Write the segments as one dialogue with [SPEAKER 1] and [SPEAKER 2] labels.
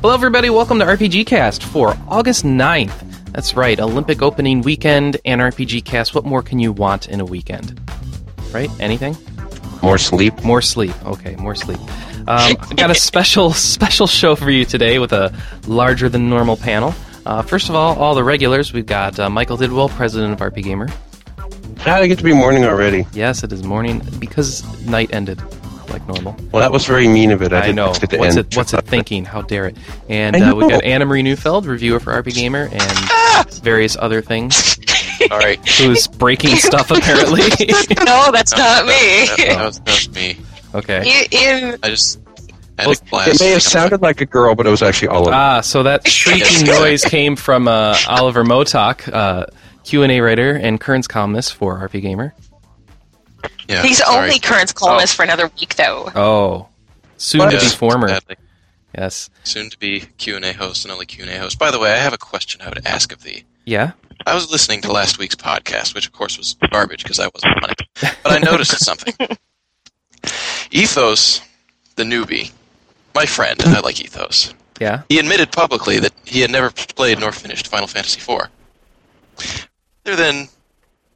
[SPEAKER 1] Hello, everybody. Welcome to RPG Cast for August 9th. That's right, Olympic opening weekend and RPG Cast. What more can you want in a weekend? Right? Anything?
[SPEAKER 2] More sleep.
[SPEAKER 1] More sleep. Okay, more sleep. Um, I got a special, special show for you today with a larger than normal panel. Uh, first of all, all the regulars. We've got uh, Michael Didwell, president of RP Gamer.
[SPEAKER 2] How'd it get to be morning already?
[SPEAKER 1] Yes, it is morning because night ended like normal.
[SPEAKER 2] Well, that was very mean of it. I,
[SPEAKER 1] I
[SPEAKER 2] didn't
[SPEAKER 1] know.
[SPEAKER 2] expect it to
[SPEAKER 1] What's
[SPEAKER 2] end.
[SPEAKER 1] it, what's it thinking? How dare it? And
[SPEAKER 2] I
[SPEAKER 1] uh, we've got
[SPEAKER 2] know. Ah!
[SPEAKER 1] Anna Marie Neufeld, reviewer for RP Gamer, and various other things,
[SPEAKER 3] All right.
[SPEAKER 1] who's breaking stuff apparently.
[SPEAKER 4] No, that's
[SPEAKER 3] That,
[SPEAKER 4] not me.
[SPEAKER 3] that was, that was me.
[SPEAKER 1] okay.
[SPEAKER 4] You, you,
[SPEAKER 3] I just had
[SPEAKER 1] Well,
[SPEAKER 3] a glance.
[SPEAKER 2] It may have sounded like a girl, but it was actually all of it.
[SPEAKER 1] Ah, so that shrieking noise came from uh, Oliver Motok, uh, Q&A writer and Kern's columnist for RP Gamer.
[SPEAKER 3] Yeah,
[SPEAKER 4] he's
[SPEAKER 3] sorry.
[SPEAKER 4] only current columnist for another week, though.
[SPEAKER 1] Oh, soon
[SPEAKER 2] What?
[SPEAKER 1] to be
[SPEAKER 3] Yes,
[SPEAKER 1] former.
[SPEAKER 3] sadly.
[SPEAKER 1] Yes.
[SPEAKER 3] Soon to be Q and A host and only Q and A host. By the way, I have a question I would ask of thee.
[SPEAKER 1] Yeah.
[SPEAKER 3] I was listening to last week's podcast, which of course was garbage because I wasn't on it. But I noticed something. Ethos, the newbie, my friend, and I like Ethos.
[SPEAKER 1] Yeah.
[SPEAKER 3] He admitted publicly that he had never played nor finished Final Fantasy IV. Rather than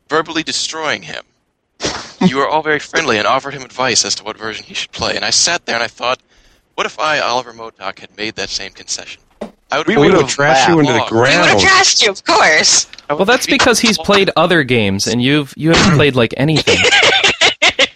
[SPEAKER 3] verbally destroying him, you were all very friendly and offered him advice as to what version he should play. And I sat there and I thought, what if I, Oliver Modoc, had made that same concession? I would
[SPEAKER 2] We would have trashed you into the
[SPEAKER 3] logged.
[SPEAKER 4] He would have
[SPEAKER 2] ground.
[SPEAKER 4] trashed you, of course.
[SPEAKER 1] Well, that's because he's played other games and you've you haven't played like anything.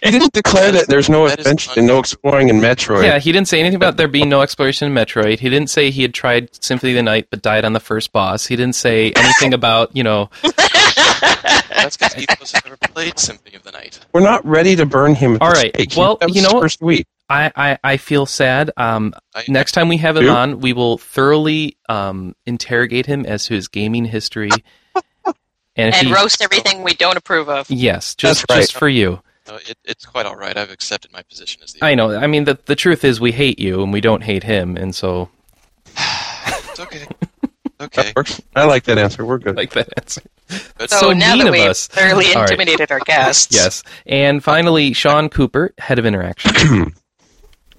[SPEAKER 2] You didn't declare that there's no
[SPEAKER 3] That is
[SPEAKER 2] adventure and no exploring in Metroid.
[SPEAKER 1] Yeah, he didn't say anything about there being no exploration in Metroid. He didn't say he had tried Symphony of the Night but died on the first boss. He didn't say anything about, you know,
[SPEAKER 3] That's because Ethos has never played Symphony of the Night.
[SPEAKER 2] We're not ready to burn him. At
[SPEAKER 1] All
[SPEAKER 2] the
[SPEAKER 1] right.
[SPEAKER 2] stake.
[SPEAKER 1] Well,
[SPEAKER 2] that was
[SPEAKER 1] you know
[SPEAKER 2] his
[SPEAKER 1] what?
[SPEAKER 2] First week.
[SPEAKER 1] I, I, I feel sad. Um,
[SPEAKER 3] I,
[SPEAKER 1] next time we have him
[SPEAKER 2] Dude.
[SPEAKER 1] on, we will thoroughly um, interrogate him as to his gaming history. And, if
[SPEAKER 4] And
[SPEAKER 1] he-
[SPEAKER 4] roast everything we don't approve of.
[SPEAKER 1] Yes, just
[SPEAKER 2] That's right.
[SPEAKER 1] just for you.
[SPEAKER 3] no, it, it's quite all right. I've accepted my position as the.
[SPEAKER 1] I know. I mean, the the truth is, we hate you and we don't hate him, and so
[SPEAKER 3] It's okay.
[SPEAKER 2] That
[SPEAKER 3] Okay.
[SPEAKER 2] works. I like that answer. We're
[SPEAKER 1] I
[SPEAKER 2] good.
[SPEAKER 1] like that answer.
[SPEAKER 3] But
[SPEAKER 1] So
[SPEAKER 4] now
[SPEAKER 1] mean
[SPEAKER 4] that
[SPEAKER 1] of
[SPEAKER 4] we've
[SPEAKER 1] us.
[SPEAKER 4] thoroughly
[SPEAKER 1] All right.
[SPEAKER 4] intimidated our guests.
[SPEAKER 1] Yes, and finally, Sean Cooper, head of interaction.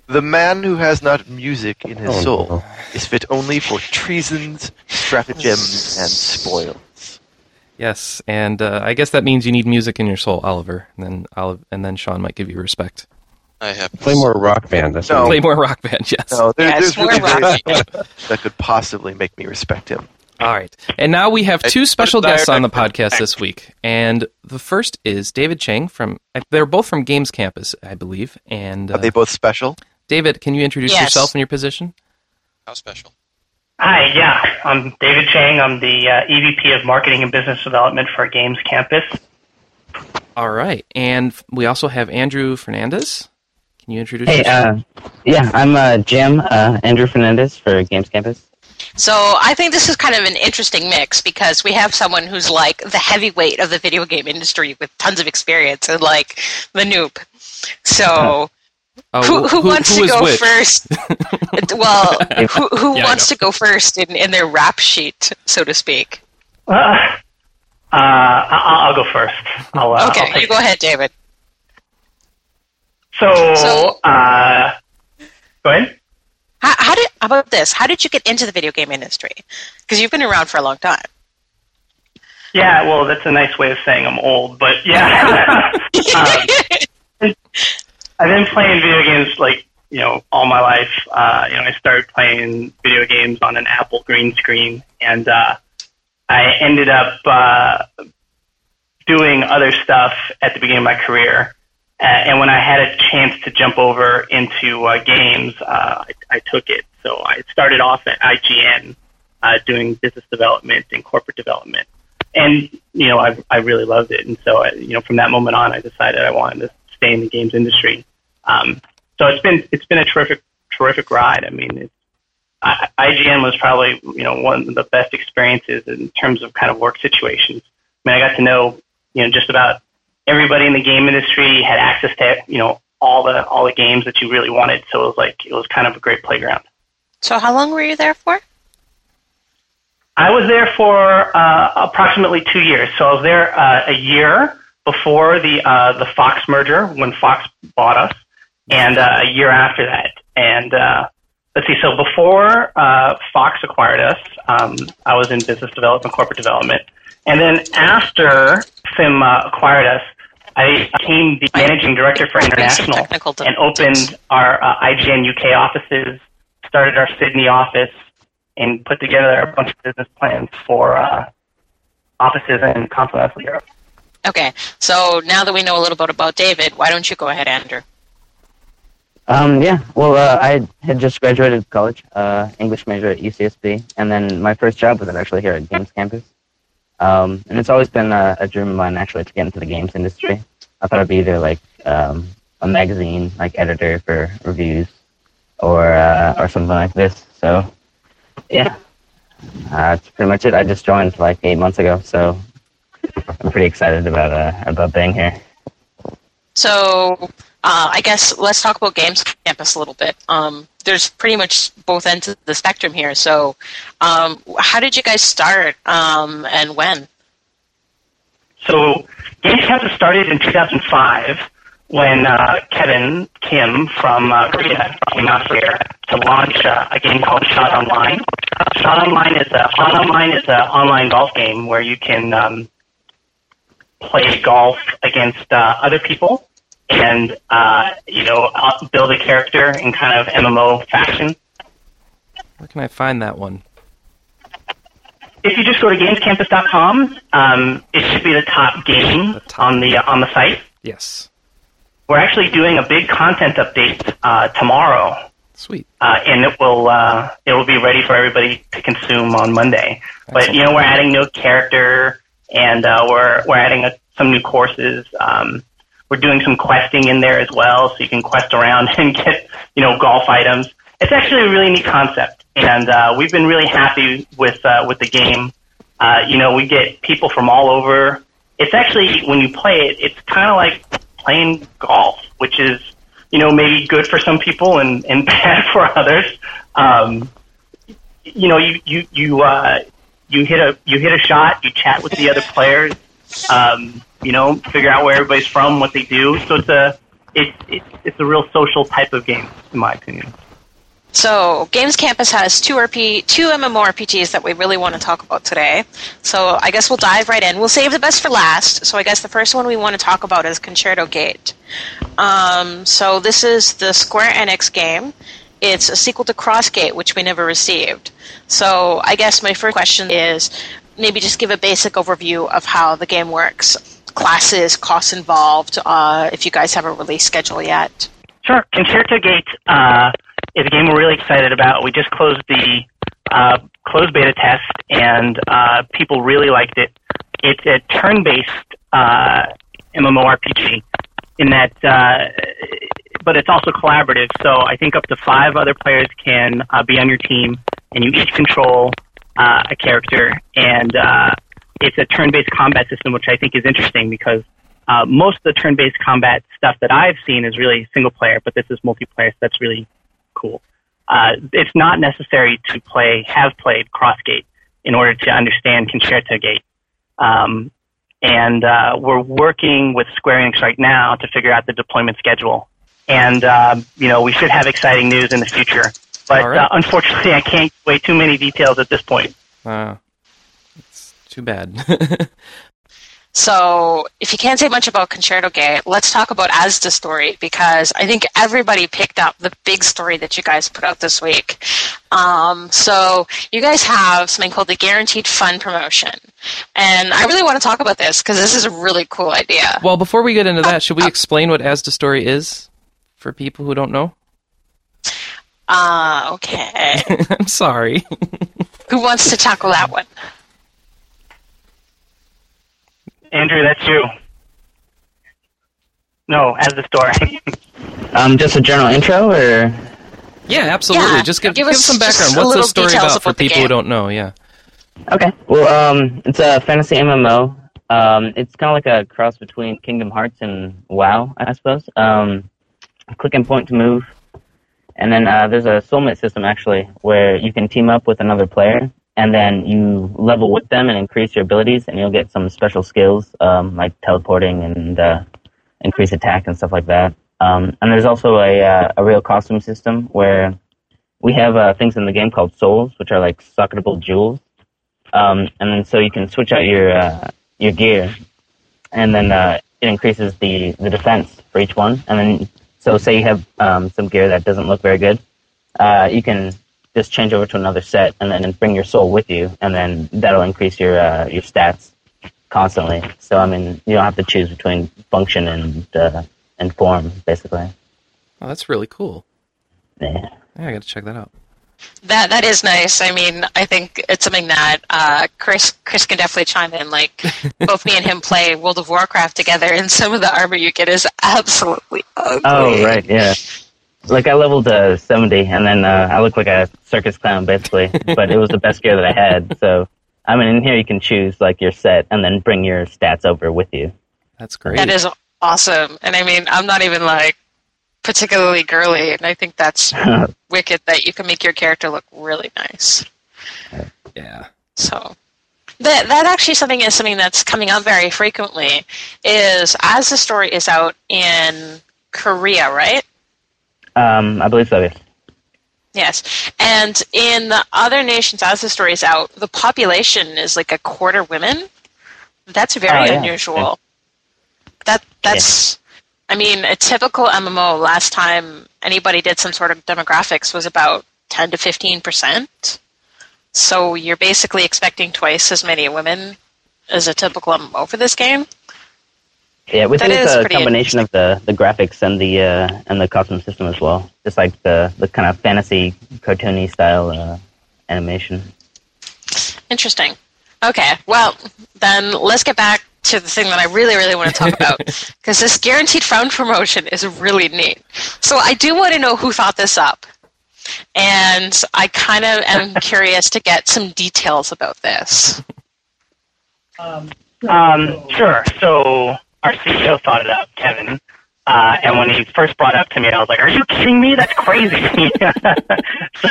[SPEAKER 5] The man who has not music in his
[SPEAKER 2] Oh,
[SPEAKER 5] soul
[SPEAKER 2] no.
[SPEAKER 5] is fit only for treasons, stratagems, and spoils.
[SPEAKER 1] Yes, and uh, I guess that means you need music in your soul, Oliver. And then Olive, and then Sean might give you respect.
[SPEAKER 3] I have
[SPEAKER 2] Play more rock band. That's
[SPEAKER 5] No.
[SPEAKER 2] what
[SPEAKER 1] Play more rock band, yes.
[SPEAKER 5] Oh. No, there,
[SPEAKER 4] Yes,
[SPEAKER 5] there's really
[SPEAKER 4] we're
[SPEAKER 5] very
[SPEAKER 4] right.
[SPEAKER 5] little that could possibly make me respect him.
[SPEAKER 1] All right, and now we have
[SPEAKER 3] I
[SPEAKER 1] two special
[SPEAKER 3] desire
[SPEAKER 1] guests on the
[SPEAKER 3] to-
[SPEAKER 1] podcast this week, and the first is David Chang from. They're both from Games Campus, I believe. And
[SPEAKER 5] Are
[SPEAKER 1] uh,
[SPEAKER 5] they both special?
[SPEAKER 1] David, can you introduce
[SPEAKER 4] Yes.
[SPEAKER 1] yourself and your position?
[SPEAKER 3] How special?
[SPEAKER 6] Hi, yeah, I'm David Chang. I'm the uh, EVP of Marketing and Business Development for Games Campus.
[SPEAKER 1] All right, and f- we also have Andrew Fernandez. Can you introduce
[SPEAKER 7] Hey,
[SPEAKER 1] yourself?
[SPEAKER 7] uh, yeah, I'm uh, Jim uh, Andrew Fernandez for Games Campus.
[SPEAKER 4] So I think this is kind of an interesting mix because we have someone who's like the heavyweight of the video game industry with tons of experience and like the noob. So
[SPEAKER 1] Oh,
[SPEAKER 4] who, who, wants
[SPEAKER 1] who
[SPEAKER 4] to
[SPEAKER 1] is
[SPEAKER 4] go
[SPEAKER 1] which?
[SPEAKER 4] first? well, who, who
[SPEAKER 1] Yeah, I
[SPEAKER 4] wants to go first in, in their rap sheet, so to speak?
[SPEAKER 6] Uh, uh, I- I'll go first. I'll, uh, I'll
[SPEAKER 4] okay,
[SPEAKER 6] take
[SPEAKER 4] you go ahead, David.
[SPEAKER 6] So,
[SPEAKER 4] So-
[SPEAKER 6] uh, go ahead.
[SPEAKER 4] How, how did how about this? How did you get into the video game industry? Because you've been around for a long time.
[SPEAKER 6] Yeah, well, that's a nice way of saying I'm old, but yeah.
[SPEAKER 4] Uh,
[SPEAKER 6] um, I've been playing video games like you know all my life. Uh, you know, I started playing video games on an Apple green screen, and uh, I ended up uh, doing other stuff at the beginning of my career. Uh, and when I had a chance to jump over into uh, games, uh, I, I took it. So I started off at IGN uh, doing business development and corporate development and you know I I really loved it, and so I, you know from that moment on I decided I wanted to stay in the games industry. Um, so it's been it's been a terrific terrific ride. I mean, it's, I, IGN was probably you know one of the best experiences in terms of kind of work situations. I mean, I got to know you know just about everybody in the game industry, had access to you know all the all the games that you really wanted. So it was like it was kind of a great playground.
[SPEAKER 4] So how long were you there for?
[SPEAKER 6] I was there for uh, approximately two years. So I was there uh, a year before the uh, the Fox merger when Fox bought us, and uh, a year after that. And uh, let's see. So before uh, Fox acquired us, um, I was in business development, corporate development, and then after FIMA acquired us, I became the managing director for
[SPEAKER 4] Some
[SPEAKER 6] international
[SPEAKER 4] technical
[SPEAKER 6] and
[SPEAKER 4] difficulties.
[SPEAKER 6] opened our uh, IGN UK offices, started our Sydney office, and put together a bunch of business plans for uh, offices in continental Europe.
[SPEAKER 4] Okay, so now that we know a little bit about David, why don't you go ahead, Andrew?
[SPEAKER 7] Um, yeah. Well, uh, I had just graduated college, uh, English major at UCSB, and then my first job was actually here at Games Campus. Um, and it's always been a, a dream of mine actually to get into the games industry. I thought I'd be either like um, a magazine like editor for reviews, or uh, or something like this. So, yeah, uh, that's pretty much it. I just joined like eight months ago, so I'm pretty excited about uh, about being here.
[SPEAKER 4] So uh, I guess let's talk about Games Campus a little bit. Um, there's pretty much both ends of the spectrum here. So um, how did you guys start um, and when?
[SPEAKER 6] So Games Campus started in 2005 when uh, Kevin Kim from uh, Korea came out here to launch uh, a game called Shot Online. Shot Online is a Shot Online is an online golf game where you can um, play golf against uh, other people and uh, you know uh, build a character in kind of MMO fashion.
[SPEAKER 1] Where can I find that one?
[SPEAKER 6] If you just go to gamescampus.com, um, it should be the top game
[SPEAKER 1] The top.
[SPEAKER 6] on the uh, on the site.
[SPEAKER 1] Yes.
[SPEAKER 6] We're actually doing a big content update uh, tomorrow,
[SPEAKER 1] Sweet.
[SPEAKER 6] uh, and it will uh, it will be ready for everybody to consume on Monday. But you know, we're adding new character, and uh, we're we're adding a, some new courses. Um, we're doing some questing in there as well, so you can quest around and get you know golf items. It's actually a really neat concept, and uh, we've been really happy with uh, with the game. Uh, you know, we get people from all over. It's actually when you play it, it's kind of like playing golf, which is you know maybe good for some people and and bad for others. Um, you know, you you you uh, you hit a you hit a shot, you chat with the other players, um, you know, figure out where everybody's from, what they do. So it's a it, it it's a real social type of game, in my opinion.
[SPEAKER 4] So Games Campus has two RP, two MMORPGs that we really want to talk about today. So I guess we'll dive right in. We'll save the best for last. So I guess the first one we want to talk about is Concerto Gate. Um, so this is the Square Enix game. It's a sequel to Crossgate, which we never received. So I guess my first question is maybe just give a basic overview of how the game works, classes, costs involved, uh, if you guys have a release schedule yet.
[SPEAKER 6] Sure. Concerto Gate uh, is a game we're really excited about. We just closed the uh, closed beta test, and uh, people really liked it. It's a turn-based uh, MMORPG in that, uh, but it's also collaborative. So I think up to five other players can uh, be on your team, and you each control uh, a character. And uh, it's a turn-based combat system, which I think is interesting because uh, most of the turn-based combat stuff that I've seen is really single player, but this is multiplayer, so that's really cool. Uh, it's not necessary to play have played Crossgate in order to understand Concerto Gate. Um, and uh, we're working with Square Enix right now to figure out the deployment schedule. And um, you know we should have exciting news in the future, but
[SPEAKER 1] All right.
[SPEAKER 6] uh, unfortunately I can't give away too many details at this point.
[SPEAKER 1] Uh, it's too bad.
[SPEAKER 4] So, if you can't say much about Concerto Gay, let's talk about Asda story because I think everybody picked up the big story that you guys put out this week. Um, so, you guys have something called the Guaranteed Fund Promotion, and I really want to talk about this because this is a really cool idea.
[SPEAKER 1] well, before we get into that, should we explain what Asda Story is for people who don't know?
[SPEAKER 4] Uh, okay,
[SPEAKER 1] I'm sorry.
[SPEAKER 4] who wants to tackle that one?
[SPEAKER 6] Andrew, that's you. No, as the story.
[SPEAKER 7] Um, just a general intro, or
[SPEAKER 1] Yeah, absolutely.
[SPEAKER 4] Yeah,
[SPEAKER 1] just give,
[SPEAKER 4] give
[SPEAKER 1] give,
[SPEAKER 4] us
[SPEAKER 1] some
[SPEAKER 4] just
[SPEAKER 1] background. What's
[SPEAKER 4] a
[SPEAKER 1] the
[SPEAKER 4] little
[SPEAKER 1] story
[SPEAKER 4] details
[SPEAKER 1] about
[SPEAKER 4] of
[SPEAKER 1] for
[SPEAKER 4] what the
[SPEAKER 1] people who
[SPEAKER 4] game-
[SPEAKER 1] don't know? Yeah.
[SPEAKER 7] Okay. Well, um, it's a fantasy MMO. Um, it's kind of like a cross between Kingdom Hearts and WoW, I suppose. Um, click and point to move, and then uh, there's a soulmate system actually, where you can team up with another player, and then you level with them and increase your abilities, and you'll get some special skills um, like teleporting and uh, increase attack and stuff like that. Um, and there's also a uh, a real costume system where we have uh, things in the game called souls, which are like socketable jewels, um, and then so you can switch out your uh, your gear, and then uh, it increases the the defense for each one. And then so say you have um, some gear that doesn't look very good, uh, you can just change over to another set, and then bring your soul with you, and then that'll increase your uh, your stats constantly. So I mean, you don't have to choose between function and uh, and form basically.
[SPEAKER 1] Oh, that's really cool.
[SPEAKER 7] Yeah.
[SPEAKER 1] Yeah, I got to check that out.
[SPEAKER 4] That that is nice. I mean, I think it's something that uh, Chris Chris can definitely chime in. Like both me and him play World of Warcraft together, and some of the armor you get is absolutely ugly.
[SPEAKER 7] Oh right, yeah. Like I leveled uh, seventy, and then uh, I looked like a circus clown basically. but it was the best gear that I had. So I mean, in here you can choose like your set, and then bring your stats over with you.
[SPEAKER 1] That's great.
[SPEAKER 4] That is awesome. And I mean, I'm not even like particularly girly, and I think that's wicked that you can make your character look really nice.
[SPEAKER 1] yeah.
[SPEAKER 4] So that that actually something is something that's coming up very frequently is as the story is out in Korea, right?
[SPEAKER 7] Um, I believe so. Yes.
[SPEAKER 4] Yes. And in the other nations as the story is out, the population is like a quarter women. That's very
[SPEAKER 7] Oh, yeah.
[SPEAKER 4] unusual. That that's I mean, a typical MMO last time anybody did some sort of demographics was about 10 to 15%. So you're basically expecting twice as many women as a typical MMO for this game.
[SPEAKER 7] Yeah, we
[SPEAKER 4] That
[SPEAKER 7] think it's
[SPEAKER 4] is
[SPEAKER 7] a
[SPEAKER 4] pretty
[SPEAKER 7] combination of the, the graphics and the uh, and the costume system as well. Just like the, the kind of fantasy cartoony style uh, animation.
[SPEAKER 4] Interesting. Okay, well, then let's get back to the thing that I really, really want to talk about because this guaranteed found promotion is really neat. So I do want to know who thought this up, and I kind of am curious to get some details about this.
[SPEAKER 6] Um, sure. So our CEO thought it up, Kevin. Uh, and when he first brought it up to me, I was like, "Are you kidding me? That's crazy!"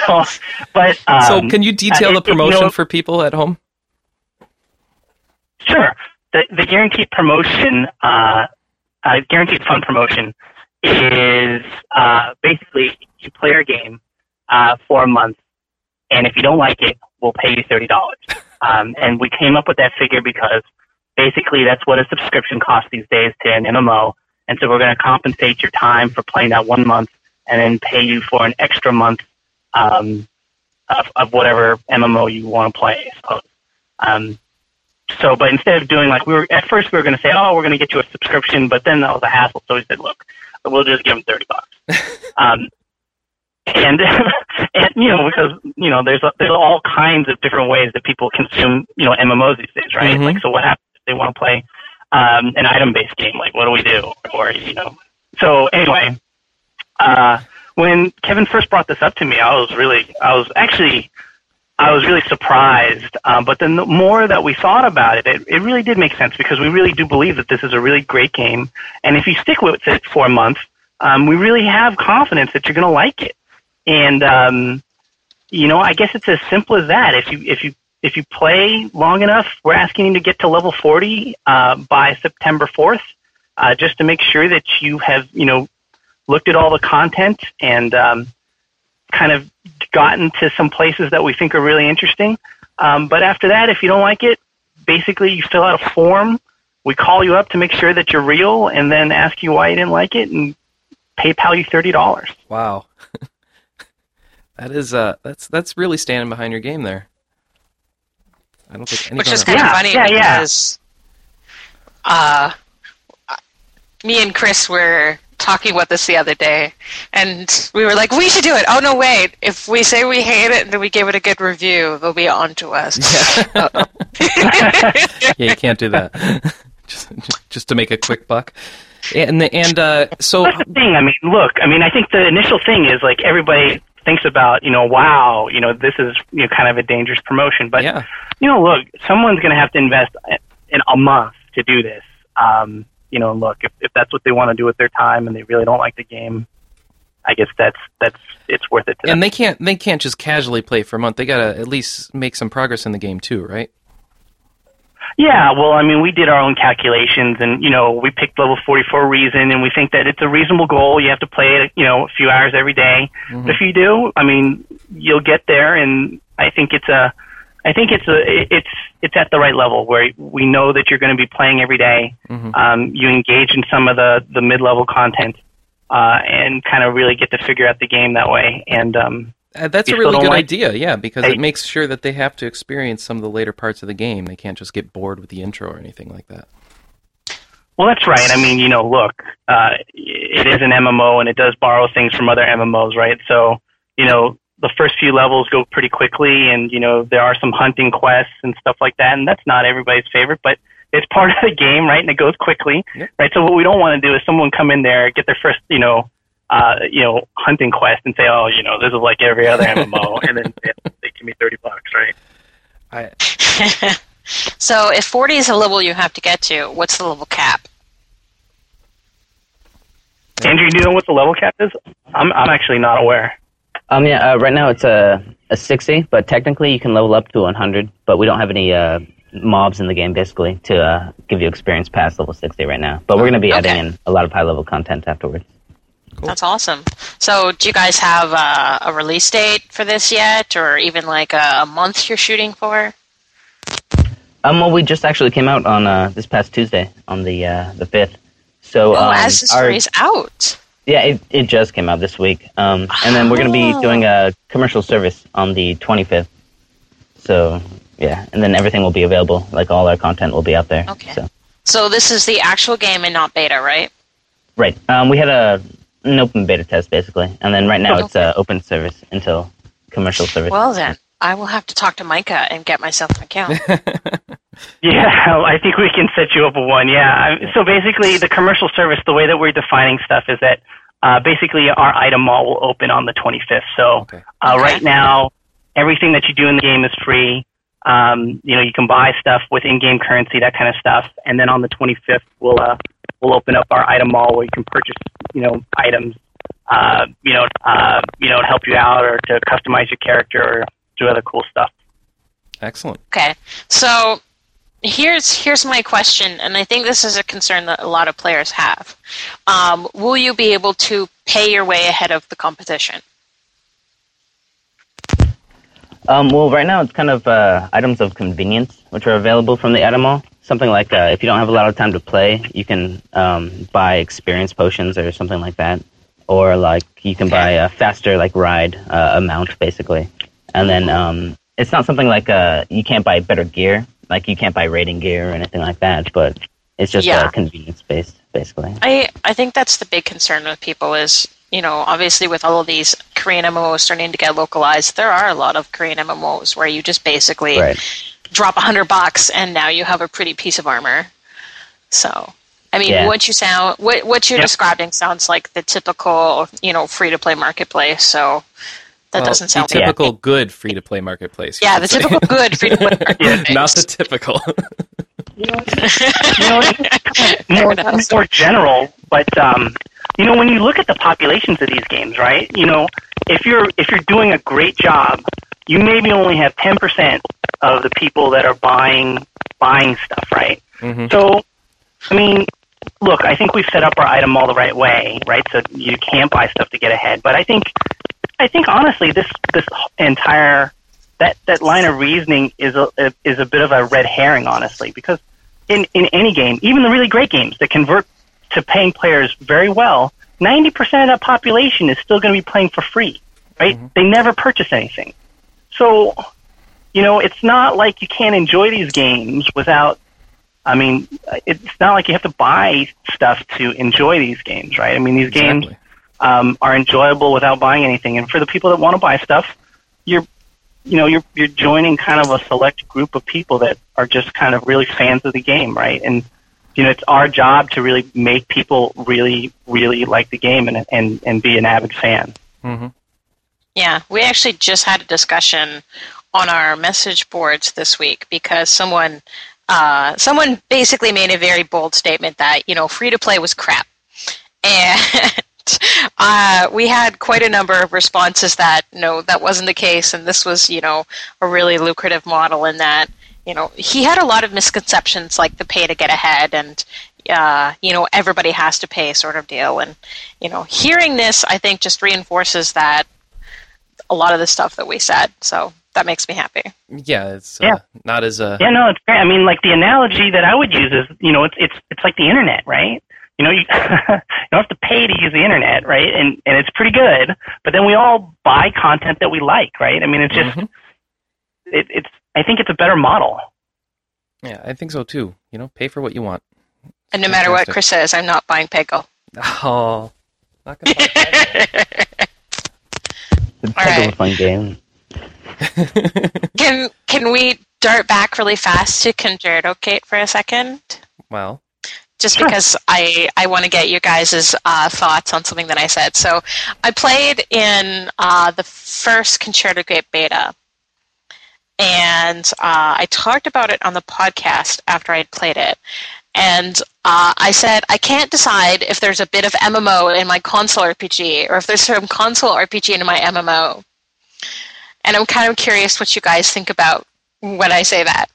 [SPEAKER 6] so, but um,
[SPEAKER 1] so, can you detail
[SPEAKER 6] uh,
[SPEAKER 1] the
[SPEAKER 6] it- you know-
[SPEAKER 1] promotion for people at home?
[SPEAKER 6] Sure. The, the guaranteed promotion, uh, uh, guaranteed fund promotion, is uh, basically you play our game uh, for a month, and if you don't like it, we'll pay you thirty dollars. Um, and we came up with that figure because basically that's what a subscription costs these days to an MMO, and so we're going to compensate your time for playing that one month, and then pay you for an extra month um, of, of whatever MMO you want to play, I suppose. Um, so, but instead of doing like we were at first, we were going to say, "Oh, we're going to get you a subscription," but then that was a hassle. So we said, "Look, we'll just give them thirty bucks." um, and and you know because you know there's there's all kinds of different ways that people consume you know MMOs these days, right?
[SPEAKER 1] Mhm.
[SPEAKER 6] Like, so what happens if they want to play um, an item-based game? Like, what do we do? Or you know, so anyway, uh, when Kevin first brought this up to me, I was really, I was actually, I was really surprised. Um, but then the more that we thought about it, it, it really did make sense because we really do believe that this is a really great game, and if you stick with it for a month, um, we really have confidence that you're going to like it. And um, you know, I guess it's as simple as that. If you if you if you play long enough, we're asking you to get to level 40 uh, by September 4th, uh, just to make sure that you have you know looked at all the content and um, kind of gotten to some places that we think are really interesting. Um, but after that, if you don't like it, basically you fill out a form. We call you up to make sure that you're real, and then ask you why you didn't like it, and PayPal you thirty dollars.
[SPEAKER 1] Wow. that is uh that's that's really standing behind your game there. I don't think anyone
[SPEAKER 4] which is
[SPEAKER 1] else-
[SPEAKER 4] kind of
[SPEAKER 6] Yeah,
[SPEAKER 4] funny
[SPEAKER 6] yeah, yeah.
[SPEAKER 4] because uh, me and Chris were talking about this the other day, and we were like, "We should do it." Oh no, wait! If we say we hate it and then we give it a good review, they'll be on to us.
[SPEAKER 1] yeah. yeah, you can't do that. just just to make a quick buck. And the, and uh so
[SPEAKER 6] That's the thing. I mean, look. I mean, I think the initial thing is like everybody thinks about, you know, wow, you know, this is you know kind of a dangerous promotion, but
[SPEAKER 1] yeah.
[SPEAKER 6] you know, look, someone's going to have to invest in a month to do this. Um, you know, look, if, if that's what they want to do with their time and they really don't like the game, I guess that's that's it's worth it to them.
[SPEAKER 1] And they can't they can't just casually play for a month. They got to at least make some progress in the game too, right?
[SPEAKER 6] Yeah, well, I mean, we did our own calculations, and you know, we picked level forty for a reason, and we think that it's a reasonable goal. You have to play it, you know, a few hours every day.
[SPEAKER 1] Mhm.
[SPEAKER 6] But if you do, I mean, you'll get there, and I think it's a, I think it's a, it's it's at the right level where we know that you're going to be playing every day.
[SPEAKER 1] Mhm.
[SPEAKER 6] Um, you engage in some of the the mid level content, uh, and kind of really get to figure out the game that way. And um,
[SPEAKER 1] Uh, that's
[SPEAKER 6] You
[SPEAKER 1] a
[SPEAKER 6] still
[SPEAKER 1] really
[SPEAKER 6] don't
[SPEAKER 1] good
[SPEAKER 6] like-
[SPEAKER 1] idea, yeah, because
[SPEAKER 6] Hey.
[SPEAKER 1] it makes sure that they have to experience some of the later parts of the game. They can't just get bored with the intro or anything like that.
[SPEAKER 6] Well, that's right. I mean, you know, look, uh, it is an MMO and it does borrow things from other MMOs, right? So, you know, the first few levels go pretty quickly, and you know there are some hunting quests and stuff like that, and that's not everybody's favorite, but it's part of the game, right? And it goes quickly,
[SPEAKER 1] Yeah.
[SPEAKER 6] right? So what we don't want to do is someone come in there, get their first, you know, uh, you know, hunting quest, and say, oh, you know, this is like every other MMO, and then they- they give me thirty bucks, right?
[SPEAKER 4] so if 40 is a level you have to get to, what's the level cap?
[SPEAKER 6] Andrew, do you know what the level cap is? I'm I'm actually not aware.
[SPEAKER 7] Um, yeah, uh, right now it's a, a 60, but technically you can level up to 100, but we don't have any uh, mobs in the game, basically, to uh, give you experience past level 60 right now. But we're going to be
[SPEAKER 4] Okay.
[SPEAKER 7] adding in a lot of high level content afterwards.
[SPEAKER 4] That's awesome. So do you guys have uh, a release date for this yet, or even like a, a month you're shooting for?
[SPEAKER 7] Um, well, we just actually came out on uh, this past Tuesday, on the uh, the 5th. So,
[SPEAKER 4] oh,
[SPEAKER 7] um,
[SPEAKER 4] as the
[SPEAKER 7] our-
[SPEAKER 4] story's out.
[SPEAKER 7] Yeah, it, it just came out this week. Um, and then we're going to be
[SPEAKER 4] Oh.
[SPEAKER 7] doing a commercial service on the 25th. So, yeah, and then everything will be available. Like, all our content will be out there.
[SPEAKER 4] Okay.
[SPEAKER 7] So,
[SPEAKER 4] So this is the actual game and not beta, right?
[SPEAKER 7] right. Um, we had a, an open beta test, basically. And then right now it's uh, open service until commercial service.
[SPEAKER 4] Oh. Well then, I will have to talk to Micah and get myself an account.
[SPEAKER 6] Yeah, I think we can set you up with one. Yeah. I- So basically, the commercial service, the way that we're defining stuff is that uh, basically our item mall will open on the 25th. So
[SPEAKER 1] Okay.
[SPEAKER 6] uh,
[SPEAKER 4] Okay.
[SPEAKER 6] right now, everything that you do in the game is free. Um, you know, you can buy stuff with in-game currency, that kind of stuff. And then on the 25th, we'll uh, we'll open up our item mall where you can purchase, you know, items. Uh, you know, uh, you know, to help you out or to customize your character or do other cool stuff.
[SPEAKER 1] Excellent.
[SPEAKER 4] Okay, so here's here's my question, and I think this is a concern that a lot of players have. Um, will you be able to pay your way ahead of the competition?
[SPEAKER 7] Um, well, right now it's kind of uh, items of convenience, which are available from the item mall. Something like uh, if you don't have a lot of time to play, you can um, buy experience potions or something like that, or like you can buy a faster like ride uh, amount basically. And then um, it's not something like uh, you can't buy better gear, like you can't buy raiding gear or anything like that. But it's just
[SPEAKER 4] Yeah.
[SPEAKER 7] uh, convenience based basically.
[SPEAKER 4] I I think that's the big concern with people is you know obviously with all of these Korean MMOs starting to get localized, there are a lot of Korean MMOs where you just basically
[SPEAKER 7] Right.
[SPEAKER 4] drop a hundred bucks and now you have a pretty piece of armor. So, I mean,
[SPEAKER 7] Yeah.
[SPEAKER 4] what you sound, what what you're
[SPEAKER 6] Yep.
[SPEAKER 4] describing sounds like the typical, you know, free to play marketplace. So that
[SPEAKER 1] Well,
[SPEAKER 4] doesn't sound
[SPEAKER 1] the
[SPEAKER 4] like
[SPEAKER 1] typical good free to play marketplace. you
[SPEAKER 4] yeah,
[SPEAKER 1] should say.
[SPEAKER 4] the typical good free to play marketplace.
[SPEAKER 1] Not the typical.
[SPEAKER 6] you know,
[SPEAKER 4] Fair
[SPEAKER 6] more,
[SPEAKER 4] enough.
[SPEAKER 6] more general, but um, you know, when you look at the populations of these games, right? You know, if you're if you're doing a great job, you maybe only have ten percent of the people that are buying buying stuff, right?
[SPEAKER 1] Mhm.
[SPEAKER 6] So, I mean, look, I think we've set up our item all the right way, right? So you can't buy stuff to get ahead. But I think, I think honestly, this this entire that that line of reasoning is a is a bit of a red herring, honestly, because in in any game, even the really great games that convert to paying players very well, ninety percent of that population is still going to be playing for free, right? They never purchase anything, so. You know, it's not like you can't enjoy these games without I mean, it's not like you have to buy stuff to enjoy these games, right? I mean, these games
[SPEAKER 1] exactly.
[SPEAKER 6] um, are enjoyable without buying anything. And for the people that want to buy stuff, you're, you know, you're you're joining kind of a select group of people that are just kind of really fans of the game, right? And you know, it's our job to really make people really, really like the game and and and be an avid fan.
[SPEAKER 1] Mhm.
[SPEAKER 4] Yeah, we actually just had a discussion on our message boards this week because someone uh, someone basically made a very bold statement that you know free to play was crap, and uh, we had quite a number of responses that no, that wasn't the case, and this was you know a really lucrative model in that you know he had a lot of misconceptions like the pay to get ahead and uh, you know everybody has to pay sort of deal, and you know hearing this I think just reinforces that a lot of the stuff that we said. So that makes me happy.
[SPEAKER 1] Yeah, it's uh,
[SPEAKER 6] Yeah.
[SPEAKER 1] not as uh,
[SPEAKER 6] Yeah, no, it's great. I mean, like the analogy that I would use is, you know, it's it's it's like the internet, right? You know, you, you don't have to pay to use the internet, right? And and it's pretty good. But then we all buy content that we like, right? I mean, it's just
[SPEAKER 1] Mhm.
[SPEAKER 6] it, it's. I think it's a better model.
[SPEAKER 1] yeah. I think so too. You know, pay for what you want.
[SPEAKER 4] And no matter what
[SPEAKER 1] Fantastic.
[SPEAKER 4] Chris says, I'm not buying pickle.
[SPEAKER 1] Oh, not gonna buy that.
[SPEAKER 7] It's
[SPEAKER 4] All
[SPEAKER 7] kind of
[SPEAKER 4] right.
[SPEAKER 7] a fun game.
[SPEAKER 4] Can can we dart back really fast to Concerto Kate for a second?
[SPEAKER 1] well,
[SPEAKER 4] Just
[SPEAKER 6] Sure.
[SPEAKER 4] because I, I want to get you guys' uh, thoughts on something that I said. So I played in uh, the first Concerto Grape beta, and uh, I talked about it on the podcast after I had played it. And uh, I said, I can't decide if there's a bit of MMO in my console RPG or if there's some console RPG in my MMO. And I'm kind of curious what you guys think about when I say that.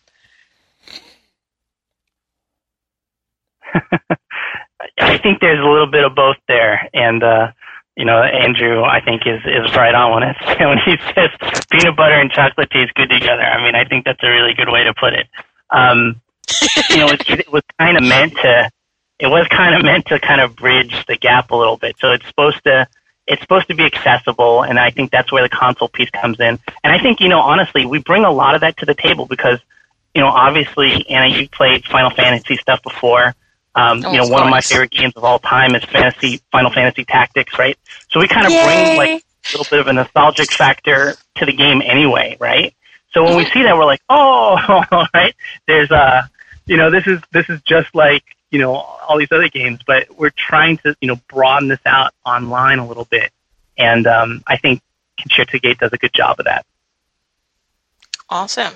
[SPEAKER 6] I think there's a little bit of both there, and uh, you know, Andrew, I think is is right on when it's when he says peanut butter and chocolate taste good together. I mean, I think that's a really good way to put it. Um, you know, it, it was kind of meant to, it was kind of meant to kind of bridge the gap a little bit. So it's supposed to. It's supposed to be accessible, and I think that's where the console piece comes in. And I think, you know, honestly, we bring a lot of that to the table because, you know, obviously, Anna, you played Final Fantasy stuff before. Um,
[SPEAKER 4] Oh,
[SPEAKER 6] you know,
[SPEAKER 4] of
[SPEAKER 6] one of my
[SPEAKER 4] course.
[SPEAKER 6] favorite games of all time is Fantasy Final Fantasy Tactics, right? So we kind of bring like a little bit of a nostalgic factor to the game anyway, right? So when we see that, we're like, oh, right. There's uh, you know, this is this is just like you know all these other games, but we're trying to you know broaden this out online a little bit, and um, I think Concerto Gate does a good job of that.
[SPEAKER 4] Awesome.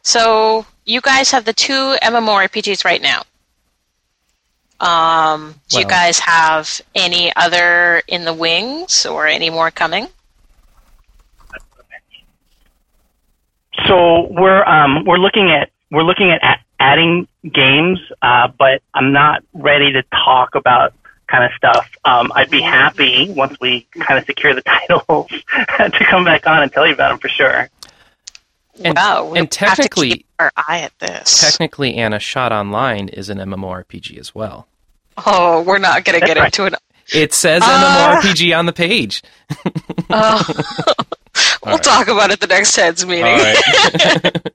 [SPEAKER 4] So you guys have the two MMORPGs right now. Um, do you
[SPEAKER 1] Well-
[SPEAKER 4] guys have any other in the wings or any more coming?
[SPEAKER 6] So we're um, we're looking at we're looking at a- adding games, uh, but I'm not ready to talk about kind of stuff. Um, I'd be happy once we kind of secure the titles to come back on and tell you about them for sure.
[SPEAKER 1] And-
[SPEAKER 4] wow, we
[SPEAKER 1] and
[SPEAKER 4] have to
[SPEAKER 1] technically-
[SPEAKER 4] keep our eye at this.
[SPEAKER 1] technically, Anna Shot Online is an MMORPG as well.
[SPEAKER 4] oh, we're not going to
[SPEAKER 6] That's
[SPEAKER 4] get
[SPEAKER 6] right.
[SPEAKER 4] into it.
[SPEAKER 1] It says
[SPEAKER 4] Ah.
[SPEAKER 1] MMORPG on the page.
[SPEAKER 4] Oh. we'll
[SPEAKER 1] right.
[SPEAKER 4] talk about it the next heads meeting.
[SPEAKER 3] All right.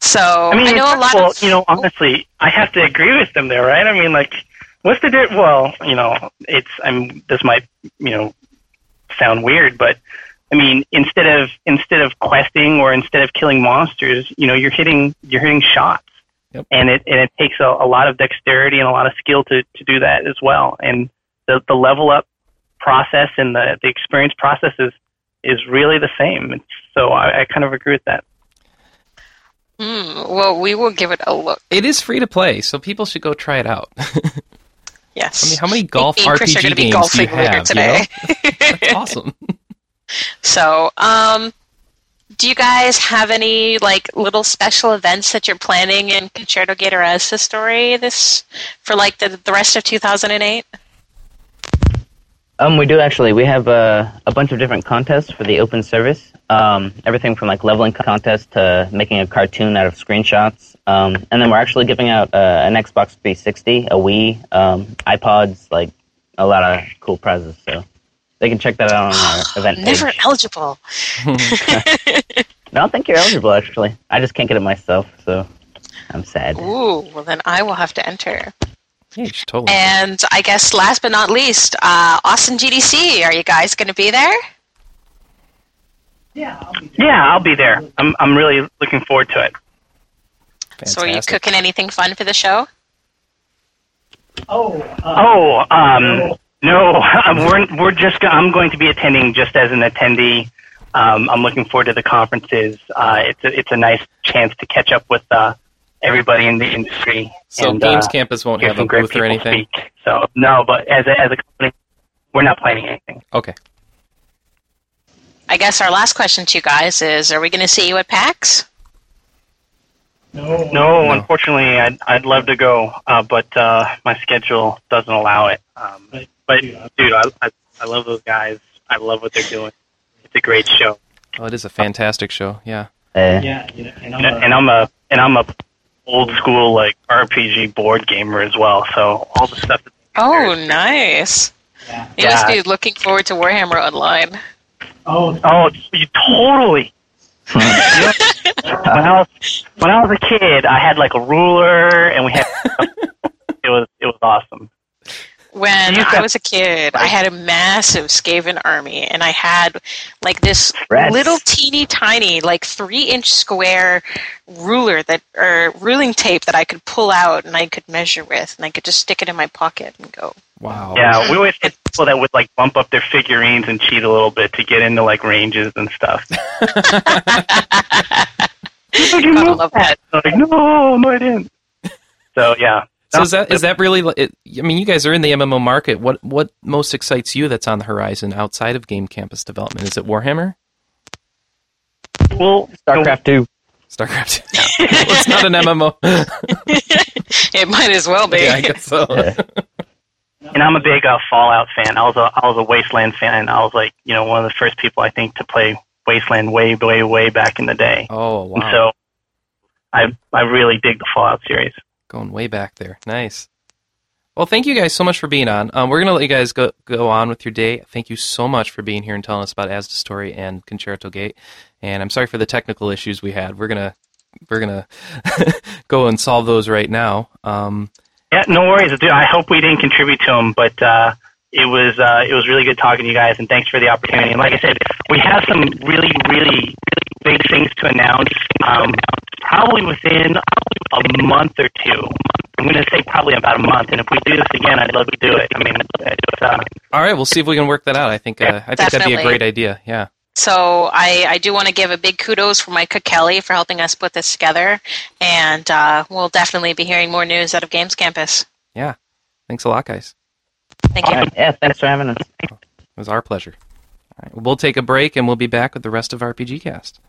[SPEAKER 4] So I,
[SPEAKER 6] I mean,
[SPEAKER 4] know a lot
[SPEAKER 6] well,
[SPEAKER 4] of
[SPEAKER 6] you know, honestly, I have to agree with them there, right? I mean, like, what's the di- well, you know, it's I'm this might you know sound weird, but I mean, instead of instead of questing or instead of killing monsters, you know, you're hitting you're hitting shots,
[SPEAKER 1] Yep.
[SPEAKER 6] and it and it takes a, a lot of dexterity and a lot of skill to to do that as well, and the the level up process and the the experience process is is really the same. It's- So I, I kind of agree with that.
[SPEAKER 4] Hmm, well, we will give it a look.
[SPEAKER 1] It is free to play, so people should go try it out. I
[SPEAKER 4] Yes.
[SPEAKER 1] mean, how many
[SPEAKER 4] Me
[SPEAKER 1] golf
[SPEAKER 4] and Chris are
[SPEAKER 1] RPG
[SPEAKER 4] gonna be
[SPEAKER 1] games do you
[SPEAKER 4] golfing later
[SPEAKER 1] have?
[SPEAKER 4] today.
[SPEAKER 1] You know? That's awesome.
[SPEAKER 4] So, um, do you guys have any like little special events that you're planning in Concerto Gator as the story this for like the the rest of 2008?
[SPEAKER 7] Um, we do actually. We have uh, a bunch of different contests for the open service. Um, everything from like leveling contest to making a cartoon out of screenshots. Um, and then we're actually giving out uh, an Xbox 360, a Wii, um, iPods, like a lot of cool prizes. So they can check that out on our event page.
[SPEAKER 4] Never eligible.
[SPEAKER 7] No, I don't think you're eligible. Actually, I just can't get it myself, so I'm sad.
[SPEAKER 4] Ooh, well then I will have to enter.
[SPEAKER 1] Yeah, you should totally.
[SPEAKER 4] And I guess last but not least, uh, Austin GDC. Are you guys going to be there?
[SPEAKER 6] Yeah, I'll be there. I'm I'm really looking forward to it.
[SPEAKER 4] So, are you
[SPEAKER 1] Fantastic.
[SPEAKER 4] cooking anything fun for the show?
[SPEAKER 6] Oh, um, no, we're we're just go- I'm going to be attending just as an attendee. Um, I'm looking forward to the conferences. Uh, it's a, it's a nice chance to catch up with uh, everybody in the industry.
[SPEAKER 1] So
[SPEAKER 6] and,
[SPEAKER 1] Games
[SPEAKER 6] uh,
[SPEAKER 1] Campus won't
[SPEAKER 6] hear
[SPEAKER 1] have a
[SPEAKER 6] some great
[SPEAKER 1] booth
[SPEAKER 6] people
[SPEAKER 1] or anything.
[SPEAKER 6] speak. So no, but as a, as a company, we're not planning anything.
[SPEAKER 1] Okay.
[SPEAKER 4] I guess our last question to you guys is: Are we going to see you at PAX?
[SPEAKER 6] No, unfortunately, I'd I'd love to go, uh, but uh, my schedule doesn't allow it. Um, but dude, I, I I love those guys. I love what they're doing. it's a great show.
[SPEAKER 1] Oh, it is a fantastic show. Yeah.
[SPEAKER 7] Uh,
[SPEAKER 8] Yeah, yeah, and I'm
[SPEAKER 6] And,
[SPEAKER 8] a,
[SPEAKER 6] and I'm a and I'm a old school like RPG board gamer as well. So all the stuff. That
[SPEAKER 4] Oh, nice.
[SPEAKER 8] yeah.
[SPEAKER 4] You must
[SPEAKER 6] Yeah.
[SPEAKER 4] be looking forward to Warhammer Online.
[SPEAKER 8] Oh,
[SPEAKER 6] Oh, you totally. when I was when I was a kid, I had like a ruler, and we had it was it was awesome.
[SPEAKER 4] When
[SPEAKER 6] You
[SPEAKER 4] I
[SPEAKER 6] got-
[SPEAKER 4] was a kid, I had a massive Skaven army, and I had like this
[SPEAKER 7] Rats.
[SPEAKER 4] little teeny tiny, like three inch square ruler that or ruling tape that I could pull out and I could measure with, and I could just stick it in my pocket and go.
[SPEAKER 1] Wow.
[SPEAKER 6] Yeah, we always had people that would like bump up their figurines and cheat a little bit to get into like ranges and stuff. you
[SPEAKER 4] Gotta
[SPEAKER 6] move
[SPEAKER 4] love that.
[SPEAKER 6] Like, no, no, I didn't. So yeah,
[SPEAKER 1] So is that is that really? li- It, I mean, you guys are in the MMO market. What what most excites you that's on the horizon outside of game campus development? Is it Warhammer,
[SPEAKER 6] well,
[SPEAKER 7] StarCraft Two.
[SPEAKER 1] StarCraft? well, it's not an MMO.
[SPEAKER 4] It might as well be.
[SPEAKER 1] yeah, I guess so.
[SPEAKER 7] Yeah.
[SPEAKER 6] And I'm a big uh, Fallout fan. I was a I was a Wasteland fan, and I was like, you know, one of the first people I think to play Wasteland way, way, way back in the day.
[SPEAKER 1] Oh
[SPEAKER 6] And
[SPEAKER 1] wow,
[SPEAKER 6] so, I I really dig the Fallout series.
[SPEAKER 1] going way back there. Nice. Well, thank you guys so much for being on. Um, we're gonna let you guys go go on with your day. Thank you so much for being here and telling us about Asda Story and Concerto Gate. And I'm sorry for the technical issues we had. We're gonna we're gonna go and solve those right now. Um,
[SPEAKER 6] Yeah, no worries, dude. I hope we didn't contribute to them, but uh, it was uh, it was really good talking to you guys, and thanks for the opportunity. And like I said, we have some really, really, really big things to announce. Um, probably within a month or two. I'm going to say probably about a month. And if we do this again, I'd love to do it. I mean, it's, uh,
[SPEAKER 1] all right, we'll see if we can work that out. I think uh, I think that'd be a
[SPEAKER 4] Definitely.
[SPEAKER 1] great idea. Yeah.
[SPEAKER 4] So I, I do want to give a big kudos for Micah Kelly for helping us put this together, and uh, we'll definitely be hearing more news out of Games Campus.
[SPEAKER 1] Thanks a lot, guys.
[SPEAKER 4] Thank you.
[SPEAKER 7] Alright, yeah, thanks for having us.
[SPEAKER 1] It was our pleasure. All right, we'll take a break and we'll be back with the rest of RPG Cast.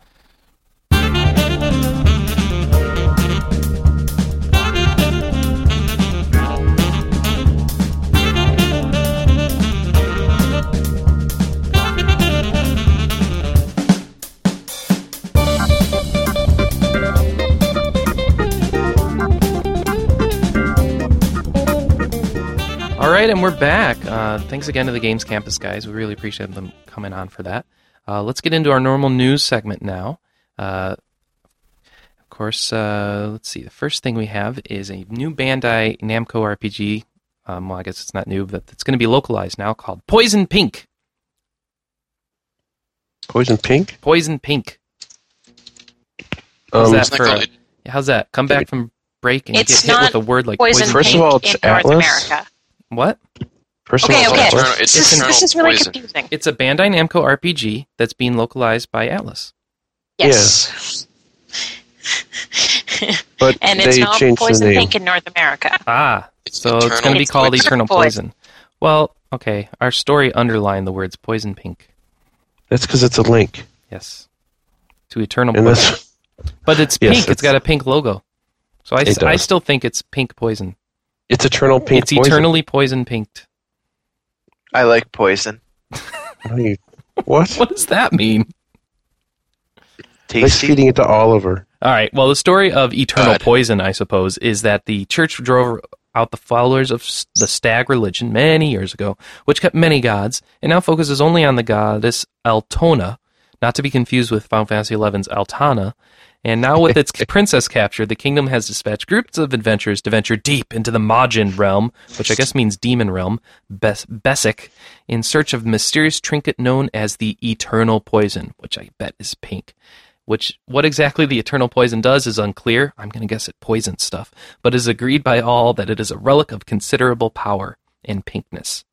[SPEAKER 1] All right, and we're back. Uh, thanks again to the Games Campus guys. We really appreciate them coming on for that. Uh, let's get into our normal news segment now. Uh, of course, uh, let's see. The first thing we have is a new Bandai Namco RPG. Um, well, I guess it's not new, but it's going to be localized now called Poison Pink.
[SPEAKER 2] Poison Pink?
[SPEAKER 1] Poison Pink.
[SPEAKER 2] Um,
[SPEAKER 1] That's
[SPEAKER 3] Isn't that
[SPEAKER 1] for
[SPEAKER 3] called
[SPEAKER 1] a-
[SPEAKER 3] it?
[SPEAKER 1] How's that? Come back from break and
[SPEAKER 4] It's
[SPEAKER 1] get hit with
[SPEAKER 4] not
[SPEAKER 1] a word like
[SPEAKER 4] Poison
[SPEAKER 1] poison.
[SPEAKER 2] First of
[SPEAKER 4] Pink
[SPEAKER 2] all,
[SPEAKER 4] in
[SPEAKER 2] it's
[SPEAKER 4] North
[SPEAKER 2] Atlas.
[SPEAKER 4] America.
[SPEAKER 1] What?
[SPEAKER 2] Personal
[SPEAKER 4] Okay, okay.
[SPEAKER 2] Atlas?
[SPEAKER 3] It's
[SPEAKER 4] this, is-
[SPEAKER 3] internal
[SPEAKER 4] this is really
[SPEAKER 3] poison.
[SPEAKER 4] confusing.
[SPEAKER 1] It's a Bandai Namco RPG that's being localized by Atlas.
[SPEAKER 4] Yes.
[SPEAKER 2] But
[SPEAKER 4] and it's
[SPEAKER 2] they
[SPEAKER 4] not
[SPEAKER 2] changed the
[SPEAKER 4] Poison
[SPEAKER 2] name.
[SPEAKER 4] Pink in North America.
[SPEAKER 1] Ah,
[SPEAKER 3] It's
[SPEAKER 1] So it's
[SPEAKER 3] internal
[SPEAKER 1] going to be
[SPEAKER 4] It's
[SPEAKER 1] called
[SPEAKER 4] poison.
[SPEAKER 1] Eternal
[SPEAKER 4] Poison.
[SPEAKER 1] Poison. Well, okay. Our story underlined the words poison pink.
[SPEAKER 2] That's because it's a link.
[SPEAKER 1] Yes. To Eternal
[SPEAKER 2] And
[SPEAKER 1] Poison.
[SPEAKER 2] that's,
[SPEAKER 1] But it's
[SPEAKER 2] Yes,
[SPEAKER 1] pink. it's
[SPEAKER 2] it's-
[SPEAKER 1] got a pink logo. So I,
[SPEAKER 2] It
[SPEAKER 1] s- I
[SPEAKER 2] does.
[SPEAKER 1] still think it's pink poison.
[SPEAKER 2] it's Eternal Pink
[SPEAKER 1] it's
[SPEAKER 2] Poison.
[SPEAKER 1] eternally poison pinked.
[SPEAKER 5] I like poison.
[SPEAKER 2] What are you- What?
[SPEAKER 1] What does that mean?
[SPEAKER 2] He's
[SPEAKER 5] Tasty.
[SPEAKER 2] feeding it to Oliver.
[SPEAKER 1] All right. Well, the story of Eternal
[SPEAKER 3] God.
[SPEAKER 1] Poison, I suppose, is that the church drove out the followers of s- the stag religion many years ago, which kept many gods, and now focuses only on the goddess Altona, not to be confused with Final Fantasy XI's Altana. And now, with its princess captured, the kingdom has dispatched groups of adventurers to venture deep into the Majin realm, which I guess means demon realm, Bes- Bessic, in search of mysterious trinket known as the Eternal Poison, which I bet is pink which what exactly the eternal poison does is unclear. I'm going to guess it poisons stuff, but is agreed by all that it is a relic of considerable power and pinkness.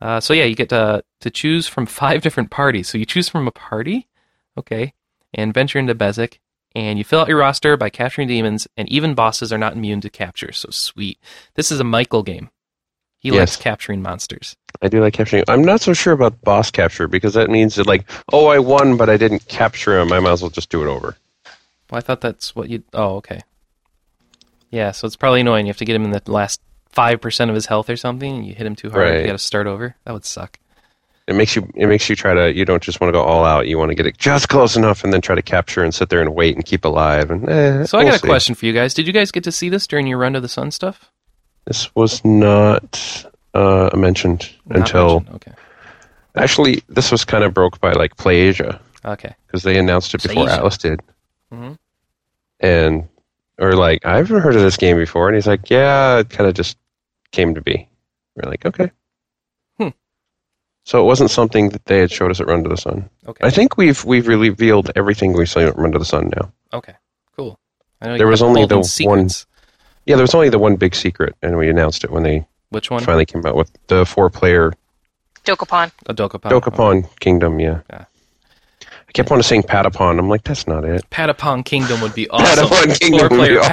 [SPEAKER 1] Uh, so yeah, you get to, to choose from five different parties. So you choose from a party, okay, and venture into Bezic, and you fill out your roster by capturing demons, and even bosses are not immune to capture. So sweet. This is a Michael game. He
[SPEAKER 2] Yes.
[SPEAKER 1] likes capturing monsters.
[SPEAKER 2] I do like capturing. I'm not so sure about boss capture because that means that like, oh, I won, but I didn't capture him. I might as well just do it over.
[SPEAKER 1] Well, I thought that's what you. Oh, okay. Yeah, so it's probably annoying. You have to get him in the last five percent of his health or something, and you hit him too hard. You
[SPEAKER 2] Right.
[SPEAKER 1] got to start over. That would suck.
[SPEAKER 2] It makes you it makes you try to you don't just want to go all out. You want to get it just close enough and then try to capture and sit there and wait and keep alive. And eh,
[SPEAKER 1] So I
[SPEAKER 2] we'll
[SPEAKER 1] got a
[SPEAKER 2] see.
[SPEAKER 1] question for you guys. Did you guys get to see this during your run to the sun stuff?
[SPEAKER 2] This was not uh, mentioned
[SPEAKER 1] Not
[SPEAKER 2] until
[SPEAKER 1] mentioned. okay,
[SPEAKER 2] actually this was kind of broke by like PlayAsia
[SPEAKER 1] okay.
[SPEAKER 2] because they announced it before
[SPEAKER 1] PlayAsia.
[SPEAKER 2] Atlas did.
[SPEAKER 1] Mhm.
[SPEAKER 2] And or like I've never heard of this game before, and he's like, yeah, it kind of just came to be. We're like, okay.
[SPEAKER 1] Hmm.
[SPEAKER 2] So it wasn't something that they had showed us at Run to the Sun.
[SPEAKER 1] Okay.
[SPEAKER 2] I think we've we've revealed everything we saw at Run to the Sun now.
[SPEAKER 1] Okay. Cool. I know you
[SPEAKER 2] There was
[SPEAKER 1] kept
[SPEAKER 2] only
[SPEAKER 1] holding
[SPEAKER 2] the
[SPEAKER 1] secrets.
[SPEAKER 2] Yeah, there was only the one big secret, and we announced it when they
[SPEAKER 1] Which one?
[SPEAKER 2] finally came out with the four-player
[SPEAKER 4] Dokapon.
[SPEAKER 1] Adokapon.
[SPEAKER 2] Dokapon Kingdom. Yeah,
[SPEAKER 1] Oh, Yeah.
[SPEAKER 2] I kept wanting to saying Patapon. I'm like, that's not it.
[SPEAKER 1] Patapon Kingdom would be awesome.
[SPEAKER 2] Patapon Kingdom
[SPEAKER 1] four
[SPEAKER 2] would be
[SPEAKER 1] player
[SPEAKER 2] awesome.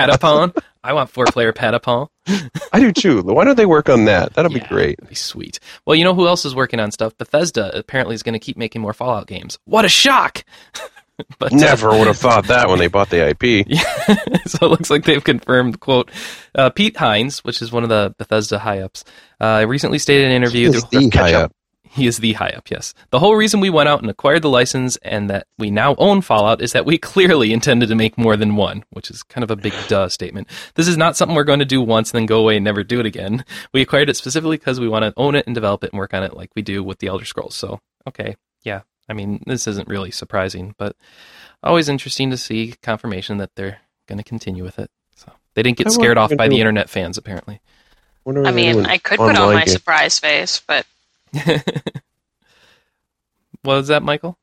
[SPEAKER 1] Patapon. I want four player Patapon.
[SPEAKER 2] I do too. Why don't they work on that? That'll
[SPEAKER 1] Yeah,
[SPEAKER 2] be great.
[SPEAKER 1] That'd be sweet. Well, you know who else is working on stuff? Bethesda apparently is going to keep making more Fallout games. What a shock! but uh,
[SPEAKER 2] Never would have thought that when they bought the IP.
[SPEAKER 1] so it looks like they've confirmed, quote, uh, Pete Hines, which is one of the Bethesda high ups, uh, recently stated in an interview.
[SPEAKER 2] It's
[SPEAKER 1] the-
[SPEAKER 2] the high up.
[SPEAKER 1] he is the high up, yes. The whole reason we went out and acquired the license and that we now own Fallout is that we clearly intended to make more than one, which is kind of a big duh statement. This is not something we're going to do once and then go away and never do it again. We acquired it specifically because we want to own it and develop it and work on it like we do with the Elder Scrolls. So, okay. Yeah. I mean, this isn't really surprising, but always interesting to see confirmation that they're going to continue with it. So, they didn't
[SPEAKER 2] I
[SPEAKER 1] get
[SPEAKER 2] wonder
[SPEAKER 1] scared
[SPEAKER 2] if
[SPEAKER 1] off
[SPEAKER 2] they're
[SPEAKER 1] by
[SPEAKER 2] gonna
[SPEAKER 1] the
[SPEAKER 2] do-
[SPEAKER 1] internet fans, apparently.
[SPEAKER 2] Wonder if
[SPEAKER 4] I
[SPEAKER 2] they're
[SPEAKER 4] mean,
[SPEAKER 2] doing
[SPEAKER 4] I could put on
[SPEAKER 2] online
[SPEAKER 4] my
[SPEAKER 2] game.
[SPEAKER 4] surprise face, but
[SPEAKER 1] what was that, Michael?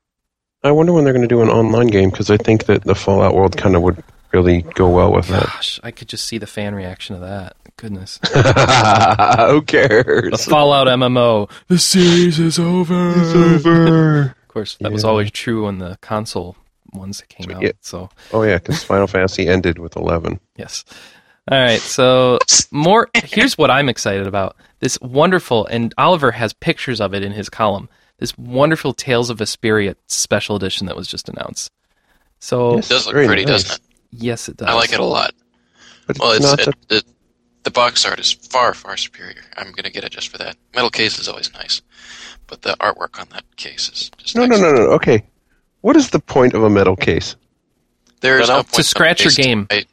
[SPEAKER 2] I wonder when they're going to do an online game because I think that the Fallout world kind of would really go well with that.
[SPEAKER 1] Gosh, I could just see the fan reaction to that. Goodness.
[SPEAKER 2] Who
[SPEAKER 1] The
[SPEAKER 2] cares?
[SPEAKER 1] Fallout MMO. The series is over.
[SPEAKER 2] over.
[SPEAKER 1] Of course, that was
[SPEAKER 2] Yeah.
[SPEAKER 1] always true when the console ones that came
[SPEAKER 2] So,
[SPEAKER 1] out.
[SPEAKER 2] yeah.
[SPEAKER 1] So,
[SPEAKER 2] Oh yeah, because Final Fantasy ended with eleven.
[SPEAKER 1] yes. All right, so more. Here's what I'm excited about. This wonderful, and Oliver has pictures of it in his column. This wonderful Tales of Vesperia special edition that was just announced. So
[SPEAKER 2] Yes.
[SPEAKER 1] yes,
[SPEAKER 3] It does look
[SPEAKER 2] Very
[SPEAKER 3] pretty,
[SPEAKER 2] nice.
[SPEAKER 3] doesn't it?
[SPEAKER 1] it does.
[SPEAKER 3] I like it a lot.
[SPEAKER 2] But
[SPEAKER 3] Well,
[SPEAKER 2] it's,
[SPEAKER 3] it's,
[SPEAKER 2] not
[SPEAKER 3] it, it, the box art is far, far superior. I'm going to get it just for that. Metal case is always nice, but the artwork on that case is just
[SPEAKER 2] the, no, no, no,
[SPEAKER 3] excellent.
[SPEAKER 2] no. Okay, what is the point of a metal case?
[SPEAKER 3] There is
[SPEAKER 5] No,
[SPEAKER 3] no
[SPEAKER 5] no.
[SPEAKER 3] point
[SPEAKER 1] To scratch your
[SPEAKER 3] cases.
[SPEAKER 1] game.
[SPEAKER 3] I,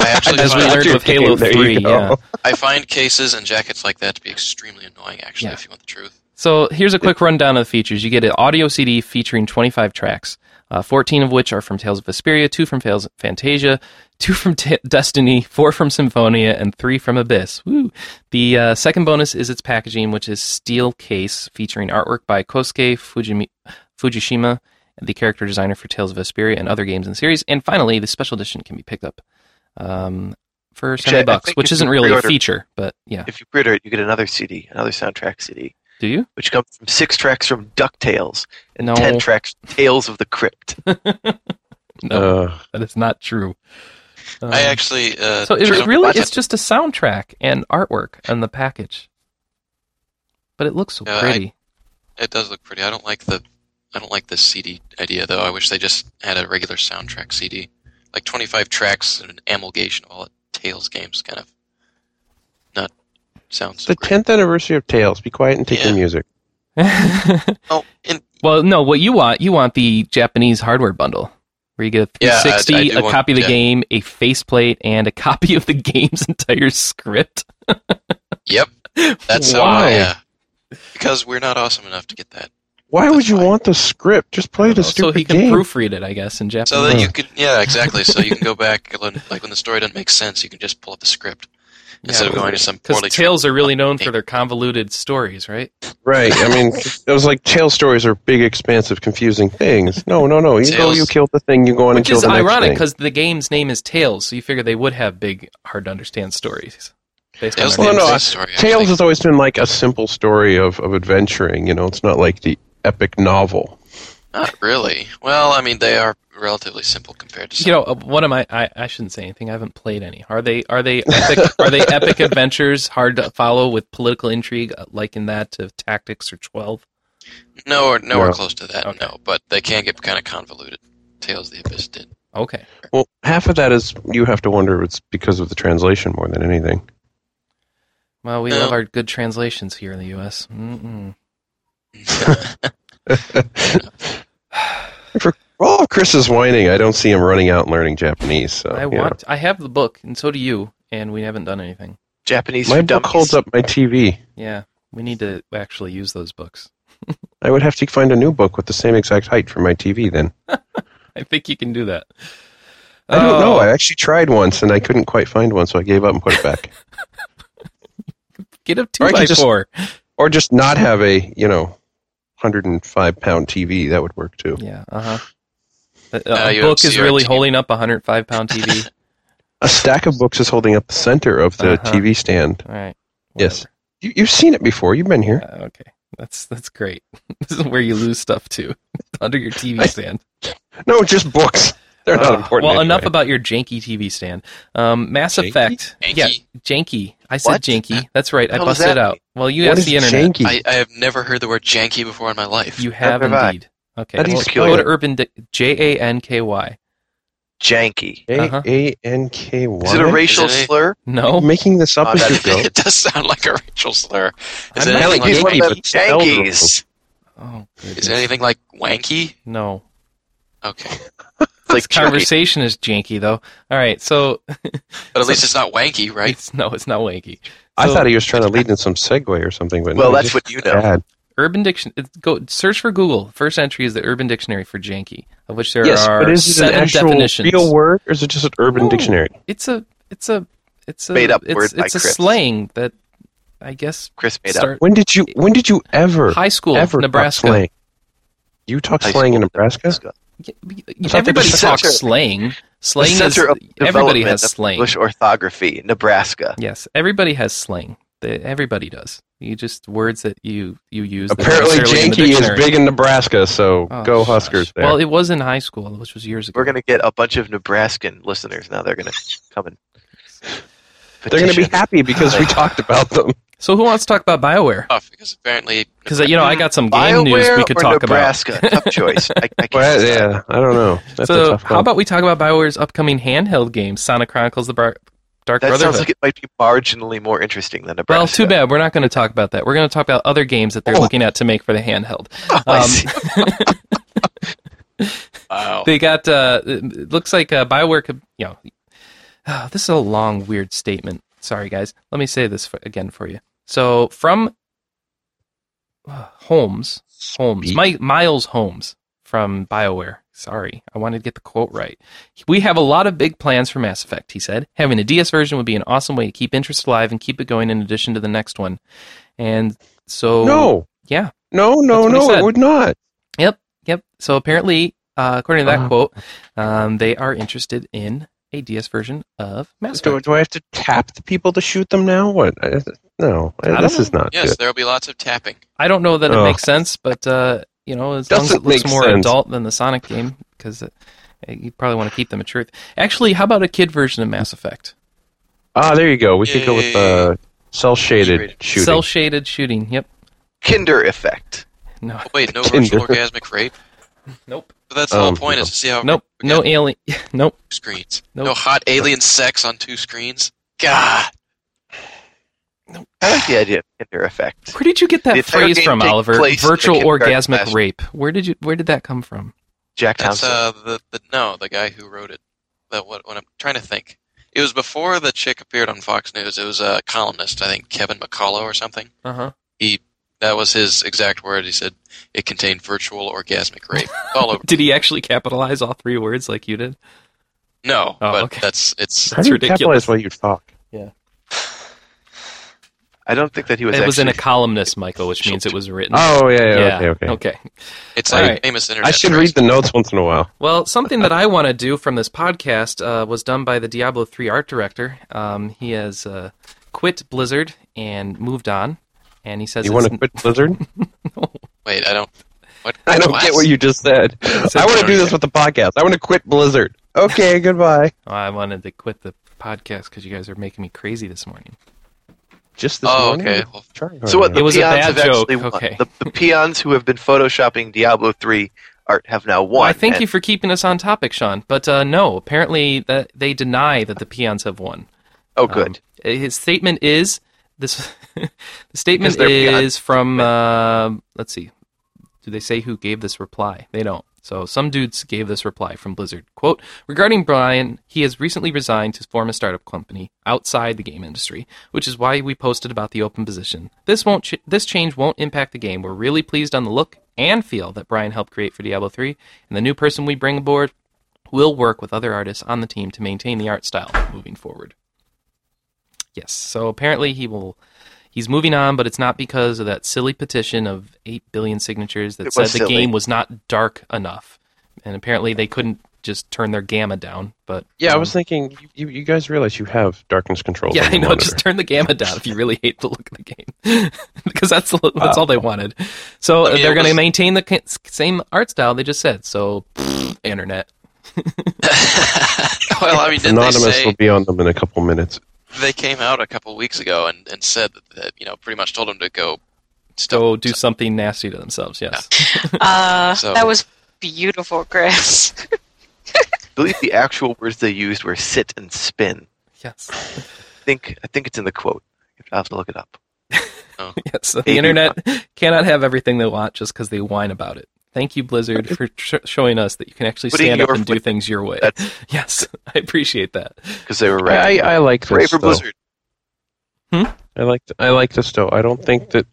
[SPEAKER 3] I actually
[SPEAKER 1] As we
[SPEAKER 3] find,
[SPEAKER 1] learned with Halo
[SPEAKER 2] There you
[SPEAKER 1] 3,
[SPEAKER 2] go.
[SPEAKER 1] yeah.
[SPEAKER 3] I find cases and jackets like that to be extremely annoying. Actually,
[SPEAKER 1] Yeah.
[SPEAKER 3] if you want the truth,
[SPEAKER 1] So here's a quick rundown of the features. You get an audio CD featuring 25 tracks, uh, 14 of which are from Tales of Vesperia, two from Tales of Fantasia, two from Ta Destiny, four from Symphonia, and three from Abyss. Woo! The uh, second bonus is its packaging, which is steel case featuring artwork by Kosuke Fujimi- Fujishima, the character designer for Tales of Vesperia and other games in the series. And finally, the special edition can be picked up um, for
[SPEAKER 5] Which I- I
[SPEAKER 1] 70 bucks,
[SPEAKER 5] think
[SPEAKER 1] which
[SPEAKER 5] if
[SPEAKER 1] isn't
[SPEAKER 5] you
[SPEAKER 1] really a
[SPEAKER 5] pre-order-
[SPEAKER 1] feature, but yeah.
[SPEAKER 5] If you pre-order it, you get another CD, another soundtrack CD,
[SPEAKER 1] Do you?
[SPEAKER 5] which comes from six tracks from DuckTales and
[SPEAKER 1] No.
[SPEAKER 5] ten tracks from Tales of the Crypt.
[SPEAKER 1] No,
[SPEAKER 2] Uh,
[SPEAKER 1] that is not true.
[SPEAKER 3] I
[SPEAKER 1] Um,
[SPEAKER 3] actually uh,
[SPEAKER 1] So it
[SPEAKER 3] tried-
[SPEAKER 1] really it's just a soundtrack and artwork and the package. But it looks so
[SPEAKER 3] Yeah, I-
[SPEAKER 1] pretty.
[SPEAKER 3] it does look pretty. I don't like the I don't like the CD idea though. I wish they just had a regular soundtrack CD, like 25 tracks and an amalgamation of all the Tails games, kind of. Not sounds.
[SPEAKER 2] it's the
[SPEAKER 3] great.
[SPEAKER 2] tenth anniversary of Tales. Be quiet and take
[SPEAKER 3] Yeah.
[SPEAKER 2] the music.
[SPEAKER 3] Oh, and
[SPEAKER 1] well, no, what you want, you want the Japanese hardware bundle where you get a
[SPEAKER 3] Yeah, I- I
[SPEAKER 1] 360,
[SPEAKER 3] do
[SPEAKER 1] a
[SPEAKER 3] want-
[SPEAKER 1] copy of the
[SPEAKER 3] yeah.
[SPEAKER 1] game, a faceplate, and a copy of the game's entire script.
[SPEAKER 3] yep, that's how
[SPEAKER 2] Why?
[SPEAKER 3] I, yeah. Because we're not awesome enough to get that,
[SPEAKER 2] Why would
[SPEAKER 3] That's
[SPEAKER 2] you
[SPEAKER 3] fine.
[SPEAKER 2] want the script? Just play the
[SPEAKER 1] so
[SPEAKER 2] stupid
[SPEAKER 1] he can
[SPEAKER 2] game.
[SPEAKER 1] proofread it, I guess, in Japanese.
[SPEAKER 3] so that you
[SPEAKER 2] Mhm.
[SPEAKER 3] could yeah exactly. So you can go back when- like when the story doesn't make sense, you can just pull up the script instead of going to some
[SPEAKER 1] because
[SPEAKER 3] poorly.
[SPEAKER 1] tales are really known for their convoluted stories, right?
[SPEAKER 2] Right. I mean, it was like tale stories are big, expansive, confusing things. No, no, no. You go,
[SPEAKER 3] Tales.
[SPEAKER 2] you kill the thing, you go on and
[SPEAKER 1] Which
[SPEAKER 2] kill
[SPEAKER 1] is
[SPEAKER 2] the next
[SPEAKER 1] ironic
[SPEAKER 2] thing.
[SPEAKER 1] because the game's name is Tales, so you figure they would have big, hard to understand stories. Based
[SPEAKER 3] Tales
[SPEAKER 1] on
[SPEAKER 2] Well,
[SPEAKER 1] their
[SPEAKER 2] Oh, no,
[SPEAKER 1] names.
[SPEAKER 2] I-
[SPEAKER 3] story, actually.
[SPEAKER 2] Tales has always been like a simple story of, of adventuring. You know, it's not like the epic novel.
[SPEAKER 3] Not really. Well, I mean, they are relatively simple compared to some.
[SPEAKER 1] you know, uh, one of my I, I shouldn't say anything. I haven't played any. Are they are they epic, are they epic adventures hard to follow with political intrigue uh, like in that to Tactics or Twelve?
[SPEAKER 3] no, or, nowhere
[SPEAKER 2] No.
[SPEAKER 3] close to that.
[SPEAKER 1] Okay.
[SPEAKER 3] No, but they can get kind of convoluted. Tales of the Abyss did.
[SPEAKER 1] Okay,
[SPEAKER 2] Well, half of that is you have to wonder if it's because of the translation more than anything.
[SPEAKER 1] well we
[SPEAKER 3] No.
[SPEAKER 1] love our good translations here in the U.S. Mm-mm.
[SPEAKER 2] For all Chris's whining, I don't see him running out and learning Japanese. So
[SPEAKER 1] I
[SPEAKER 2] you know.
[SPEAKER 1] want. I have the book, and so do you. And we haven't done anything.
[SPEAKER 5] Japanese
[SPEAKER 2] my
[SPEAKER 5] for
[SPEAKER 2] book
[SPEAKER 5] dummies.
[SPEAKER 2] holds up my TV.
[SPEAKER 1] Yeah, we need to actually use those books.
[SPEAKER 2] I would have to find a new book with the same exact height for my TV. Then
[SPEAKER 1] I think you can do that.
[SPEAKER 2] I don't know.
[SPEAKER 1] Oh,
[SPEAKER 2] I actually tried once and I couldn't quite find one, so I gave up and put it back.
[SPEAKER 1] Get a two
[SPEAKER 2] Or I could
[SPEAKER 1] by
[SPEAKER 2] just-
[SPEAKER 1] four.
[SPEAKER 2] or just not have a you know, hundred and five pound TV. That would work too.
[SPEAKER 1] Yeah. Uh-huh. Uh
[SPEAKER 3] Now
[SPEAKER 1] A
[SPEAKER 3] you
[SPEAKER 1] book
[SPEAKER 3] have
[SPEAKER 1] is really
[SPEAKER 3] CRT.
[SPEAKER 1] holding up a hundred five pound TV.
[SPEAKER 2] A stack of books is holding up the center of the
[SPEAKER 1] Uh-huh.
[SPEAKER 2] TV stand.
[SPEAKER 1] All right.
[SPEAKER 2] Yes. You, you've seen it before. You've been here.
[SPEAKER 1] whatever. Uh, okay. That's that's great. this is where you lose stuff too under your TV stand.
[SPEAKER 2] No, just books. They're not
[SPEAKER 1] Uh,
[SPEAKER 2] important.
[SPEAKER 1] well, enough
[SPEAKER 2] anyway.
[SPEAKER 1] about your janky TV stand. Um, Mass
[SPEAKER 2] Janky?
[SPEAKER 1] Effect.
[SPEAKER 3] Janky?
[SPEAKER 1] Yeah, janky. I said
[SPEAKER 5] What?
[SPEAKER 1] janky. That's right. I
[SPEAKER 5] How does
[SPEAKER 1] busted it
[SPEAKER 5] that
[SPEAKER 1] out. Well, you
[SPEAKER 2] What
[SPEAKER 1] asked
[SPEAKER 2] is
[SPEAKER 1] the internet.
[SPEAKER 2] janky?
[SPEAKER 3] I, I have never heard the word janky before in my life.
[SPEAKER 1] You have
[SPEAKER 5] Neither have I.
[SPEAKER 1] indeed. Okay.
[SPEAKER 2] How do you
[SPEAKER 1] well,
[SPEAKER 2] spell
[SPEAKER 1] go
[SPEAKER 2] it?
[SPEAKER 1] to Urban Dic- J A N K Y.
[SPEAKER 5] Janky.
[SPEAKER 1] Uh-huh.
[SPEAKER 2] A A N K Y.
[SPEAKER 5] Is it a racial
[SPEAKER 3] Is it a-
[SPEAKER 5] slur?
[SPEAKER 2] You're
[SPEAKER 1] No.
[SPEAKER 2] making this up
[SPEAKER 5] Oh,
[SPEAKER 2] as
[SPEAKER 5] that-
[SPEAKER 2] you go.
[SPEAKER 3] it does sound like a racial slur. Is
[SPEAKER 1] I'm
[SPEAKER 3] it,
[SPEAKER 1] not
[SPEAKER 3] anything
[SPEAKER 2] like
[SPEAKER 3] like,
[SPEAKER 5] He's one
[SPEAKER 2] Yankee,
[SPEAKER 5] of them
[SPEAKER 2] but spelled wrong.
[SPEAKER 5] Yankees.
[SPEAKER 1] Oh,
[SPEAKER 3] is
[SPEAKER 1] goodness.
[SPEAKER 3] it anything like wanky?
[SPEAKER 1] No.
[SPEAKER 3] Okay.
[SPEAKER 5] Like janky.
[SPEAKER 1] Conversation is janky though. All right. So
[SPEAKER 3] But at least it's not wanky, right?
[SPEAKER 1] it's no, it's not wanky.
[SPEAKER 2] I
[SPEAKER 1] So-
[SPEAKER 2] thought he was trying to lead in some segue or something, but
[SPEAKER 5] Well,
[SPEAKER 2] no,
[SPEAKER 5] that's
[SPEAKER 2] just
[SPEAKER 5] what you know.
[SPEAKER 2] bad.
[SPEAKER 1] Urban Dictionary. Go search for Google. First entry is the Urban Dictionary for janky, of which there
[SPEAKER 2] Yes,
[SPEAKER 1] are
[SPEAKER 2] but is it an
[SPEAKER 1] seven
[SPEAKER 2] actual
[SPEAKER 1] definitions.
[SPEAKER 2] real word, or is it just an urban
[SPEAKER 1] No.
[SPEAKER 2] dictionary?
[SPEAKER 1] It's a it's a it's a
[SPEAKER 5] Made up
[SPEAKER 1] it's,
[SPEAKER 5] word by
[SPEAKER 1] it's a
[SPEAKER 5] Chris.
[SPEAKER 1] slang that I guess
[SPEAKER 5] Chris made up.
[SPEAKER 1] start
[SPEAKER 2] When did you when did you ever
[SPEAKER 1] high school
[SPEAKER 2] ever talk
[SPEAKER 1] Nebraska.
[SPEAKER 2] slang? You talk
[SPEAKER 5] High
[SPEAKER 2] slang in
[SPEAKER 5] school.
[SPEAKER 2] Nebraska?
[SPEAKER 1] Yeah, Everybody
[SPEAKER 2] The
[SPEAKER 1] talks
[SPEAKER 5] center-
[SPEAKER 1] slang.
[SPEAKER 5] The
[SPEAKER 1] Slang is
[SPEAKER 5] center of
[SPEAKER 1] everybody
[SPEAKER 5] development
[SPEAKER 1] has
[SPEAKER 5] of
[SPEAKER 1] slang.
[SPEAKER 5] English orthography, Nebraska.
[SPEAKER 1] Yes, everybody has slang. The- Everybody does. You just words that you you use. that aren't
[SPEAKER 2] Apparently,
[SPEAKER 1] necessarily in the
[SPEAKER 2] janky is
[SPEAKER 1] dictionary.
[SPEAKER 2] big in Nebraska, so
[SPEAKER 1] Oh,
[SPEAKER 2] go
[SPEAKER 1] gosh.
[SPEAKER 2] Huskers there.
[SPEAKER 1] Well, it was in high school, which was years ago.
[SPEAKER 5] We're going to get a bunch of Nebraskan listeners now. They're going to come and.
[SPEAKER 2] They're going to be
[SPEAKER 5] petition.
[SPEAKER 2] happy because we talked about them.
[SPEAKER 1] So who wants to talk about Bioware?
[SPEAKER 3] Tough, because apparently
[SPEAKER 1] Because you know I got some game news
[SPEAKER 5] BioWare
[SPEAKER 1] we could
[SPEAKER 5] or
[SPEAKER 1] talk
[SPEAKER 5] Nebraska? Tough choice. I, I can't
[SPEAKER 2] Well,
[SPEAKER 5] decide.
[SPEAKER 2] yeah, I don't know.
[SPEAKER 1] about.
[SPEAKER 2] That's a
[SPEAKER 1] So
[SPEAKER 2] tough
[SPEAKER 1] how about we talk about Bioware's upcoming handheld game, Sonic Chronicles: The Bar- Dark
[SPEAKER 5] That
[SPEAKER 1] Brotherhood?
[SPEAKER 5] sounds like it might be marginally more interesting than Nebraska.
[SPEAKER 1] well, too bad we're not going to talk about that. We're going to talk about other games that they're
[SPEAKER 2] Oh.
[SPEAKER 1] looking at to make for the handheld.
[SPEAKER 5] Oh, I
[SPEAKER 1] Um,
[SPEAKER 5] see.
[SPEAKER 3] wow.
[SPEAKER 1] They got. Uh, it looks like uh, Bioware could. You know, Ah, this is a long, weird statement. Sorry, guys. Let me say this for, again for you. So from uh, Holmes, Holmes,
[SPEAKER 2] Speak.
[SPEAKER 1] My, Miles Holmes from Bioware. Sorry, I wanted to get the quote right. We have a lot of big plans for Mass Effect, he said. Having a DS version would be an awesome way to keep interest alive and keep it going in addition to the next one. And so
[SPEAKER 2] No,
[SPEAKER 1] Yeah.
[SPEAKER 2] no, no,
[SPEAKER 1] That's what he
[SPEAKER 2] no. It
[SPEAKER 1] said.
[SPEAKER 2] would not.
[SPEAKER 1] Yep, yep. So apparently, uh, according to that
[SPEAKER 2] Uh-huh.
[SPEAKER 1] quote, um, they are interested in a DS version of Mass
[SPEAKER 2] Do,
[SPEAKER 1] Effect.
[SPEAKER 2] do I have to tap the people to shoot them now? What? I, no,
[SPEAKER 1] I
[SPEAKER 2] this
[SPEAKER 1] don't
[SPEAKER 2] is not
[SPEAKER 3] Yes,
[SPEAKER 2] good.
[SPEAKER 3] there will be lots of tapping.
[SPEAKER 1] I don't know that it
[SPEAKER 2] Ugh.
[SPEAKER 1] makes sense, but uh, you know, as long as it
[SPEAKER 2] Doesn't
[SPEAKER 1] looks
[SPEAKER 2] make
[SPEAKER 1] more
[SPEAKER 2] sense.
[SPEAKER 1] adult than the Sonic game, because uh, you probably want to keep the mature. Actually, how about a kid version of Mass Effect?
[SPEAKER 2] Ah, there you go. We could go with uh, cell shaded
[SPEAKER 3] Shaded.
[SPEAKER 2] shooting.
[SPEAKER 1] Cell shaded shooting. Yep.
[SPEAKER 5] Kinder effect.
[SPEAKER 1] No.
[SPEAKER 3] Oh, wait, no
[SPEAKER 2] Tinder.
[SPEAKER 3] virtual orgasmic rape.
[SPEAKER 1] Nope.
[SPEAKER 3] But that's the whole
[SPEAKER 2] Um,
[SPEAKER 3] point
[SPEAKER 2] no.
[SPEAKER 3] is to see how
[SPEAKER 1] Nope.
[SPEAKER 3] we
[SPEAKER 1] No
[SPEAKER 3] got
[SPEAKER 1] alien. Nope.
[SPEAKER 3] two screens.
[SPEAKER 1] Nope.
[SPEAKER 3] No hot alien sex on two screens. God.
[SPEAKER 5] I like the idea of Kinder effect.
[SPEAKER 1] Where did you get that
[SPEAKER 5] The entire
[SPEAKER 1] phrase
[SPEAKER 5] game
[SPEAKER 1] from,
[SPEAKER 5] takes
[SPEAKER 1] Oliver?
[SPEAKER 5] place in the
[SPEAKER 1] Virtual
[SPEAKER 5] kindergarten
[SPEAKER 1] orgasmic
[SPEAKER 5] classroom.
[SPEAKER 1] rape. Where did you? Where did that come from?
[SPEAKER 5] Jack
[SPEAKER 3] That's
[SPEAKER 5] Townsend.
[SPEAKER 3] uh the, the no, the guy who wrote it. That what what I'm trying to think. It was before the chick appeared on Fox News. It was a columnist, I think Kevin McCullough or something.
[SPEAKER 1] Uh huh.
[SPEAKER 3] That was his exact word. He said it contained virtual orgasmic rape. All over.
[SPEAKER 1] Did he actually capitalize all three words like you did?
[SPEAKER 3] No,
[SPEAKER 1] Oh,
[SPEAKER 3] but
[SPEAKER 1] okay.
[SPEAKER 3] that's it's
[SPEAKER 2] How do you
[SPEAKER 1] ridiculous.
[SPEAKER 2] capitalize while you talk?
[SPEAKER 5] I don't think that he was.
[SPEAKER 1] it was in a
[SPEAKER 5] actually-
[SPEAKER 1] columnist, Michael, which means it was written.
[SPEAKER 2] Oh yeah, yeah, okay, okay.
[SPEAKER 3] it's
[SPEAKER 1] All
[SPEAKER 3] like
[SPEAKER 1] right.
[SPEAKER 3] famous internet.
[SPEAKER 2] I should
[SPEAKER 3] phrase.
[SPEAKER 2] read the notes once in a while.
[SPEAKER 1] Well, something that I want to do from this podcast uh, was done by the Diablo 3 art director. Um, he has uh, quit Blizzard and moved on. And he says,
[SPEAKER 2] You want to
[SPEAKER 1] it's-
[SPEAKER 2] quit Blizzard?
[SPEAKER 3] Wait, I don't. What?
[SPEAKER 2] I don't get what you just said. I want to do this with the podcast. I want to quit Blizzard. Okay, goodbye.
[SPEAKER 1] Oh, I wanted to quit the podcast because you guys are making me crazy this morning.
[SPEAKER 2] Just this
[SPEAKER 3] Oh,
[SPEAKER 2] morning.
[SPEAKER 3] okay. Well,
[SPEAKER 2] Trying
[SPEAKER 5] So what? The
[SPEAKER 1] It was a
[SPEAKER 5] peons
[SPEAKER 1] bad
[SPEAKER 5] have
[SPEAKER 1] joke,
[SPEAKER 5] actually won.
[SPEAKER 1] okay.
[SPEAKER 5] The, the peons who have been photoshopping Diablo three art have now won.
[SPEAKER 1] Well, I thank
[SPEAKER 5] and
[SPEAKER 1] you for keeping us on topic, Sean. But uh, no, apparently that they deny that the peons have won.
[SPEAKER 5] Oh, good.
[SPEAKER 1] Um, his statement is this. the statement
[SPEAKER 5] Because they're
[SPEAKER 1] is
[SPEAKER 5] beyond-
[SPEAKER 1] from. um let's see. do they say who gave this reply? They don't. So some dudes gave this reply from Blizzard. Quote, regarding Brian, he has recently resigned to form a startup company outside the game industry, which is why we posted about the open position. This won't ch- this change won't impact the game. We're really pleased on the look and feel that Brian helped create for Diablo 3, and the new person we bring aboard will work with other artists on the team to maintain the art style moving forward. Yes. So apparently he will he's moving on, but it's not because of that silly petition of 8 billion signatures that
[SPEAKER 5] It
[SPEAKER 1] said
[SPEAKER 5] was
[SPEAKER 1] the
[SPEAKER 5] silly.
[SPEAKER 1] game was not dark enough. And apparently they couldn't just turn their gamma down, but
[SPEAKER 2] Yeah, I
[SPEAKER 1] um,
[SPEAKER 2] was thinking you, you guys realize you have darkness control.
[SPEAKER 1] yeah,
[SPEAKER 2] on
[SPEAKER 1] I
[SPEAKER 2] your
[SPEAKER 1] know.
[SPEAKER 2] monitor.
[SPEAKER 1] Just turn the gamma down if you really hate the look of the game, because that's the- that's all they wanted. So uh,
[SPEAKER 3] I mean,
[SPEAKER 1] they're
[SPEAKER 3] it
[SPEAKER 1] going to
[SPEAKER 3] was-
[SPEAKER 1] maintain the ca- same art style they just said. So, internet.
[SPEAKER 3] well, I mean, didn't they
[SPEAKER 2] Anonymous will
[SPEAKER 3] say
[SPEAKER 2] be on them in a couple minutes.
[SPEAKER 3] they came out a couple weeks ago and, and said that, that you know pretty much told them to go
[SPEAKER 1] So do something nasty to themselves. Yes.
[SPEAKER 4] Uh,
[SPEAKER 3] So-
[SPEAKER 4] That was beautiful, Chris.
[SPEAKER 5] I believe the actual words they used were sit and spin.
[SPEAKER 1] Yes.
[SPEAKER 5] I think I think it's in the quote. I'll have to look it up.
[SPEAKER 1] Yes. So the
[SPEAKER 5] Maybe
[SPEAKER 1] internet cannot have everything they want just because they whine about it. Thank you, Blizzard, for tr- showing us that you can actually
[SPEAKER 5] Putting
[SPEAKER 1] stand up
[SPEAKER 5] your
[SPEAKER 1] and do
[SPEAKER 5] foot-
[SPEAKER 1] things your way.
[SPEAKER 5] That's
[SPEAKER 1] Yes, I appreciate that.
[SPEAKER 5] because they were right.
[SPEAKER 2] I, I, I like
[SPEAKER 5] Brave
[SPEAKER 2] this.
[SPEAKER 5] for
[SPEAKER 2] Though.
[SPEAKER 5] Blizzard.
[SPEAKER 2] I like I like this though. I don't think that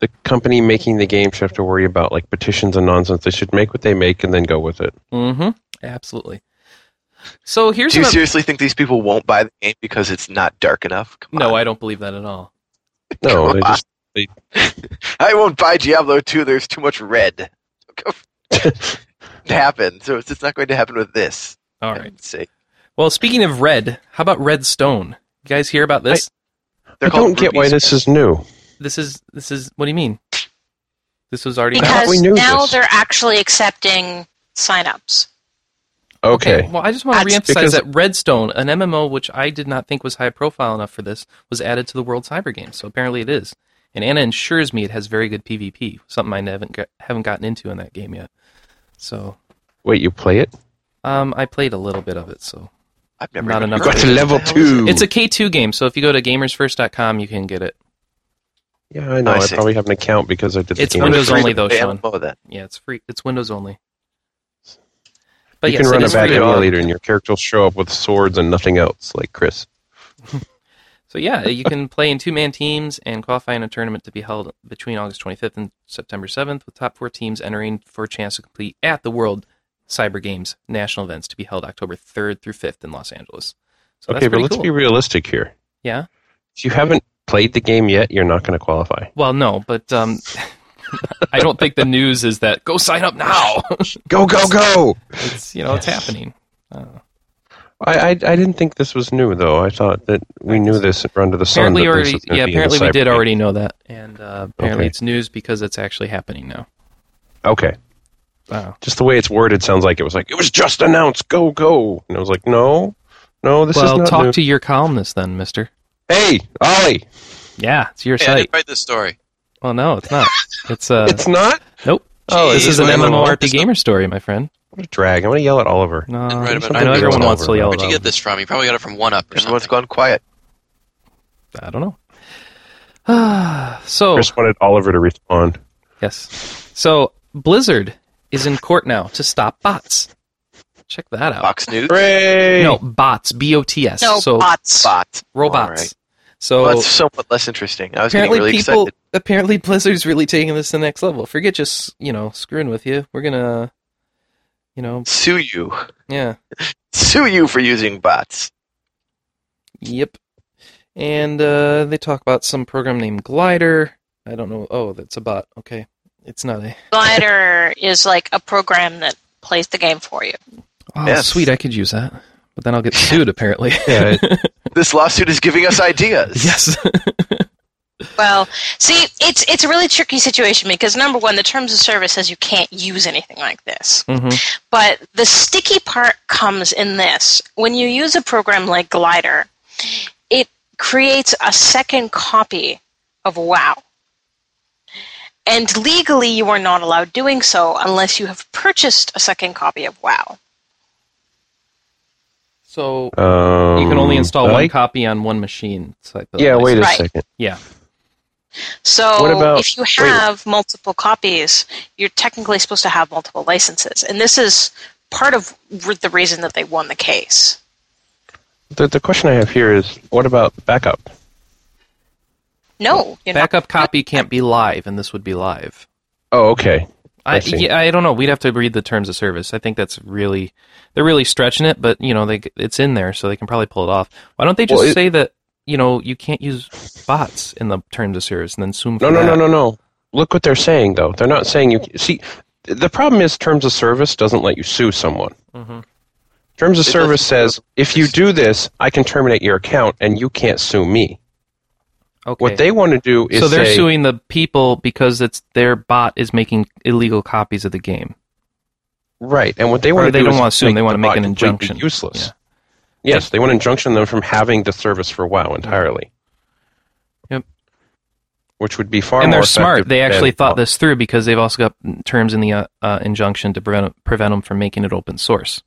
[SPEAKER 2] the company making the game should have to worry about like petitions and nonsense. They should make what they make and then go with it.
[SPEAKER 1] Mm-hmm. Absolutely. So here's
[SPEAKER 5] Do you
[SPEAKER 1] another-
[SPEAKER 5] seriously think these people won't buy the game because it's not dark enough? Come
[SPEAKER 1] no,
[SPEAKER 5] on.
[SPEAKER 1] I don't believe that at all.
[SPEAKER 2] No, they just
[SPEAKER 5] I won't buy Diablo 2. There's too much red. it happened, so it's, it's not going to happen with this.
[SPEAKER 1] All
[SPEAKER 5] for
[SPEAKER 1] right.
[SPEAKER 5] heaven's sake.
[SPEAKER 1] Well, speaking of red, how about redstone? You guys hear about this?
[SPEAKER 5] They're
[SPEAKER 2] I
[SPEAKER 5] called
[SPEAKER 2] don't get why
[SPEAKER 5] rubies.
[SPEAKER 2] this is new.
[SPEAKER 1] this is this is what do you mean? This was already
[SPEAKER 2] thought we
[SPEAKER 4] Because
[SPEAKER 2] knew
[SPEAKER 4] now
[SPEAKER 2] this.
[SPEAKER 4] they're actually accepting signups.
[SPEAKER 2] Okay.
[SPEAKER 1] Well, I just want to
[SPEAKER 4] That's-
[SPEAKER 1] reemphasize
[SPEAKER 2] Because-
[SPEAKER 1] that Redstone, an MMO which I did not think was high profile enough for this, was added to the World Cyber Games. So apparently it is. And Anna assures me it has very good PvP, something I haven't got, haven't gotten into in that game yet. So
[SPEAKER 2] Wait, you play it?
[SPEAKER 1] um, I played a little bit of it. So
[SPEAKER 5] I've never
[SPEAKER 1] Not
[SPEAKER 5] even
[SPEAKER 1] enough
[SPEAKER 5] heard
[SPEAKER 1] to
[SPEAKER 5] of it.
[SPEAKER 2] level
[SPEAKER 5] What the hell is it?
[SPEAKER 2] two.
[SPEAKER 1] it's a K2 game. So if you go to gamersfirst.com, you can get it.
[SPEAKER 2] Yeah, I know.
[SPEAKER 5] I
[SPEAKER 2] I,
[SPEAKER 5] see.
[SPEAKER 2] probably have an account because I did the
[SPEAKER 1] It's
[SPEAKER 2] game.
[SPEAKER 5] Number
[SPEAKER 1] Windows
[SPEAKER 5] three
[SPEAKER 1] only,
[SPEAKER 5] to
[SPEAKER 1] though,
[SPEAKER 5] play
[SPEAKER 1] Sean.
[SPEAKER 5] MMO then.
[SPEAKER 1] Yeah, it's free. It's Windows only. But
[SPEAKER 2] you
[SPEAKER 1] yes,
[SPEAKER 2] can
[SPEAKER 1] it
[SPEAKER 2] run a
[SPEAKER 1] is free
[SPEAKER 2] bad
[SPEAKER 1] to play.
[SPEAKER 2] emulator and your character will show up with swords and nothing else, like Chris.
[SPEAKER 1] So yeah, you can play in two-man teams and qualify in a tournament to be held between August 25th and September 7th, with top four teams entering for a chance to compete at the World Cyber Games national events to be held October 3rd through 5th in Los Angeles. So
[SPEAKER 2] okay,
[SPEAKER 1] that's
[SPEAKER 2] but
[SPEAKER 1] pretty
[SPEAKER 2] let's
[SPEAKER 1] cool.
[SPEAKER 2] be realistic here.
[SPEAKER 1] Yeah.
[SPEAKER 2] If you haven't played the game yet, you're not going to qualify.
[SPEAKER 1] well, no, but um, I don't think the news is that go sign up now.
[SPEAKER 2] Go, go, go!
[SPEAKER 1] it's you know it's happening. Uh,
[SPEAKER 2] I, I, I didn't think this was new, though. I thought that we knew this at Run to the Sun.
[SPEAKER 1] apparently,
[SPEAKER 2] that this
[SPEAKER 1] already
[SPEAKER 2] was gonna
[SPEAKER 1] yeah,
[SPEAKER 2] be in the
[SPEAKER 1] apparently we
[SPEAKER 2] cyber
[SPEAKER 1] did
[SPEAKER 2] game.
[SPEAKER 1] already know that, and uh, apparently
[SPEAKER 2] Okay.
[SPEAKER 1] it's news because it's actually happening now.
[SPEAKER 2] Okay.
[SPEAKER 1] Wow.
[SPEAKER 2] Just the way it's worded sounds like it was like, it was just announced, go, go! And I was like, no, no, this is
[SPEAKER 1] well,
[SPEAKER 2] not
[SPEAKER 1] talk
[SPEAKER 2] new.
[SPEAKER 1] to your columnist then, Mister.
[SPEAKER 2] hey, Ollie!
[SPEAKER 1] Yeah, it's your
[SPEAKER 3] Hey, I
[SPEAKER 1] site.
[SPEAKER 3] didn't write this story.
[SPEAKER 1] Well, no, it's not. It's uh,
[SPEAKER 2] it's not?
[SPEAKER 1] nope. Oh, this
[SPEAKER 3] Jeez,
[SPEAKER 1] is an
[SPEAKER 3] why am I like
[SPEAKER 1] MMORP
[SPEAKER 3] this?
[SPEAKER 1] gamer story, my friend.
[SPEAKER 2] What a drag. I'm going to yell at Oliver.
[SPEAKER 1] No,
[SPEAKER 3] Didn't write about
[SPEAKER 1] I know
[SPEAKER 3] it.
[SPEAKER 1] everyone wants to
[SPEAKER 2] Over.
[SPEAKER 1] yell
[SPEAKER 3] Where'd you
[SPEAKER 1] about.
[SPEAKER 3] get
[SPEAKER 1] It.
[SPEAKER 3] this from? You probably got it from One Up or
[SPEAKER 5] Everyone's
[SPEAKER 3] something.
[SPEAKER 5] gone quiet.
[SPEAKER 1] I don't know. so
[SPEAKER 2] Chris wanted Oliver to respond.
[SPEAKER 1] yes, so Blizzard is in court now to stop bots. Check that out.
[SPEAKER 5] Fox News.
[SPEAKER 2] Hooray!
[SPEAKER 1] No bots, B O T S.
[SPEAKER 4] No
[SPEAKER 1] so
[SPEAKER 4] bots.
[SPEAKER 5] Bot.
[SPEAKER 1] robots.
[SPEAKER 5] All right.
[SPEAKER 1] So
[SPEAKER 5] Well, that's somewhat less interesting. I was getting
[SPEAKER 1] Oh, apparently
[SPEAKER 5] really
[SPEAKER 1] people
[SPEAKER 5] excited.
[SPEAKER 1] apparently blizzard's really taking this to the next level forget just you know screwing with you we're gonna you know
[SPEAKER 5] Sue you.
[SPEAKER 1] yeah
[SPEAKER 5] Sue you for using bots.
[SPEAKER 1] Yep. And uh, they talk about some program named Glider. I don't know. Oh, that's a bot. Okay. It's not a.
[SPEAKER 4] Glider is like a program that plays the game for you.
[SPEAKER 1] Oh,
[SPEAKER 5] Yes.
[SPEAKER 1] sweet. I could use that. But then I'll get sued, apparently.
[SPEAKER 2] Yeah,
[SPEAKER 5] This lawsuit is giving us ideas.
[SPEAKER 1] yes.
[SPEAKER 4] Well, see, it's it's a really tricky situation because number one, the terms of service says you can't use anything like this.
[SPEAKER 1] hmm
[SPEAKER 4] But the sticky part comes in this. When you use a program like Glider, it creates a second copy of WoW. And legally, you are not allowed doing so unless you have purchased a second copy of WoW.
[SPEAKER 1] So
[SPEAKER 2] um,
[SPEAKER 1] you can only install
[SPEAKER 2] I
[SPEAKER 1] one
[SPEAKER 2] like-
[SPEAKER 1] copy on one machine. Type of
[SPEAKER 2] Yeah,
[SPEAKER 1] license.
[SPEAKER 2] wait a
[SPEAKER 4] Right.
[SPEAKER 2] second.
[SPEAKER 1] Yeah.
[SPEAKER 4] So
[SPEAKER 2] What about-
[SPEAKER 4] if you have multiple copies, you're technically supposed to have multiple licenses. And this is part of r- the reason that they won the case.
[SPEAKER 2] The, the question I have here is what about backup?
[SPEAKER 4] No, you're not.
[SPEAKER 1] Backup copy can't be live, and this would be live.
[SPEAKER 2] Oh, okay.
[SPEAKER 1] I,
[SPEAKER 2] I see.
[SPEAKER 1] yeah, I don't know. We'd have to read the terms of service. I think that's really they're really stretching it, but you know, they it's in there, so they can probably pull it off. Why don't they just
[SPEAKER 2] Well, it-
[SPEAKER 1] say that you know you can't use bots in the terms of service, and then sue?
[SPEAKER 2] No, no, no, no, no. Look what they're saying, though. They're not saying you see. The problem is terms of service doesn't let you sue someone.
[SPEAKER 1] Mhm.
[SPEAKER 2] Terms of
[SPEAKER 5] It
[SPEAKER 2] service
[SPEAKER 5] doesn't-
[SPEAKER 2] says if you do this, I can terminate your account and you can't sue me.
[SPEAKER 1] Okay.
[SPEAKER 2] What they want to do is
[SPEAKER 1] so they're
[SPEAKER 2] say,
[SPEAKER 1] suing the people because it's their bot is making illegal copies of the game.
[SPEAKER 2] right, and what they
[SPEAKER 1] Or
[SPEAKER 2] want to
[SPEAKER 1] they
[SPEAKER 2] do
[SPEAKER 1] don't
[SPEAKER 2] is
[SPEAKER 1] wanna sue them, they
[SPEAKER 2] the
[SPEAKER 1] wanna make
[SPEAKER 2] bot
[SPEAKER 1] an
[SPEAKER 2] completely
[SPEAKER 1] injunction.
[SPEAKER 2] Useless.
[SPEAKER 1] Yeah.
[SPEAKER 2] Yes, they want to injunction them from having the service for WoW entirely.
[SPEAKER 1] Yep.
[SPEAKER 2] Which would be far
[SPEAKER 1] and
[SPEAKER 2] more
[SPEAKER 1] they're smart.
[SPEAKER 2] effective
[SPEAKER 1] They actually
[SPEAKER 2] than-
[SPEAKER 1] thought this through because they've also got terms in the uh, uh, injunction to prevent prevent them from making it open source.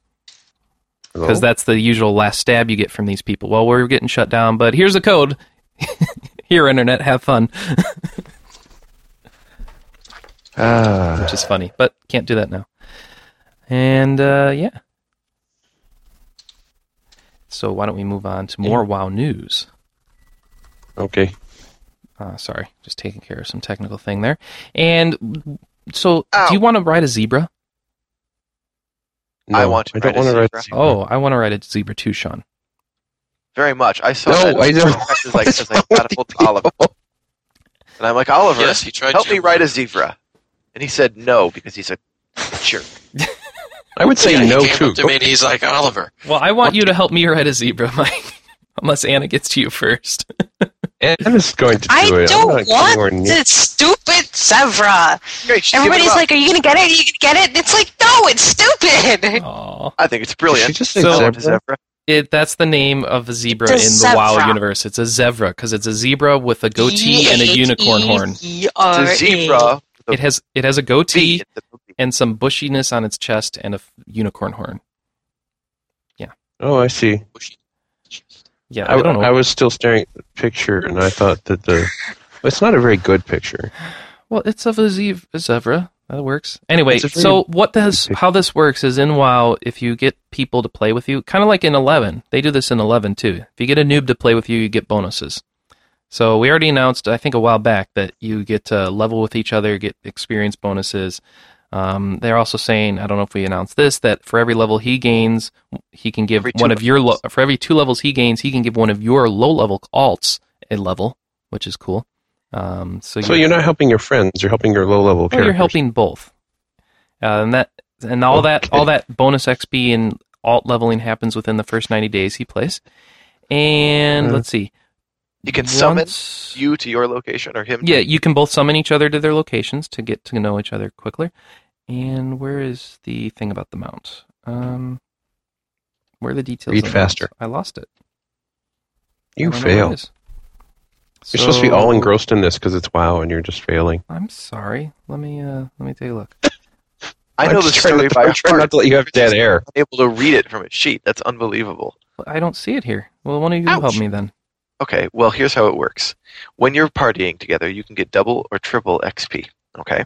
[SPEAKER 1] because that's the usual last stab you get from these people. Well, we're getting shut down, but here's the code. Here, internet, have fun,
[SPEAKER 2] Ah.
[SPEAKER 1] which is funny, but can't do that now. And uh, yeah, so why don't we move on to more WoW news?
[SPEAKER 2] okay.
[SPEAKER 1] Uh, sorry, just taking care of some technical thing there. And so,
[SPEAKER 5] Ow.
[SPEAKER 1] do you want to ride a zebra?
[SPEAKER 5] I want to
[SPEAKER 2] I don't
[SPEAKER 5] write a
[SPEAKER 2] wanna write
[SPEAKER 5] zebra.
[SPEAKER 2] zebra.
[SPEAKER 1] Oh, I want to ride a zebra too, Sean.
[SPEAKER 5] Very much. I saw
[SPEAKER 2] No,
[SPEAKER 5] that.
[SPEAKER 2] I don't.
[SPEAKER 5] As I, as I got to Oliver.
[SPEAKER 1] Oh.
[SPEAKER 5] And I'm like, Oliver,
[SPEAKER 3] Yes, he tried
[SPEAKER 5] help
[SPEAKER 3] to.
[SPEAKER 5] me write a zebra. And he said no because he's a jerk.
[SPEAKER 2] I would say
[SPEAKER 3] Yeah, he
[SPEAKER 2] no
[SPEAKER 3] came
[SPEAKER 2] too.
[SPEAKER 3] Up to me and he's like, Oliver,
[SPEAKER 1] Well, I want you to help me ride a zebra, Mike. Unless Anna gets to you first.
[SPEAKER 2] I'm just going to do
[SPEAKER 4] I
[SPEAKER 2] it. I'm
[SPEAKER 4] don't
[SPEAKER 2] not anywhere
[SPEAKER 4] want
[SPEAKER 2] near-
[SPEAKER 4] the stupid Sevra.
[SPEAKER 5] Great, she's giving
[SPEAKER 4] Everybody's
[SPEAKER 5] up.
[SPEAKER 4] like, "Are you gonna get it? Are you gonna get it?" And it's like, "No, it's stupid."
[SPEAKER 1] Aw.
[SPEAKER 5] I think
[SPEAKER 2] Did
[SPEAKER 5] it's
[SPEAKER 2] she
[SPEAKER 5] brilliant.
[SPEAKER 2] just say
[SPEAKER 1] So-
[SPEAKER 5] Zebra.
[SPEAKER 2] zebra?
[SPEAKER 1] It that's the name of a zebra in
[SPEAKER 4] It's a
[SPEAKER 1] the WoW
[SPEAKER 4] zebra.
[SPEAKER 1] universe. It's a zebra because it's a zebra with a goatee and a
[SPEAKER 4] E
[SPEAKER 1] unicorn horn.
[SPEAKER 5] It's a zebra.
[SPEAKER 1] It has it has a
[SPEAKER 5] T
[SPEAKER 1] goatee
[SPEAKER 5] in the movie.
[SPEAKER 1] and some bushiness on its chest and a f- unicorn horn.
[SPEAKER 2] Oh, I see.
[SPEAKER 1] Yeah,
[SPEAKER 2] I,
[SPEAKER 1] I, don't know.
[SPEAKER 2] I was still staring at the picture, and I thought that the it's not a very good picture.
[SPEAKER 1] well, it's of a zev- a zebra. That works. Anyway,
[SPEAKER 2] It's a very
[SPEAKER 1] so what this
[SPEAKER 2] big-
[SPEAKER 1] how this works is in WoW, if you get people to play with you, kind of like in Eleven, they do this in Eleven too. If you get a noob to play with you, you get bonuses. So we already announced, I think a while back, that you get to level with each other, get experience bonuses. Um, they're also saying, I don't know if we announced this, that for every level he gains, he can give
[SPEAKER 5] Every two
[SPEAKER 1] one of your lo- for every two levels he gains, he can give one of your low level alts a level, which is cool. Um, so,
[SPEAKER 2] So you're not helping your friends; you're helping your low-level
[SPEAKER 1] well,
[SPEAKER 2] characters.
[SPEAKER 1] you're helping both, uh, and that and all that all that bonus XP and alt leveling happens within the first ninety days he plays. And
[SPEAKER 2] Uh,
[SPEAKER 1] let's see,
[SPEAKER 5] You can summon
[SPEAKER 1] Once-
[SPEAKER 5] you to your location or him. to-
[SPEAKER 1] Yeah, you can both summon each other to their locations to get to know each other quicker. And where is the thing about the mount? Um, where are the details?
[SPEAKER 2] Read
[SPEAKER 1] on the mount?
[SPEAKER 2] faster.
[SPEAKER 1] I lost it. I
[SPEAKER 2] You
[SPEAKER 1] don't know where it
[SPEAKER 2] fail.
[SPEAKER 1] is.
[SPEAKER 2] You're supposed to be all
[SPEAKER 1] So-
[SPEAKER 2] engrossed in this because it's WoW, and you're just failing.
[SPEAKER 1] I'm sorry. Let me uh, let me take a look.
[SPEAKER 5] I know
[SPEAKER 2] I'm
[SPEAKER 5] the
[SPEAKER 2] just trying
[SPEAKER 5] story
[SPEAKER 2] not to-
[SPEAKER 5] by
[SPEAKER 2] I'm trying
[SPEAKER 5] heart.
[SPEAKER 2] not to let you have dead air.
[SPEAKER 5] able to read it from its sheet. That's unbelievable.
[SPEAKER 1] I don't see it here. Well, one of you help
[SPEAKER 5] Ouch.
[SPEAKER 1] me then.
[SPEAKER 5] Okay, well, here's how it works. When you're partying together, you can get double or triple XP. Okay?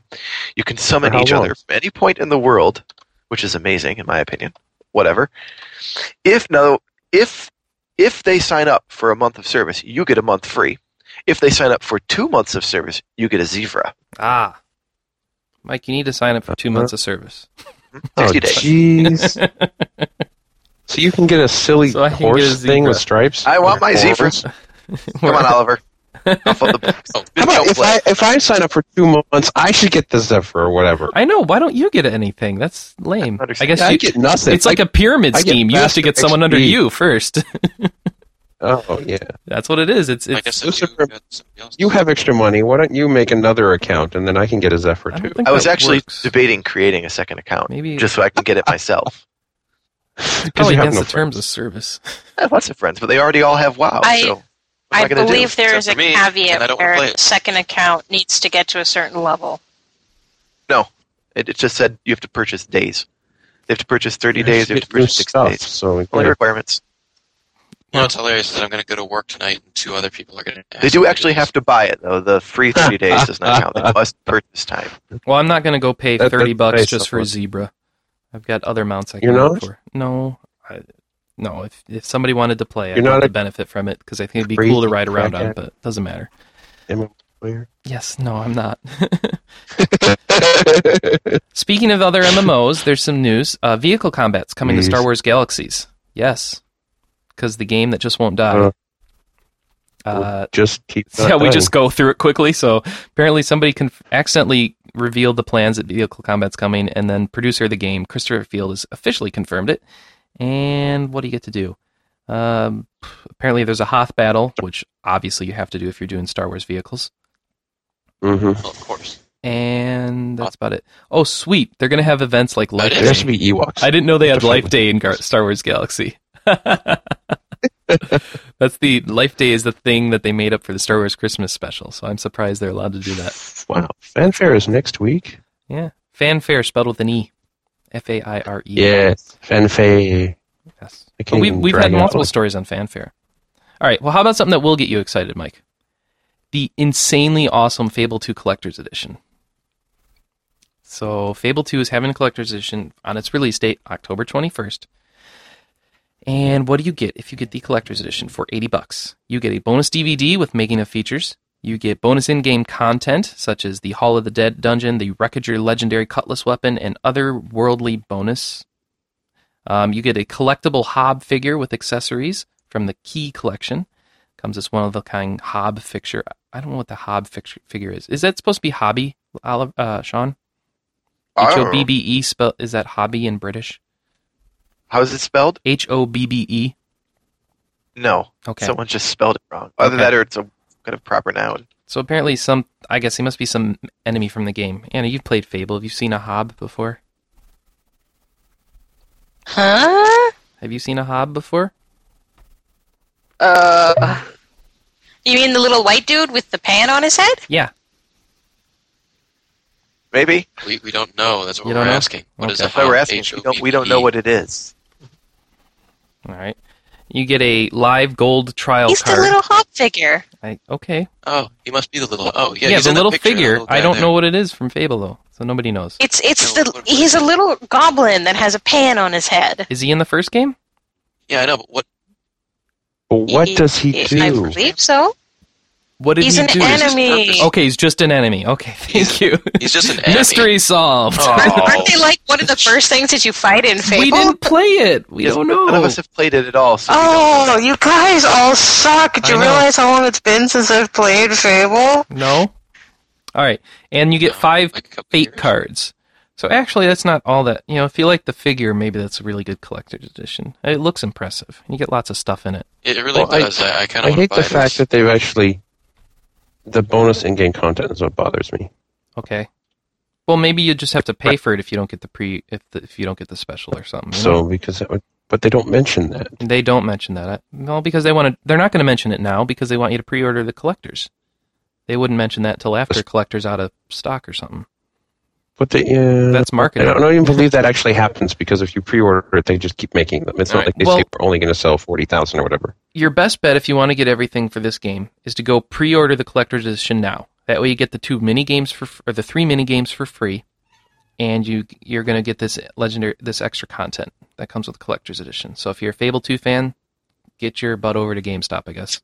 [SPEAKER 5] You can summon
[SPEAKER 2] how
[SPEAKER 5] each
[SPEAKER 2] long?
[SPEAKER 5] other from any point in the world, which is amazing in my opinion. Whatever. If no if if they sign up for a month of service, you get a month free. If they sign up for two months of service, you get a zebra.
[SPEAKER 1] Ah, Mike, you need to sign up for two
[SPEAKER 2] Uh-huh.
[SPEAKER 1] months of service.
[SPEAKER 2] Oh,
[SPEAKER 5] 60 days.
[SPEAKER 2] jeez. so you can get a silly
[SPEAKER 1] So I can get a
[SPEAKER 2] horse thing
[SPEAKER 1] zebra.
[SPEAKER 2] with stripes.
[SPEAKER 5] I want my
[SPEAKER 2] Or
[SPEAKER 5] zebra.
[SPEAKER 2] horns?
[SPEAKER 5] Come on, Oliver. Off of the
[SPEAKER 2] How about if I if I sign up for two months, I should get the zephyr or whatever.
[SPEAKER 1] I know. Why don't you get anything? That's lame.
[SPEAKER 5] I don't
[SPEAKER 1] I guess
[SPEAKER 2] I
[SPEAKER 1] you,
[SPEAKER 2] get nothing.
[SPEAKER 1] it's like a pyramid
[SPEAKER 2] I get
[SPEAKER 1] scheme. You have to
[SPEAKER 2] faster
[SPEAKER 1] get someone under
[SPEAKER 2] XP.
[SPEAKER 1] you first.
[SPEAKER 2] oh yeah.
[SPEAKER 1] That's what it is. It's
[SPEAKER 3] I
[SPEAKER 1] it's.
[SPEAKER 3] guess
[SPEAKER 1] I,
[SPEAKER 3] if you
[SPEAKER 2] Lucifer,
[SPEAKER 3] got somebody else.
[SPEAKER 2] You have extra money. Why don't you make another account and then I can get a Zephyr too?
[SPEAKER 1] don't think
[SPEAKER 5] I was
[SPEAKER 1] that
[SPEAKER 5] actually
[SPEAKER 1] works.
[SPEAKER 5] debating creating a second account
[SPEAKER 1] Maybe-
[SPEAKER 5] just so I can get it myself.
[SPEAKER 1] It's
[SPEAKER 2] because
[SPEAKER 1] probably
[SPEAKER 2] you have
[SPEAKER 1] against
[SPEAKER 2] no
[SPEAKER 1] the terms
[SPEAKER 2] friends.
[SPEAKER 1] of service.
[SPEAKER 5] I have lots of friends, but they already all have WoW.
[SPEAKER 4] I-
[SPEAKER 5] so what am
[SPEAKER 4] I
[SPEAKER 5] gonna do?
[SPEAKER 4] believe there
[SPEAKER 3] Except
[SPEAKER 4] is a
[SPEAKER 3] for me, and I
[SPEAKER 4] caveat
[SPEAKER 3] don't wanna
[SPEAKER 4] where
[SPEAKER 3] play it.
[SPEAKER 4] the second account needs to get to a certain level.
[SPEAKER 5] It, it just said you have to purchase days. They have to purchase 30 days. They have to
[SPEAKER 2] Get new
[SPEAKER 5] purchase 60
[SPEAKER 2] stuff,
[SPEAKER 5] days.
[SPEAKER 2] So
[SPEAKER 5] Only
[SPEAKER 2] yeah.
[SPEAKER 5] requirements.
[SPEAKER 3] You know what's hilarious is that I'm going to go to work tonight, and two other people are going to.
[SPEAKER 5] They do actually have to buy it though. The free three days does not count. They must purchase time.
[SPEAKER 1] Well, I'm not going to go pay
[SPEAKER 2] That-
[SPEAKER 1] thirty
[SPEAKER 2] that's
[SPEAKER 1] bucks
[SPEAKER 2] nice,
[SPEAKER 1] just for a
[SPEAKER 2] that's-
[SPEAKER 1] zebra. I've got other mounts I
[SPEAKER 2] You're
[SPEAKER 1] can look
[SPEAKER 2] not?
[SPEAKER 1] for. No, I, no. If if somebody wanted to play, I'd
[SPEAKER 2] You're not
[SPEAKER 1] love to
[SPEAKER 2] a
[SPEAKER 1] benefit from it because I think it'd be
[SPEAKER 2] crazy
[SPEAKER 1] cool to ride around on.
[SPEAKER 2] crackhead.
[SPEAKER 1] But it doesn't matter.
[SPEAKER 2] MMO player.
[SPEAKER 1] Yes, no, I'm not. Speaking of other MMOs, there's some news. Uh, vehicle combat's coming to
[SPEAKER 2] News.
[SPEAKER 1] Star Wars Galaxies. Yes, because the game that just won't die.
[SPEAKER 2] Uh.
[SPEAKER 1] Uh,
[SPEAKER 2] just keep. not
[SPEAKER 1] yeah, we
[SPEAKER 2] dying.
[SPEAKER 1] just go through it quickly. So apparently, somebody conf- accidentally revealed the plans that Vehicle Combat's coming, and then producer of the game, Christopher Field, has officially confirmed it. And what do you get to do? Um, apparently, there's a Hoth battle, which obviously you have to do if you're doing Star Wars vehicles.
[SPEAKER 2] Mhm.
[SPEAKER 3] Well, of course.
[SPEAKER 1] And that's about it. Oh, sweet! They're gonna have events like Life
[SPEAKER 3] There
[SPEAKER 2] There
[SPEAKER 1] Day.
[SPEAKER 2] should be Ewoks.
[SPEAKER 1] I didn't know they had
[SPEAKER 2] Definitely.
[SPEAKER 1] Life Day in Gar- Star Wars Galaxy. That's the Life Day is the thing that they made up for the Star Wars Christmas special. So I'm surprised they're allowed to do that.
[SPEAKER 2] wow, fanfare is next week.
[SPEAKER 1] Yeah. Fanfare spelled with an E. F A I R E.
[SPEAKER 2] Yes, fanfare.
[SPEAKER 1] Yes.
[SPEAKER 2] I can't
[SPEAKER 1] But we've,
[SPEAKER 2] even
[SPEAKER 1] we've
[SPEAKER 2] drag
[SPEAKER 1] had
[SPEAKER 2] it out.
[SPEAKER 1] multiple stories on fanfare. All right. Well, how about something that will get you excited, Mike? The insanely awesome Fable 2 Collector's Edition. So, Fable 2 is having a collector's edition on its release date, October 21st. And what do you get if you get the collector's edition for 80 bucks? You get a bonus DVD with making of features. You get bonus in-game content such as the Hall of the Dead dungeon, the Wreckager legendary cutlass weapon, and other worldly bonus um, you get a collectible Hob figure with accessories from the Key collection. Comes as one of the kind Hob fixture. I don't know what the Hob fixture, figure is. Is that supposed to be Hobby, Olive, uh, Sean?
[SPEAKER 5] I
[SPEAKER 1] H
[SPEAKER 5] don't know.
[SPEAKER 1] O B B E spell is that Hobby in British?
[SPEAKER 5] How is it spelled?
[SPEAKER 1] H O B B E.
[SPEAKER 5] No.
[SPEAKER 1] Okay.
[SPEAKER 5] Someone just spelled it wrong. Either
[SPEAKER 1] Okay.
[SPEAKER 5] that or it's a kind of proper noun.
[SPEAKER 1] So apparently, some I guess he must be some enemy from the game. Anna, you've played Fable. Have you seen a Hob before?
[SPEAKER 4] Huh?
[SPEAKER 1] Have you seen a Hob before?
[SPEAKER 4] Uh. You mean the little white dude with the pan on his head?
[SPEAKER 1] Yeah.
[SPEAKER 5] Maybe?
[SPEAKER 3] We, we don't know. That's what
[SPEAKER 1] You
[SPEAKER 3] we're
[SPEAKER 1] don't know?
[SPEAKER 3] asking. What is
[SPEAKER 1] Okay.
[SPEAKER 3] a
[SPEAKER 5] That's why we're
[SPEAKER 3] hub?
[SPEAKER 5] asking. We don't, we don't know
[SPEAKER 3] H-O-B-B-E.
[SPEAKER 5] what it is.
[SPEAKER 1] All right. You get a live gold trial
[SPEAKER 4] He's
[SPEAKER 1] card.
[SPEAKER 4] the little hop figure.
[SPEAKER 1] I, okay.
[SPEAKER 3] Oh, he must be the little. Oh, yeah. he's
[SPEAKER 1] the
[SPEAKER 3] in that
[SPEAKER 1] little
[SPEAKER 3] picture, the
[SPEAKER 1] figure.
[SPEAKER 3] little guy
[SPEAKER 1] I don't
[SPEAKER 3] there.
[SPEAKER 1] know what it is from Fable though, so nobody knows.
[SPEAKER 4] It's it's
[SPEAKER 3] No,
[SPEAKER 4] the
[SPEAKER 3] what-
[SPEAKER 4] he's a little goblin that has a pan on his head.
[SPEAKER 1] Is he in the first game?
[SPEAKER 3] Yeah, I know, but what?
[SPEAKER 2] But what does he
[SPEAKER 4] I-
[SPEAKER 2] do?
[SPEAKER 4] I believe so.
[SPEAKER 1] What did
[SPEAKER 4] He's
[SPEAKER 1] he
[SPEAKER 4] an
[SPEAKER 1] do?
[SPEAKER 4] enemy.
[SPEAKER 1] Okay, he's just an enemy. Okay, thank you.
[SPEAKER 3] He's just an enemy.
[SPEAKER 1] Mystery solved.
[SPEAKER 4] Aren't,
[SPEAKER 3] Oh.
[SPEAKER 4] aren't they like one of the first things that you fight in Fable?
[SPEAKER 1] we didn't play it. We
[SPEAKER 5] Yes,
[SPEAKER 1] don't
[SPEAKER 5] but
[SPEAKER 1] know. Ah!
[SPEAKER 5] None of us have played it at all. So we don't know.
[SPEAKER 4] Oh, you guys all suck. Do you
[SPEAKER 1] I know.
[SPEAKER 4] realize how long it's been since I've played Fable?
[SPEAKER 1] no. All right, and you get five
[SPEAKER 3] Oh, Like a couple
[SPEAKER 1] fate
[SPEAKER 3] years.
[SPEAKER 1] cards. So actually, that's not all that. You know, if you like the figure, maybe that's a really good collector's edition. It looks impressive. You get lots of stuff in it.
[SPEAKER 3] It really
[SPEAKER 2] Well, I-
[SPEAKER 3] does. I, I kind
[SPEAKER 2] I
[SPEAKER 3] of
[SPEAKER 2] hate
[SPEAKER 3] buy
[SPEAKER 2] the fact
[SPEAKER 3] this.
[SPEAKER 2] that they've actually the bonus in-game content is what bothers me.
[SPEAKER 1] Okay. Well, maybe you just have to pay for it if you don't get the pre if the, if you don't get the special or something. you know?
[SPEAKER 2] So because that would, but they don't mention that.
[SPEAKER 1] They don't mention that. Well, because they want to. They're not going to mention it now because they want you to pre-order the collectors. They wouldn't mention that till after collectors out of stock or something.
[SPEAKER 2] But they, yeah,
[SPEAKER 1] That's
[SPEAKER 2] I
[SPEAKER 1] marketing.
[SPEAKER 2] don't, I don't even believe that actually happens because if you pre-order it, they just keep making them. It's not
[SPEAKER 3] Alright,
[SPEAKER 2] like they
[SPEAKER 1] well-
[SPEAKER 2] say we're only going to sell forty thousand or whatever.
[SPEAKER 1] Your best bet if you want to get everything for this game is to go pre-order the collector's edition now. That way you get the two mini games for or the three mini games for free, and you you're going to get this legendary this extra content that comes with the collector's edition. So if you're a Fable 2 fan, get your butt over to GameStop, I guess.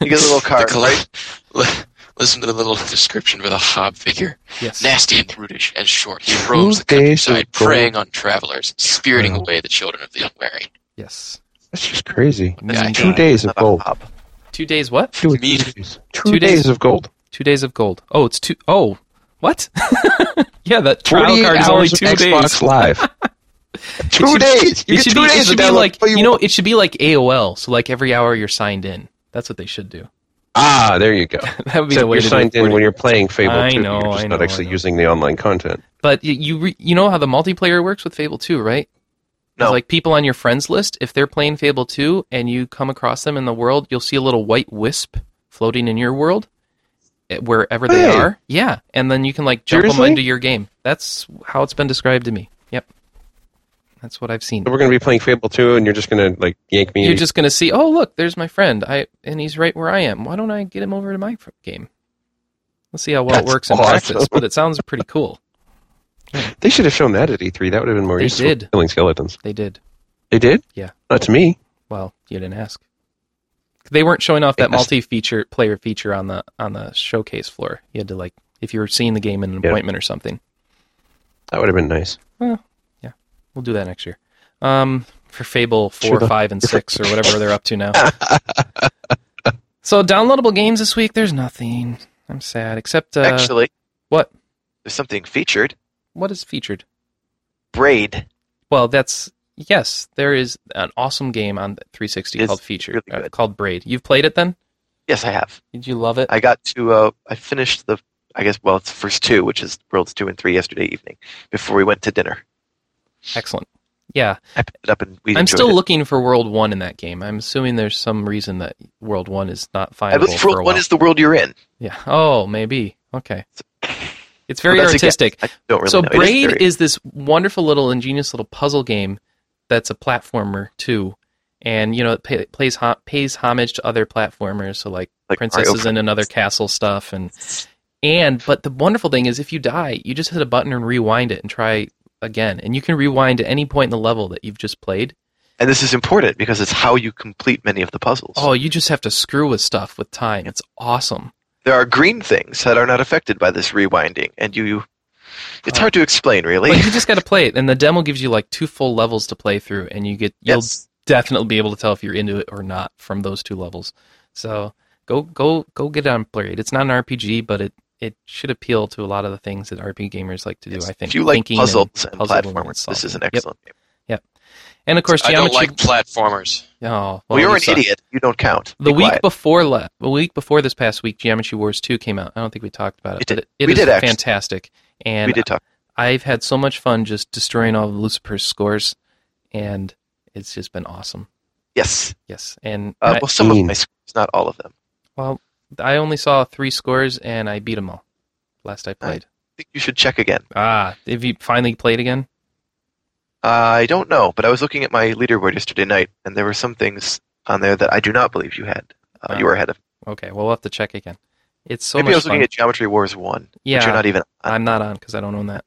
[SPEAKER 5] You get a little
[SPEAKER 3] The
[SPEAKER 5] card. right?
[SPEAKER 3] collect- li- Listen to the little description for the hob figure.
[SPEAKER 1] Yes.
[SPEAKER 3] Nasty and brutish and short, he roams the
[SPEAKER 2] days of gold.
[SPEAKER 3] countryside, preying on travelers, spiriting
[SPEAKER 2] Wow.
[SPEAKER 3] away the children of the unwary.
[SPEAKER 1] Yes.
[SPEAKER 2] That's just crazy.
[SPEAKER 3] That's
[SPEAKER 1] Mean
[SPEAKER 3] Yeah.
[SPEAKER 2] Two
[SPEAKER 1] God.
[SPEAKER 2] days of
[SPEAKER 5] Not a
[SPEAKER 2] gold.
[SPEAKER 5] hop.
[SPEAKER 1] Two days. What?
[SPEAKER 2] Two,
[SPEAKER 3] Me-
[SPEAKER 2] days. Two
[SPEAKER 1] Two
[SPEAKER 2] days
[SPEAKER 1] days.
[SPEAKER 2] of gold.
[SPEAKER 1] Two days of gold. Oh, it's two oh what? yeah, that trial
[SPEAKER 2] 48
[SPEAKER 1] card is only
[SPEAKER 2] hours of
[SPEAKER 1] two
[SPEAKER 2] Xbox
[SPEAKER 1] days.
[SPEAKER 2] Live. two
[SPEAKER 1] should-
[SPEAKER 2] days. You
[SPEAKER 1] it
[SPEAKER 2] get
[SPEAKER 1] should
[SPEAKER 2] two
[SPEAKER 1] be, it
[SPEAKER 2] days
[SPEAKER 1] should
[SPEAKER 2] to
[SPEAKER 1] be
[SPEAKER 2] download
[SPEAKER 1] like
[SPEAKER 2] all
[SPEAKER 1] you, know
[SPEAKER 2] want.
[SPEAKER 1] it should be like AOL. So like every hour you're signed in. That's what they should do.
[SPEAKER 2] Ah, there you go.
[SPEAKER 1] That would be the
[SPEAKER 2] Except
[SPEAKER 1] way
[SPEAKER 2] you're
[SPEAKER 1] to
[SPEAKER 2] signed
[SPEAKER 1] do
[SPEAKER 2] in
[SPEAKER 1] it.
[SPEAKER 2] when you're playing Fable
[SPEAKER 1] I
[SPEAKER 2] 2.
[SPEAKER 1] know,
[SPEAKER 2] you're just
[SPEAKER 1] I
[SPEAKER 2] not
[SPEAKER 1] know,
[SPEAKER 2] actually
[SPEAKER 1] I know.
[SPEAKER 2] using the online content.
[SPEAKER 1] but you you, re, you know how the multiplayer works with Fable 2, right? It's
[SPEAKER 5] No.
[SPEAKER 1] Like people on your friends list, if they're playing Fable 2 and you come across them in the world, you'll see a little white wisp floating in your world eh, wherever they
[SPEAKER 2] Hey.
[SPEAKER 1] are. Yeah, and then you can like jump them
[SPEAKER 2] Seriously?
[SPEAKER 1] into your game. That's how it's been described to me. Yep. That's what I've seen.
[SPEAKER 2] So we're going to be playing Fable 2, and you're just going to like yank me.
[SPEAKER 1] You're just going to see, oh look, there's my friend. I and he's right where I am. Why don't I get him over to my f- game? Let's see how well
[SPEAKER 2] That's
[SPEAKER 1] it works in
[SPEAKER 2] awesome.
[SPEAKER 1] practice. But it sounds pretty cool.
[SPEAKER 2] they should have shown that at E3. That would have been more
[SPEAKER 1] They
[SPEAKER 2] useful.
[SPEAKER 1] did.
[SPEAKER 2] Killing skeletons.
[SPEAKER 1] They did.
[SPEAKER 2] They did.
[SPEAKER 1] Yeah.
[SPEAKER 2] Not to me.
[SPEAKER 1] Well, you didn't ask. They weren't showing off that
[SPEAKER 2] Yes.
[SPEAKER 1] multi-feature player feature on the on the showcase floor. You had to like if you were seeing the game in an
[SPEAKER 2] Yeah.
[SPEAKER 1] appointment or something.
[SPEAKER 2] That would have been nice.
[SPEAKER 1] We'll do that next year. Um, for Fable four,
[SPEAKER 2] Sure.
[SPEAKER 1] five, and six or whatever they're up to now. so downloadable games this week. There's nothing. I'm sad. Except uh,
[SPEAKER 5] Actually,
[SPEAKER 1] what?
[SPEAKER 5] there's something featured.
[SPEAKER 1] what is featured?
[SPEAKER 5] Braid.
[SPEAKER 1] Well, that's yes. There is an awesome game on 360
[SPEAKER 5] It's
[SPEAKER 1] called Feature,
[SPEAKER 5] really
[SPEAKER 1] uh,
[SPEAKER 5] good.
[SPEAKER 1] called Braid. You've played it then?
[SPEAKER 5] Yes, I have.
[SPEAKER 1] Did you love it?
[SPEAKER 5] I got to. Uh, I finished the. I guess well, it's the first two, which is Worlds two and three, yesterday evening before we went to dinner.
[SPEAKER 1] Excellent. Yeah,
[SPEAKER 5] I picked it up and we.
[SPEAKER 1] I'm
[SPEAKER 5] enjoyed
[SPEAKER 1] still
[SPEAKER 5] it.
[SPEAKER 1] looking for World One in that game. I'm assuming there's some reason that World One is not
[SPEAKER 5] I
[SPEAKER 1] findable
[SPEAKER 5] believe
[SPEAKER 1] for a
[SPEAKER 5] World
[SPEAKER 1] while.
[SPEAKER 5] one is the world you're in.
[SPEAKER 1] yeah. Oh, maybe. Okay. It's very
[SPEAKER 5] But that's a guess.
[SPEAKER 1] artistic.
[SPEAKER 5] I don't really
[SPEAKER 1] so
[SPEAKER 5] know. It
[SPEAKER 1] braid
[SPEAKER 5] very-
[SPEAKER 1] is this wonderful little ingenious little puzzle game that's a platformer too and you know it pay, plays ho- pays homage to other platformers so like,
[SPEAKER 5] Like
[SPEAKER 1] princesses
[SPEAKER 5] Mario
[SPEAKER 1] in another castle stuff and and but the wonderful thing is if you die you just hit a button and rewind it and try again and you can rewind at any point in the level that you've just played
[SPEAKER 5] and this is important because it's how you complete many of the puzzles.
[SPEAKER 1] oh you just have to screw with stuff with time it's awesome
[SPEAKER 5] There are green things that are not affected by this rewinding, and you. you it's
[SPEAKER 1] Oh.
[SPEAKER 5] hard to explain, really.
[SPEAKER 1] but you just got to play it and the demo gives you like two full levels to play through and you get you'll
[SPEAKER 5] yes.
[SPEAKER 1] definitely be able to tell if you're into it or not from those two levels. So go go go get it on Blade. It's not an RPG, but it it should appeal to a lot of the things that RPG gamers like to do. I think.
[SPEAKER 5] If you like
[SPEAKER 1] Thinking
[SPEAKER 5] puzzles and,
[SPEAKER 1] puzzling and
[SPEAKER 5] platformers, this is an
[SPEAKER 1] solving. Yep.
[SPEAKER 5] excellent game.
[SPEAKER 1] and of course,
[SPEAKER 3] I don't
[SPEAKER 1] geometry.
[SPEAKER 3] like platformers.
[SPEAKER 1] oh, well,
[SPEAKER 5] Well, you're
[SPEAKER 1] you
[SPEAKER 5] an
[SPEAKER 1] suck.
[SPEAKER 5] idiot. You don't count.
[SPEAKER 1] The
[SPEAKER 5] Be
[SPEAKER 1] week
[SPEAKER 5] quiet.
[SPEAKER 1] before la- the week before this past week, Geometry Wars two came out. I don't think we talked about it,
[SPEAKER 5] We
[SPEAKER 1] but
[SPEAKER 5] did.
[SPEAKER 1] it, it
[SPEAKER 5] We
[SPEAKER 1] is
[SPEAKER 5] did, actually.
[SPEAKER 1] fantastic. And
[SPEAKER 5] we did talk.
[SPEAKER 1] I've had so much fun just destroying all of Lucifer's scores, and it's just been awesome.
[SPEAKER 5] Yes.
[SPEAKER 1] Yes, and
[SPEAKER 5] Uh,
[SPEAKER 1] I-
[SPEAKER 5] well, some of
[SPEAKER 2] mean-
[SPEAKER 5] my scores, not all of them.
[SPEAKER 1] I only saw three scores and I beat them all last I played.
[SPEAKER 5] I think you should check again.
[SPEAKER 1] Ah, have you finally played again?
[SPEAKER 5] I don't know, but I was looking at my leaderboard yesterday night, and there were some things on there that I do not believe you had. Uh, You
[SPEAKER 1] Wow.
[SPEAKER 5] were ahead of.
[SPEAKER 1] Okay, well, we'll have to check again. It's so
[SPEAKER 5] Maybe
[SPEAKER 1] much
[SPEAKER 5] I was
[SPEAKER 1] fun.
[SPEAKER 5] looking at Geometry Wars One, which
[SPEAKER 1] yeah, Uh,
[SPEAKER 5] you're not even. On.
[SPEAKER 1] I'm not on because I don't own that.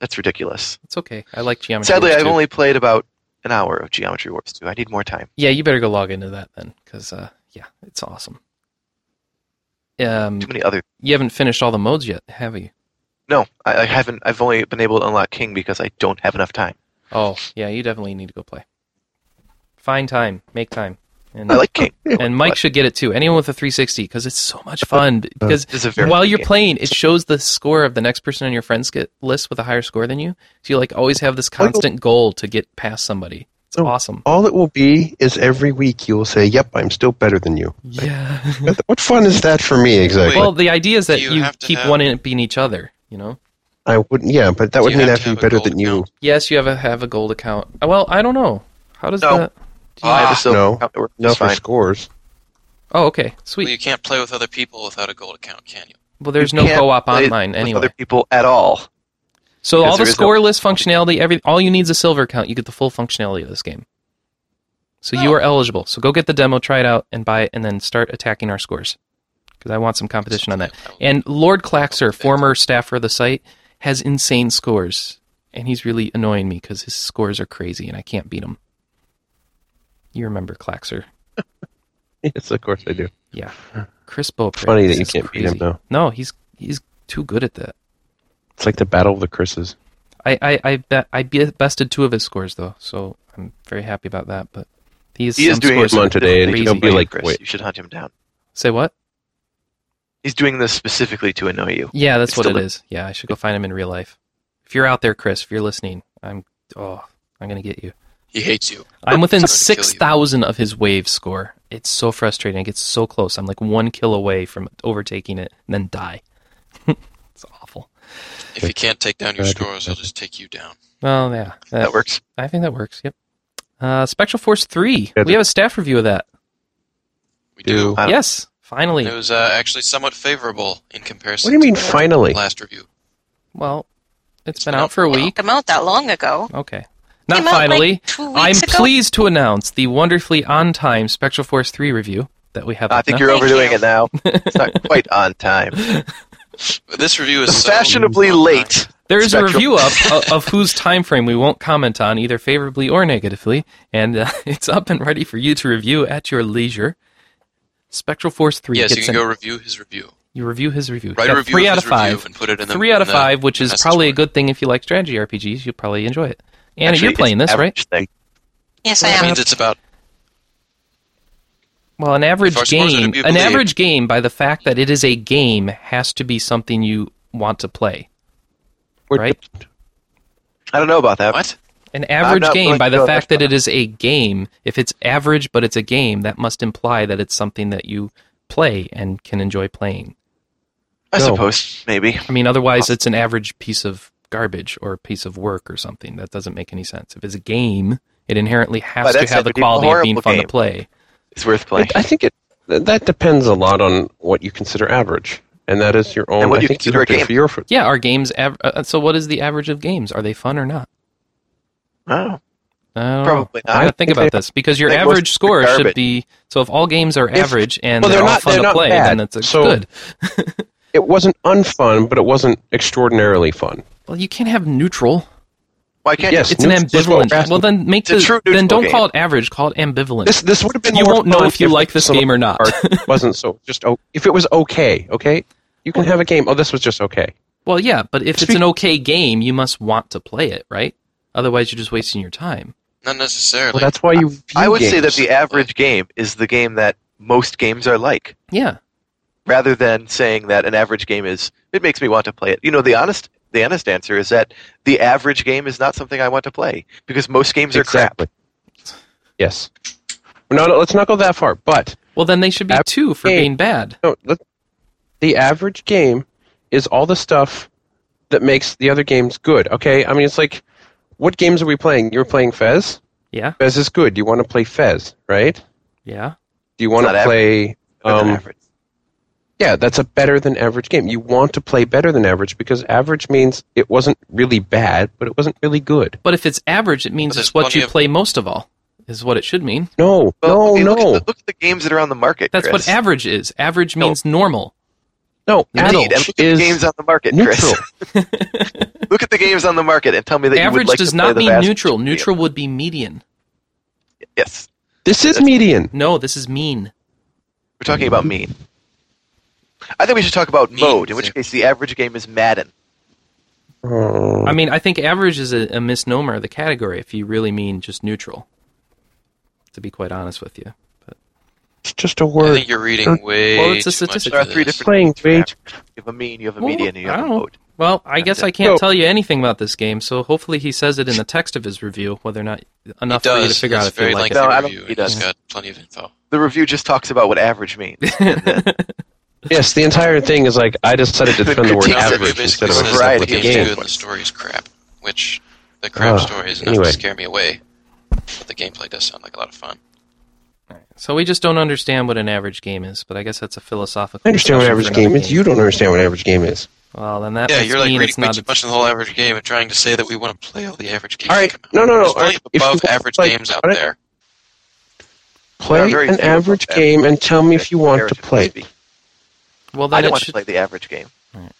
[SPEAKER 5] That's ridiculous.
[SPEAKER 1] It's okay. I like geometry.
[SPEAKER 5] Sadly,
[SPEAKER 1] Wars
[SPEAKER 5] I've
[SPEAKER 1] too.
[SPEAKER 5] only played about an hour of Geometry Wars Two. I need more time.
[SPEAKER 1] Yeah, you better go log into that then, because uh, yeah, it's awesome. Um,
[SPEAKER 5] Too many other.
[SPEAKER 1] you haven't finished all the modes yet, have you?
[SPEAKER 5] No, I, I haven't. I've only been able to unlock King because I don't have enough time.
[SPEAKER 1] Oh, yeah, you definitely need to go play. Find time, make time, and
[SPEAKER 5] I like King.
[SPEAKER 1] and Mike should get it too. Anyone with a 360, because it's so much fun. Because
[SPEAKER 5] This is a very
[SPEAKER 1] While
[SPEAKER 5] good
[SPEAKER 1] you're
[SPEAKER 5] game.
[SPEAKER 1] playing, it shows the score of the next person on your friends get list with a higher score than you. So you like always have this constant goal to get past somebody. It's
[SPEAKER 2] Oh.
[SPEAKER 1] awesome.
[SPEAKER 2] All it will be is every week you will say, "Yep, I'm still better than you."
[SPEAKER 1] Yeah.
[SPEAKER 2] What fun is that for me exactly?
[SPEAKER 1] well, the idea is that
[SPEAKER 3] you
[SPEAKER 1] you,
[SPEAKER 3] have to
[SPEAKER 1] keep
[SPEAKER 3] have-
[SPEAKER 1] one in being each other. You know.
[SPEAKER 2] I wouldn't. Yeah, but that
[SPEAKER 3] Do
[SPEAKER 2] would
[SPEAKER 3] you
[SPEAKER 2] mean I
[SPEAKER 3] have
[SPEAKER 2] have to
[SPEAKER 3] to
[SPEAKER 2] be
[SPEAKER 3] have a
[SPEAKER 2] better than
[SPEAKER 3] gold
[SPEAKER 2] you.
[SPEAKER 1] Yes, you have a have a gold account. Uh, Well, I don't know. How does
[SPEAKER 5] No.
[SPEAKER 1] that?
[SPEAKER 5] I have
[SPEAKER 3] Ah,
[SPEAKER 5] a silver
[SPEAKER 2] no.
[SPEAKER 5] account. It works
[SPEAKER 2] No,
[SPEAKER 5] just
[SPEAKER 2] for
[SPEAKER 5] fine.
[SPEAKER 2] scores.
[SPEAKER 1] Oh, okay,
[SPEAKER 3] Well,
[SPEAKER 1] sweet.
[SPEAKER 3] you can't play with other people without a gold account, can you?
[SPEAKER 1] Well, there's
[SPEAKER 5] you
[SPEAKER 1] no
[SPEAKER 5] can't
[SPEAKER 1] co-op
[SPEAKER 5] play
[SPEAKER 1] online
[SPEAKER 5] with
[SPEAKER 1] anyway.
[SPEAKER 5] other people at all.
[SPEAKER 1] so all
[SPEAKER 5] because
[SPEAKER 1] the
[SPEAKER 5] there is no-
[SPEAKER 1] score list functionality, every all you need is a silver account. You get the full functionality of this game. So you are eligible. So go get the demo, try it out, and buy it, and then start attacking our scores. Because I want some competition on that. And Lord Claxer, former staffer of the site, has insane scores, and he's really annoying me because his scores are crazy, and I can't beat him. You remember Claxer?
[SPEAKER 2] Yes, of course I do.
[SPEAKER 1] Yeah, Chris Beaupre.
[SPEAKER 2] Funny that
[SPEAKER 1] This
[SPEAKER 2] you
[SPEAKER 1] is
[SPEAKER 2] can't beat him
[SPEAKER 1] crazy.
[SPEAKER 2] though.
[SPEAKER 1] No, he's he's too good at that.
[SPEAKER 2] It's like the battle of the Chris's.
[SPEAKER 1] I I I, bet, I be- bested two of his scores though, so I'm very happy about that. But he is
[SPEAKER 5] He is
[SPEAKER 1] some
[SPEAKER 5] doing
[SPEAKER 1] scores
[SPEAKER 5] it
[SPEAKER 2] Come
[SPEAKER 1] are
[SPEAKER 2] on today and
[SPEAKER 1] crazy.
[SPEAKER 2] don't be like,
[SPEAKER 5] Chris,
[SPEAKER 2] wait.
[SPEAKER 5] you should hunt him down.
[SPEAKER 1] Say what?
[SPEAKER 5] He's doing this specifically to annoy you.
[SPEAKER 1] Yeah, that's
[SPEAKER 5] It's
[SPEAKER 1] what it
[SPEAKER 5] still the-
[SPEAKER 1] is. Yeah, I should go find him in real life. If you're out there, Chris, if you're listening, I'm oh, I'm gonna get you.
[SPEAKER 3] He hates you.
[SPEAKER 1] I'm within
[SPEAKER 3] Sorry to kill you.
[SPEAKER 1] six thousand of his wave score. It's so frustrating. I get so close. I'm like one kill away from overtaking it, and then die. it's awful.
[SPEAKER 3] If he can't take down your
[SPEAKER 2] Right.
[SPEAKER 3] scores, he'll just take you down.
[SPEAKER 1] Oh yeah,
[SPEAKER 5] That works.
[SPEAKER 1] I think that works. Yep. Uh, Spectral Force Three.
[SPEAKER 2] Yeah,
[SPEAKER 1] we have a staff review of that.
[SPEAKER 3] We do.
[SPEAKER 2] Do.
[SPEAKER 5] I don't-
[SPEAKER 1] Yes, finally.
[SPEAKER 3] It was uh, actually somewhat favorable in comparison.
[SPEAKER 2] What do you mean
[SPEAKER 3] to
[SPEAKER 2] finally?
[SPEAKER 3] Last review.
[SPEAKER 1] Well, it's been out for a week.
[SPEAKER 4] Come out that long ago.
[SPEAKER 1] Okay. Not
[SPEAKER 4] Came out, like,
[SPEAKER 1] finally.
[SPEAKER 4] two weeks
[SPEAKER 1] I'm
[SPEAKER 4] ago?
[SPEAKER 1] pleased to announce the wonderfully on time Spectral Force 3 review that we have.
[SPEAKER 5] I
[SPEAKER 1] up
[SPEAKER 5] think
[SPEAKER 1] now.
[SPEAKER 5] you're
[SPEAKER 4] Thank
[SPEAKER 5] overdoing
[SPEAKER 4] you.
[SPEAKER 5] it now. It's not quite on time.
[SPEAKER 3] This review is so
[SPEAKER 5] Fashionably
[SPEAKER 3] online.
[SPEAKER 5] late.
[SPEAKER 1] There is a
[SPEAKER 5] Spectral-
[SPEAKER 1] review up of, of whose time frame we won't comment on, either favorably or negatively, and uh, it's up and ready for you to review at your leisure. Spectral Force 3
[SPEAKER 3] Yes, you
[SPEAKER 1] gets
[SPEAKER 3] can
[SPEAKER 1] an-
[SPEAKER 3] go review his review.
[SPEAKER 1] you review his review.
[SPEAKER 3] Write
[SPEAKER 1] Yeah,
[SPEAKER 3] a review
[SPEAKER 1] three
[SPEAKER 3] of
[SPEAKER 1] out
[SPEAKER 3] his
[SPEAKER 1] of five.
[SPEAKER 3] review and put it in the
[SPEAKER 1] three out of
[SPEAKER 3] in the
[SPEAKER 1] five, which is
[SPEAKER 3] message
[SPEAKER 1] probably a
[SPEAKER 3] board.
[SPEAKER 1] good thing if you like strategy RPGs. You'll probably enjoy it. Anna,
[SPEAKER 5] Actually,
[SPEAKER 1] you're playing
[SPEAKER 5] it's
[SPEAKER 1] this, right?
[SPEAKER 5] average thing.
[SPEAKER 4] Yes, I
[SPEAKER 3] That
[SPEAKER 4] am.
[SPEAKER 3] means it's about
[SPEAKER 1] Well, an average
[SPEAKER 3] If our scores are to
[SPEAKER 1] game,
[SPEAKER 3] be
[SPEAKER 1] an
[SPEAKER 3] believed-
[SPEAKER 1] average game, by the fact that it is a game, has to be something you want to play, right?
[SPEAKER 5] I don't know about that.
[SPEAKER 3] what?
[SPEAKER 1] An average
[SPEAKER 5] not
[SPEAKER 1] game,
[SPEAKER 5] willing
[SPEAKER 1] by
[SPEAKER 5] to
[SPEAKER 1] the
[SPEAKER 5] go
[SPEAKER 1] fact
[SPEAKER 5] that
[SPEAKER 1] that it is a game, if it's average but it's a game, that must imply that it's something that you play and can enjoy playing.
[SPEAKER 5] I
[SPEAKER 2] No.
[SPEAKER 5] suppose maybe.
[SPEAKER 1] I mean, otherwise it's an average piece of garbage or a piece of work or something. That doesn't make any sense. If it's a game, it inherently
[SPEAKER 5] Well,
[SPEAKER 1] has to
[SPEAKER 5] that's
[SPEAKER 1] have the
[SPEAKER 5] a
[SPEAKER 1] quality of being
[SPEAKER 5] horrible
[SPEAKER 1] fun to
[SPEAKER 5] game.
[SPEAKER 1] play.
[SPEAKER 5] It's worth playing.
[SPEAKER 2] It, I think it that depends a lot on what you consider average, and that is your own.
[SPEAKER 5] And what
[SPEAKER 2] I
[SPEAKER 5] you
[SPEAKER 2] think
[SPEAKER 5] consider
[SPEAKER 2] have
[SPEAKER 5] a
[SPEAKER 2] to-
[SPEAKER 5] game.
[SPEAKER 2] for your foot.
[SPEAKER 1] Yeah, are games av- uh, so what is the average of games? Are they fun or not?
[SPEAKER 5] Oh,
[SPEAKER 1] I don't
[SPEAKER 5] Probably
[SPEAKER 1] know. I gotta
[SPEAKER 2] not.
[SPEAKER 1] think about this because your
[SPEAKER 5] I think most
[SPEAKER 1] average
[SPEAKER 5] of
[SPEAKER 1] score
[SPEAKER 5] the
[SPEAKER 1] should
[SPEAKER 5] garbage-
[SPEAKER 1] be. So if all games are
[SPEAKER 2] If-
[SPEAKER 1] average and
[SPEAKER 2] well,
[SPEAKER 1] they're,
[SPEAKER 2] they're
[SPEAKER 1] all
[SPEAKER 2] not-
[SPEAKER 1] fun
[SPEAKER 2] they're
[SPEAKER 1] to
[SPEAKER 2] not
[SPEAKER 1] play,
[SPEAKER 2] bad.
[SPEAKER 1] then that's a
[SPEAKER 2] So-
[SPEAKER 1] good.
[SPEAKER 2] It wasn't unfun, but it wasn't extraordinarily fun.
[SPEAKER 1] Well, you can't have neutral.
[SPEAKER 5] why can't
[SPEAKER 2] Yes,
[SPEAKER 5] you?
[SPEAKER 1] It's an
[SPEAKER 2] Neutral- that's what we're
[SPEAKER 1] ambivalent.
[SPEAKER 2] asking.
[SPEAKER 1] Well, then make
[SPEAKER 5] It's a
[SPEAKER 1] the
[SPEAKER 5] true
[SPEAKER 1] then
[SPEAKER 5] neutral
[SPEAKER 1] don't
[SPEAKER 5] game.
[SPEAKER 1] call it average. Call it ambivalent.
[SPEAKER 2] This this would have been
[SPEAKER 1] you
[SPEAKER 2] more
[SPEAKER 1] won't know
[SPEAKER 2] fun
[SPEAKER 1] if you like this
[SPEAKER 2] some
[SPEAKER 1] game or not.
[SPEAKER 2] part wasn't so just oh, if it was okay, okay. You can have a game. Oh, this was just okay.
[SPEAKER 1] well, yeah, but if it's
[SPEAKER 2] Speak-
[SPEAKER 1] an okay game, you must want to play it, right? Otherwise, you're just wasting your time.
[SPEAKER 3] Not necessarily.
[SPEAKER 2] Well, that's why you.
[SPEAKER 5] I
[SPEAKER 2] view
[SPEAKER 5] would say that
[SPEAKER 2] games.
[SPEAKER 5] the average game is the game that most games are like,
[SPEAKER 1] Yeah,
[SPEAKER 5] rather than saying that an average game is. It makes me want to play it. You know, the honest, the honest answer is that the average game is not something I want to play because most games are crap.
[SPEAKER 2] exactly. Yes. No, no. Let's not go that far. But
[SPEAKER 1] well, then they should be
[SPEAKER 2] Average
[SPEAKER 1] two for
[SPEAKER 2] game.
[SPEAKER 1] being bad.
[SPEAKER 2] no, let, the average game is all the stuff that makes the other games good. Okay. I mean, it's like, what games are we playing? You're playing Fez.
[SPEAKER 1] Yeah,
[SPEAKER 2] Fez is good. You want to play Fez, right?
[SPEAKER 1] yeah.
[SPEAKER 2] Do you want
[SPEAKER 5] It's
[SPEAKER 2] to
[SPEAKER 5] not
[SPEAKER 2] play?
[SPEAKER 5] rather than
[SPEAKER 2] Um,
[SPEAKER 5] average.
[SPEAKER 2] yeah, that's a better than average game. You want to play better than average because average means it wasn't really bad, but it wasn't really good.
[SPEAKER 1] But if it's average, it means
[SPEAKER 3] But
[SPEAKER 1] it's
[SPEAKER 3] there's
[SPEAKER 1] what
[SPEAKER 3] plenty
[SPEAKER 1] you
[SPEAKER 3] of-
[SPEAKER 1] play most of all. Is what it should mean.
[SPEAKER 2] No, no,
[SPEAKER 5] Well, hey,
[SPEAKER 2] no,
[SPEAKER 5] Look at, the, look at the games that are on the market.
[SPEAKER 1] That's
[SPEAKER 5] Chris.
[SPEAKER 1] what average is. Average
[SPEAKER 5] No.
[SPEAKER 1] means normal.
[SPEAKER 2] no.
[SPEAKER 5] Indeed, and
[SPEAKER 2] Average
[SPEAKER 5] look at the
[SPEAKER 2] is
[SPEAKER 5] games on the market,
[SPEAKER 2] neutral.
[SPEAKER 5] Chris. look at the games on the market and tell me that you
[SPEAKER 1] average
[SPEAKER 5] would like
[SPEAKER 1] does
[SPEAKER 5] to
[SPEAKER 1] not
[SPEAKER 5] play the
[SPEAKER 1] mean
[SPEAKER 5] vast
[SPEAKER 1] neutral.
[SPEAKER 5] majority of
[SPEAKER 1] Neutral would be median.
[SPEAKER 5] them. Yes,
[SPEAKER 2] This is median.
[SPEAKER 1] No, this is mean.
[SPEAKER 5] we're talking about
[SPEAKER 1] Mm-hmm.
[SPEAKER 5] mean. I think we should talk about
[SPEAKER 3] Mean,
[SPEAKER 5] mode, in which
[SPEAKER 3] yeah.
[SPEAKER 5] case the average game is Madden.
[SPEAKER 2] Oh,
[SPEAKER 1] I mean, I think average is a, a misnomer of the category if you really mean just neutral. To be quite honest with you.
[SPEAKER 2] it's just a
[SPEAKER 3] I
[SPEAKER 2] word.
[SPEAKER 3] think you're reading way.
[SPEAKER 1] Well, it's a
[SPEAKER 3] too much
[SPEAKER 1] statistic.
[SPEAKER 3] into
[SPEAKER 5] There are three
[SPEAKER 3] this.
[SPEAKER 5] different
[SPEAKER 2] Playing
[SPEAKER 5] games for
[SPEAKER 2] wage-
[SPEAKER 5] average. You have a mean, you have a
[SPEAKER 1] Well,
[SPEAKER 5] median, and you
[SPEAKER 1] I
[SPEAKER 5] have a
[SPEAKER 1] don't know.
[SPEAKER 5] mode.
[SPEAKER 1] Well, I guess I can't
[SPEAKER 2] No.
[SPEAKER 1] tell you anything about this game, so hopefully he says it in the text of his review, whether or not enough
[SPEAKER 3] he does.
[SPEAKER 1] for you to figure out
[SPEAKER 3] It's
[SPEAKER 1] if
[SPEAKER 3] very
[SPEAKER 1] you like
[SPEAKER 3] lengthy
[SPEAKER 1] it.
[SPEAKER 5] No, I don't-
[SPEAKER 3] review.
[SPEAKER 5] he
[SPEAKER 3] and He's
[SPEAKER 5] doesn't.
[SPEAKER 3] got plenty of info.
[SPEAKER 5] The review just talks about what average means. and then
[SPEAKER 2] Yes, the entire thing is like I decided to defend the word
[SPEAKER 5] Critique
[SPEAKER 3] Now, the
[SPEAKER 2] average
[SPEAKER 3] review
[SPEAKER 2] instead
[SPEAKER 3] basically
[SPEAKER 2] of
[SPEAKER 5] a
[SPEAKER 3] says that
[SPEAKER 5] variety
[SPEAKER 3] the game's
[SPEAKER 5] of games.
[SPEAKER 3] good and the story is crap, which the crap
[SPEAKER 2] Ugh,
[SPEAKER 3] story is enough
[SPEAKER 2] anyway.
[SPEAKER 3] to scare me away. But the gameplay does sound like a lot of fun.
[SPEAKER 1] So we just don't understand what an average game is, but I guess that's a philosophical.
[SPEAKER 2] I understand what
[SPEAKER 1] discussion
[SPEAKER 2] average
[SPEAKER 1] for another
[SPEAKER 2] game is. You don't understand what average game is.
[SPEAKER 1] Well, then that
[SPEAKER 3] yeah,
[SPEAKER 1] must
[SPEAKER 3] you're like
[SPEAKER 1] mean
[SPEAKER 3] reading
[SPEAKER 1] it's
[SPEAKER 3] way
[SPEAKER 1] not.
[SPEAKER 3] too
[SPEAKER 1] a-
[SPEAKER 3] much of the whole average game and trying to say that we want to play all the average games.
[SPEAKER 2] All right,
[SPEAKER 3] that come out.
[SPEAKER 2] no, no, no,
[SPEAKER 3] There's
[SPEAKER 2] all right,
[SPEAKER 3] plenty
[SPEAKER 2] if
[SPEAKER 3] of
[SPEAKER 2] you
[SPEAKER 3] above
[SPEAKER 2] want
[SPEAKER 3] average
[SPEAKER 2] to play-
[SPEAKER 3] games out
[SPEAKER 2] all right.
[SPEAKER 3] there.
[SPEAKER 2] Play
[SPEAKER 5] very
[SPEAKER 2] an
[SPEAKER 5] few of
[SPEAKER 2] average
[SPEAKER 5] them.
[SPEAKER 2] game and tell me if you want to
[SPEAKER 5] Comparatively
[SPEAKER 2] play.
[SPEAKER 5] speaking.
[SPEAKER 1] Well, then
[SPEAKER 5] I don't
[SPEAKER 1] it
[SPEAKER 5] want to
[SPEAKER 1] should-
[SPEAKER 5] play the average game.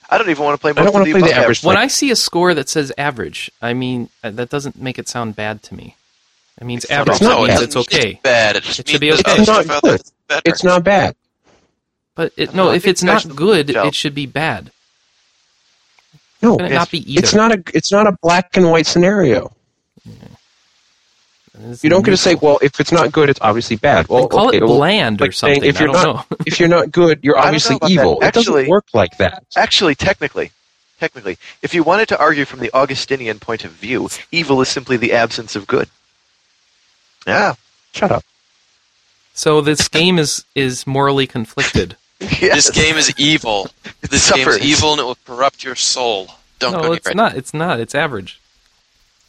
[SPEAKER 5] I don't even want to play. Most
[SPEAKER 2] I don't
[SPEAKER 5] of
[SPEAKER 2] want to play the
[SPEAKER 5] above
[SPEAKER 2] average.
[SPEAKER 1] When
[SPEAKER 2] thing.
[SPEAKER 1] I see a score that says average, I mean uh, that doesn't make it sound bad to me. It means average.
[SPEAKER 2] not
[SPEAKER 1] That means
[SPEAKER 2] bad.
[SPEAKER 1] it's okay.
[SPEAKER 3] Oh, It's bad. It, just
[SPEAKER 1] It should
[SPEAKER 3] means
[SPEAKER 1] be
[SPEAKER 3] there's
[SPEAKER 1] okay.
[SPEAKER 3] other
[SPEAKER 2] It's
[SPEAKER 3] stuff out
[SPEAKER 2] not
[SPEAKER 3] there
[SPEAKER 2] good.
[SPEAKER 3] that's better.
[SPEAKER 2] It's not bad.
[SPEAKER 1] But it,
[SPEAKER 5] I don't
[SPEAKER 1] no,
[SPEAKER 5] know, I
[SPEAKER 1] if
[SPEAKER 5] think
[SPEAKER 1] it's not
[SPEAKER 5] fashionable
[SPEAKER 1] good,
[SPEAKER 5] itself.
[SPEAKER 1] it should be bad.
[SPEAKER 2] No,
[SPEAKER 1] Can it
[SPEAKER 5] Yes.
[SPEAKER 1] not be either?
[SPEAKER 2] it's not a it's not a black and white scenario.
[SPEAKER 1] It's
[SPEAKER 2] You don't get to say,
[SPEAKER 1] neutral.
[SPEAKER 5] Mm-hmm.
[SPEAKER 2] well, if it's not good, it's obviously bad. Well,
[SPEAKER 1] Then call
[SPEAKER 2] okay,
[SPEAKER 1] it
[SPEAKER 2] well,
[SPEAKER 1] bland or
[SPEAKER 2] like saying
[SPEAKER 1] something.
[SPEAKER 2] If you're
[SPEAKER 1] I don't
[SPEAKER 2] not
[SPEAKER 1] know.
[SPEAKER 2] if you're not good, you're
[SPEAKER 5] I don't know
[SPEAKER 2] obviously
[SPEAKER 5] about that.
[SPEAKER 2] evil. it
[SPEAKER 5] Actually-
[SPEAKER 2] doesn't work like that.
[SPEAKER 5] Actually, technically, technically, if you wanted to argue from the Augustinian point of view, evil is simply the absence of good. Yeah,
[SPEAKER 2] Shut up.
[SPEAKER 1] So this game is is morally conflicted.
[SPEAKER 5] Yes.
[SPEAKER 3] This game is evil.
[SPEAKER 5] It
[SPEAKER 3] This game is
[SPEAKER 5] suffers.
[SPEAKER 3] evil and it will corrupt your soul. Don't
[SPEAKER 1] no,
[SPEAKER 3] go
[SPEAKER 1] it's
[SPEAKER 3] near it.
[SPEAKER 1] not. It's not. It's average.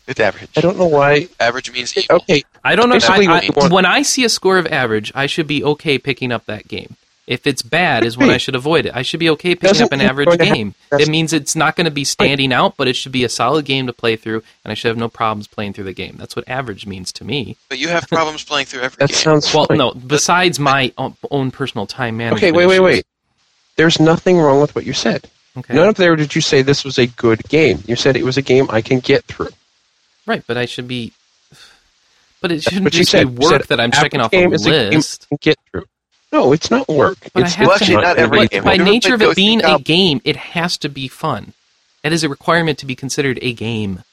[SPEAKER 5] It's average.
[SPEAKER 2] I don't know why.
[SPEAKER 3] Average means evil.
[SPEAKER 2] Okay,
[SPEAKER 1] I don't know. I,
[SPEAKER 2] Basically, what
[SPEAKER 1] I-
[SPEAKER 2] you want-
[SPEAKER 1] when I see a score of average, I should be okay picking up that game. If it's bad, is when I should avoid it. I should be okay picking
[SPEAKER 2] Doesn't
[SPEAKER 1] up an
[SPEAKER 2] it
[SPEAKER 1] average
[SPEAKER 2] going to have-
[SPEAKER 1] game. It means it's not going to be standing out, but it should be a solid game to play through, and I should have no problems playing through the game. That's what average means to me.
[SPEAKER 3] But you have problems playing through every
[SPEAKER 2] That
[SPEAKER 3] game.
[SPEAKER 2] sounds
[SPEAKER 1] Well,
[SPEAKER 2] fine.
[SPEAKER 1] no, besides my o- own personal time management.
[SPEAKER 2] uh, Okay, wait, wait,
[SPEAKER 1] issues.
[SPEAKER 2] wait. There's nothing wrong with what you said.
[SPEAKER 1] Okay.
[SPEAKER 2] None of there did you say this was a good game. You said it was a game I can get through.
[SPEAKER 1] Right, but I should be. But it shouldn't
[SPEAKER 2] But you
[SPEAKER 1] just
[SPEAKER 2] said
[SPEAKER 1] be
[SPEAKER 2] you
[SPEAKER 1] work
[SPEAKER 2] said
[SPEAKER 1] that I'm
[SPEAKER 2] average
[SPEAKER 1] checking off a
[SPEAKER 2] game is a game-
[SPEAKER 1] list.
[SPEAKER 2] I can get through. No, it's not work.
[SPEAKER 1] But I
[SPEAKER 2] it's
[SPEAKER 1] have
[SPEAKER 5] Well,
[SPEAKER 1] to-
[SPEAKER 5] actually, not every
[SPEAKER 1] But
[SPEAKER 5] game.
[SPEAKER 1] by
[SPEAKER 5] Have you ever
[SPEAKER 1] nature
[SPEAKER 5] played
[SPEAKER 1] of it
[SPEAKER 5] Ghost
[SPEAKER 1] being a
[SPEAKER 5] Recon?
[SPEAKER 1] game, it has to be fun. That is a requirement to be considered a game.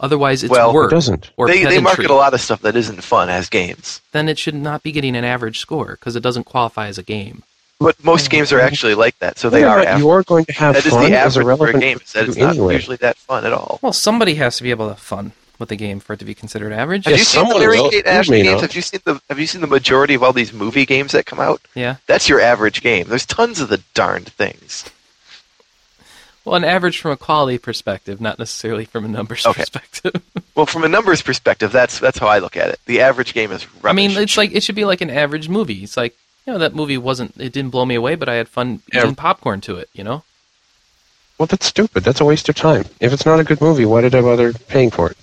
[SPEAKER 1] Otherwise, it's
[SPEAKER 5] Well, it
[SPEAKER 1] work
[SPEAKER 2] It doesn't.
[SPEAKER 1] or
[SPEAKER 5] they, they
[SPEAKER 1] pedantry.
[SPEAKER 5] market a lot of stuff that isn't fun as games,
[SPEAKER 1] Then it should not be getting an average score because it doesn't qualify as a game.
[SPEAKER 5] but most games are actually like that, so they
[SPEAKER 2] Whether or
[SPEAKER 5] are.
[SPEAKER 2] not
[SPEAKER 5] average.
[SPEAKER 2] You are going to have
[SPEAKER 5] That is
[SPEAKER 2] fun
[SPEAKER 5] the
[SPEAKER 2] is
[SPEAKER 5] average for a
[SPEAKER 2] irrelevant
[SPEAKER 5] game. Is that
[SPEAKER 2] to
[SPEAKER 5] it's
[SPEAKER 2] you
[SPEAKER 5] not
[SPEAKER 2] anyway.
[SPEAKER 5] usually that fun at all.
[SPEAKER 1] Well, somebody has to be able to have fun with a game for it to be considered average.
[SPEAKER 5] Have
[SPEAKER 2] Yes,
[SPEAKER 5] you seen the
[SPEAKER 2] someone
[SPEAKER 5] Mary
[SPEAKER 2] will.
[SPEAKER 5] Kate
[SPEAKER 2] You
[SPEAKER 5] Ash
[SPEAKER 2] may
[SPEAKER 5] games?
[SPEAKER 2] not.
[SPEAKER 5] Have you seen the Have you seen the majority of all these movie games that come out?
[SPEAKER 1] Yeah.
[SPEAKER 5] That's your average game. There's tons of the darned things.
[SPEAKER 1] Well, an average from a quality perspective, not necessarily from a numbers
[SPEAKER 5] Okay.
[SPEAKER 1] perspective.
[SPEAKER 5] Well, from a numbers perspective, that's that's how I look at it. The average game is rubbish.
[SPEAKER 1] I mean, it's like it should be like an average movie. It's like you know that movie wasn't it didn't blow me away, but I had fun
[SPEAKER 2] Yeah.
[SPEAKER 1] eating popcorn to it. You know,
[SPEAKER 2] Well, that's stupid. That's a waste of time. If it's not a good movie, why did I bother paying for it?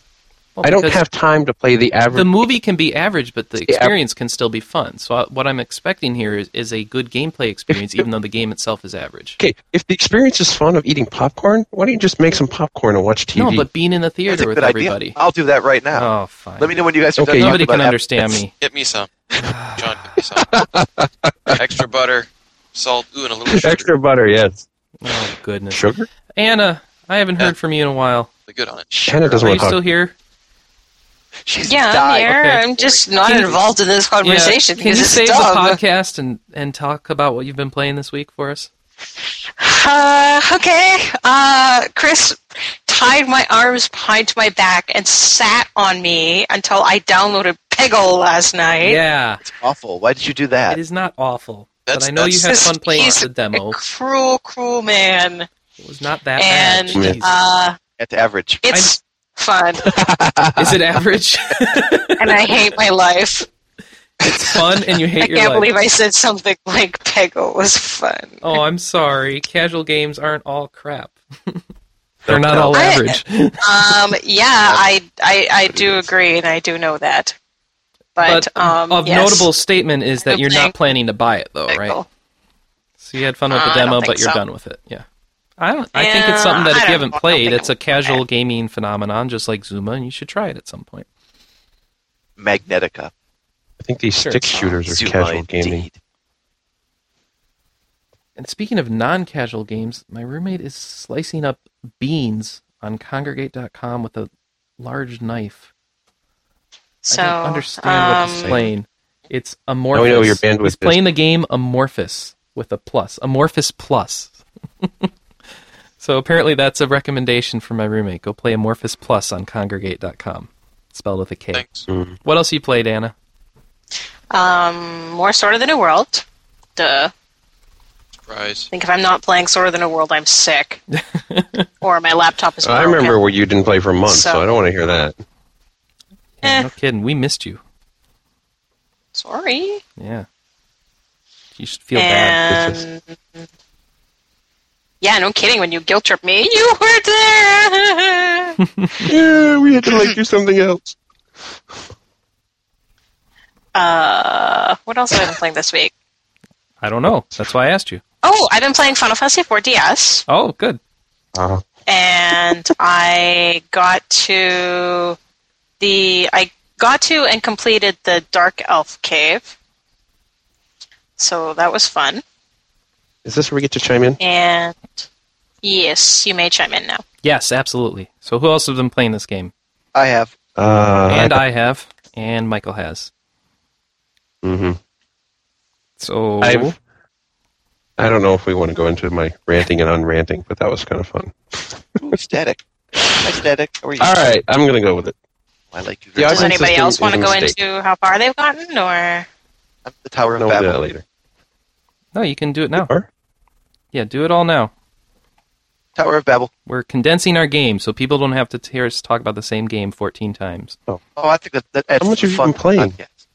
[SPEAKER 1] Well,
[SPEAKER 2] I don't
[SPEAKER 1] because
[SPEAKER 2] have time to play the average.
[SPEAKER 1] the movie can be average, but the
[SPEAKER 2] the aver-
[SPEAKER 1] experience can still be fun. So I, what I'm expecting here is, is a good gameplay experience, even though the game itself is average.
[SPEAKER 2] okay, if the experience is fun of eating popcorn, why don't you just make some popcorn and watch TV?
[SPEAKER 1] No, but being in the
[SPEAKER 5] That's
[SPEAKER 1] theater
[SPEAKER 5] a
[SPEAKER 1] with
[SPEAKER 5] good idea.
[SPEAKER 1] everybody.
[SPEAKER 5] I'll do that right now.
[SPEAKER 1] Oh, fine.
[SPEAKER 5] Let me know when you guys are
[SPEAKER 2] Okay,
[SPEAKER 5] done. talking
[SPEAKER 1] Nobody
[SPEAKER 5] about
[SPEAKER 1] can
[SPEAKER 5] average
[SPEAKER 1] understand
[SPEAKER 5] games.
[SPEAKER 1] me.
[SPEAKER 3] Get me some. John, get me some. Extra butter, salt, ooh, and a little sugar.
[SPEAKER 2] Extra butter, yes.
[SPEAKER 1] Oh goodness,
[SPEAKER 2] Sugar?
[SPEAKER 1] Anna, I haven't heard from you in a while.
[SPEAKER 3] Really good on it.
[SPEAKER 2] Hannah doesn't
[SPEAKER 1] Are you
[SPEAKER 2] want to
[SPEAKER 1] still
[SPEAKER 2] talk.
[SPEAKER 1] here?
[SPEAKER 5] She's
[SPEAKER 4] Yeah, I'm
[SPEAKER 5] dying.
[SPEAKER 4] here.
[SPEAKER 1] Okay.
[SPEAKER 4] I'm just not
[SPEAKER 1] Can you-
[SPEAKER 4] involved in this conversation
[SPEAKER 1] Yeah. Can
[SPEAKER 4] because
[SPEAKER 1] you
[SPEAKER 4] it's
[SPEAKER 1] save
[SPEAKER 4] dumb.
[SPEAKER 1] the podcast and, and talk about what you've been playing this week for us?
[SPEAKER 4] Uh, okay. Uh, Chris tied my arms behind my back and sat on me until I downloaded Peggle last night.
[SPEAKER 1] Yeah,
[SPEAKER 5] It's awful. Why did you do
[SPEAKER 1] it
[SPEAKER 5] that?
[SPEAKER 1] is not awful.
[SPEAKER 3] That's-
[SPEAKER 1] but I know you
[SPEAKER 3] that's-
[SPEAKER 1] had fun playing
[SPEAKER 4] He's
[SPEAKER 1] the demo.
[SPEAKER 4] A cruel, cruel man.
[SPEAKER 1] It was not that
[SPEAKER 4] And
[SPEAKER 1] bad. Jeez.
[SPEAKER 4] uh,
[SPEAKER 5] That's average.
[SPEAKER 4] it's fun, uh,
[SPEAKER 1] Is it average?
[SPEAKER 4] and I hate my life.
[SPEAKER 1] it's fun, and you hate
[SPEAKER 4] I
[SPEAKER 1] your
[SPEAKER 4] can't
[SPEAKER 1] life.
[SPEAKER 4] believe I said something like Peggle was fun.
[SPEAKER 1] oh, I'm sorry. Casual games aren't all crap. They're not
[SPEAKER 5] No.
[SPEAKER 1] all
[SPEAKER 4] I-
[SPEAKER 1] average.
[SPEAKER 4] Um, yeah, I, I, I do agree, and I do know that. But, um,
[SPEAKER 1] of
[SPEAKER 4] yes,
[SPEAKER 1] notable statement is that
[SPEAKER 4] don't
[SPEAKER 1] you're not
[SPEAKER 4] think-
[SPEAKER 1] planning to buy it, though, right?
[SPEAKER 4] Peggle.
[SPEAKER 1] So you had fun with
[SPEAKER 4] Uh,
[SPEAKER 1] the
[SPEAKER 4] I don't
[SPEAKER 1] demo,
[SPEAKER 4] think
[SPEAKER 1] but you're
[SPEAKER 4] so.
[SPEAKER 1] done with it. Yeah. I don't. I think it's
[SPEAKER 4] Yeah,
[SPEAKER 1] something that
[SPEAKER 4] I
[SPEAKER 1] if you
[SPEAKER 4] don't-
[SPEAKER 1] haven't
[SPEAKER 4] I don't
[SPEAKER 1] played,
[SPEAKER 4] think
[SPEAKER 1] it's
[SPEAKER 4] I'm
[SPEAKER 1] a casual gaming phenomenon, just like Zuma, and you should try it at some point.
[SPEAKER 5] Magnetica.
[SPEAKER 2] I think these
[SPEAKER 1] Sure,
[SPEAKER 2] stick
[SPEAKER 1] it's not.
[SPEAKER 2] shooters are
[SPEAKER 5] Zuma,
[SPEAKER 2] casual gaming.
[SPEAKER 5] indeed.
[SPEAKER 1] And speaking of non-casual games, my roommate is slicing up beans on congregate.com with a large knife.
[SPEAKER 4] So,
[SPEAKER 1] I don't understand what he's
[SPEAKER 4] um,
[SPEAKER 1] playing. It's amorphous.
[SPEAKER 2] Now we know your bandwidth
[SPEAKER 1] he's
[SPEAKER 2] is.
[SPEAKER 1] playing the game Amorphous with a plus. Amorphous plus. so apparently that's a recommendation from my roommate. Go play Amorphous plus on congregate.com. Spelled with a K.
[SPEAKER 3] Thanks.
[SPEAKER 2] Mm.
[SPEAKER 1] What else you played, Anna?
[SPEAKER 4] um, more Sword of the New World. Duh.
[SPEAKER 3] Surprise.
[SPEAKER 4] I think if I'm not playing Sword of the New World, I'm sick. or my laptop is
[SPEAKER 2] I
[SPEAKER 4] broken.
[SPEAKER 2] remember where you didn't play for months, so,
[SPEAKER 4] So-
[SPEAKER 2] I don't want to hear that.
[SPEAKER 1] Yeah,
[SPEAKER 4] Eh.
[SPEAKER 1] no kidding. We missed you.
[SPEAKER 4] Sorry.
[SPEAKER 1] Yeah. You should feel bad.
[SPEAKER 2] bad.
[SPEAKER 4] and yeah, no kidding. When you guilt trip me, you were there.
[SPEAKER 2] Yeah, we had to like do something else.
[SPEAKER 4] uh, what else have I been playing this week?
[SPEAKER 1] I don't know. That's why I asked you.
[SPEAKER 4] Oh, I've been playing Final Fantasy IV DS,
[SPEAKER 1] Oh, good.
[SPEAKER 2] Uh,
[SPEAKER 4] and I got to the I got to and completed the Dark Elf Cave. So that was fun.
[SPEAKER 2] is this where we get to chime in?
[SPEAKER 4] And yes, you may chime in now.
[SPEAKER 1] Yes, absolutely. So who else has been playing this game?
[SPEAKER 5] I have.
[SPEAKER 2] Uh,
[SPEAKER 1] and I have, and Michael has.
[SPEAKER 2] hmm
[SPEAKER 1] So
[SPEAKER 2] I've- I don't know if we want to go into my ranting and unranting, but that was kind of fun.
[SPEAKER 5] Ooh, static. Hi, static. How are you?
[SPEAKER 2] All right, I'm going to go with it.
[SPEAKER 5] I like you.
[SPEAKER 2] Yeah, I've
[SPEAKER 4] Does
[SPEAKER 5] Very much.
[SPEAKER 2] been insisting
[SPEAKER 4] anybody else want to
[SPEAKER 2] it
[SPEAKER 4] go
[SPEAKER 2] was a mistake.
[SPEAKER 4] into how far they've gotten, or
[SPEAKER 5] I'm the Tower of
[SPEAKER 2] No, we'll do
[SPEAKER 5] Babel.
[SPEAKER 2] that later.
[SPEAKER 1] no, you can do it now.
[SPEAKER 2] Or-
[SPEAKER 1] Yeah, do it all now.
[SPEAKER 5] Tower of Babel.
[SPEAKER 1] We're condensing our game so people don't have to hear us talk about the same game 14 times.
[SPEAKER 5] Oh, I think that, that adds
[SPEAKER 2] How much
[SPEAKER 5] some
[SPEAKER 2] have you
[SPEAKER 5] fun
[SPEAKER 2] been playing?
[SPEAKER 5] podcast.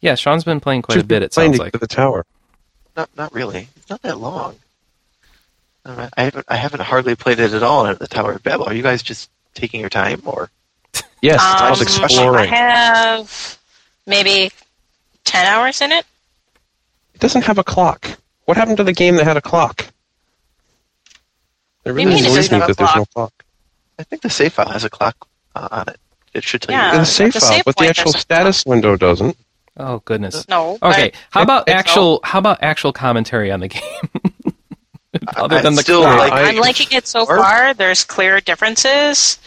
[SPEAKER 1] Yeah, Sean's been playing quite
[SPEAKER 2] Just
[SPEAKER 1] a bit. It
[SPEAKER 2] playing
[SPEAKER 1] sounds
[SPEAKER 2] to
[SPEAKER 1] like.
[SPEAKER 2] get to the tower.
[SPEAKER 5] Not not really. It's not that long. All right. I haven't I haven't hardly played it at all at the Tower of Babel. Are you guys just taking your time or
[SPEAKER 2] Yes, I was
[SPEAKER 4] Um, I
[SPEAKER 2] exploring.
[SPEAKER 4] have maybe ten hours in it.
[SPEAKER 2] It doesn't have a clock. What happened to the game that had a clock? It
[SPEAKER 4] do you
[SPEAKER 2] really
[SPEAKER 4] mean it
[SPEAKER 2] annoys
[SPEAKER 4] doesn't
[SPEAKER 2] me
[SPEAKER 4] have a
[SPEAKER 2] that there's no clock.
[SPEAKER 5] I think the save file has a clock uh, on it. It should tell
[SPEAKER 4] Yeah.
[SPEAKER 5] you.
[SPEAKER 2] the
[SPEAKER 4] but
[SPEAKER 2] save
[SPEAKER 4] Uh, the
[SPEAKER 2] file,
[SPEAKER 4] save
[SPEAKER 2] but the
[SPEAKER 4] point
[SPEAKER 2] actual
[SPEAKER 4] doesn't-
[SPEAKER 2] status window doesn't.
[SPEAKER 1] Oh goodness.
[SPEAKER 4] No.
[SPEAKER 1] Okay,
[SPEAKER 4] but
[SPEAKER 1] how about
[SPEAKER 2] it's all-
[SPEAKER 1] actual? How about actual commentary on the game? Other
[SPEAKER 5] I-
[SPEAKER 1] than
[SPEAKER 5] I
[SPEAKER 1] the
[SPEAKER 5] still
[SPEAKER 1] clock.
[SPEAKER 5] like-
[SPEAKER 4] I'm liking it so
[SPEAKER 5] Or-
[SPEAKER 4] far. There's clear differences,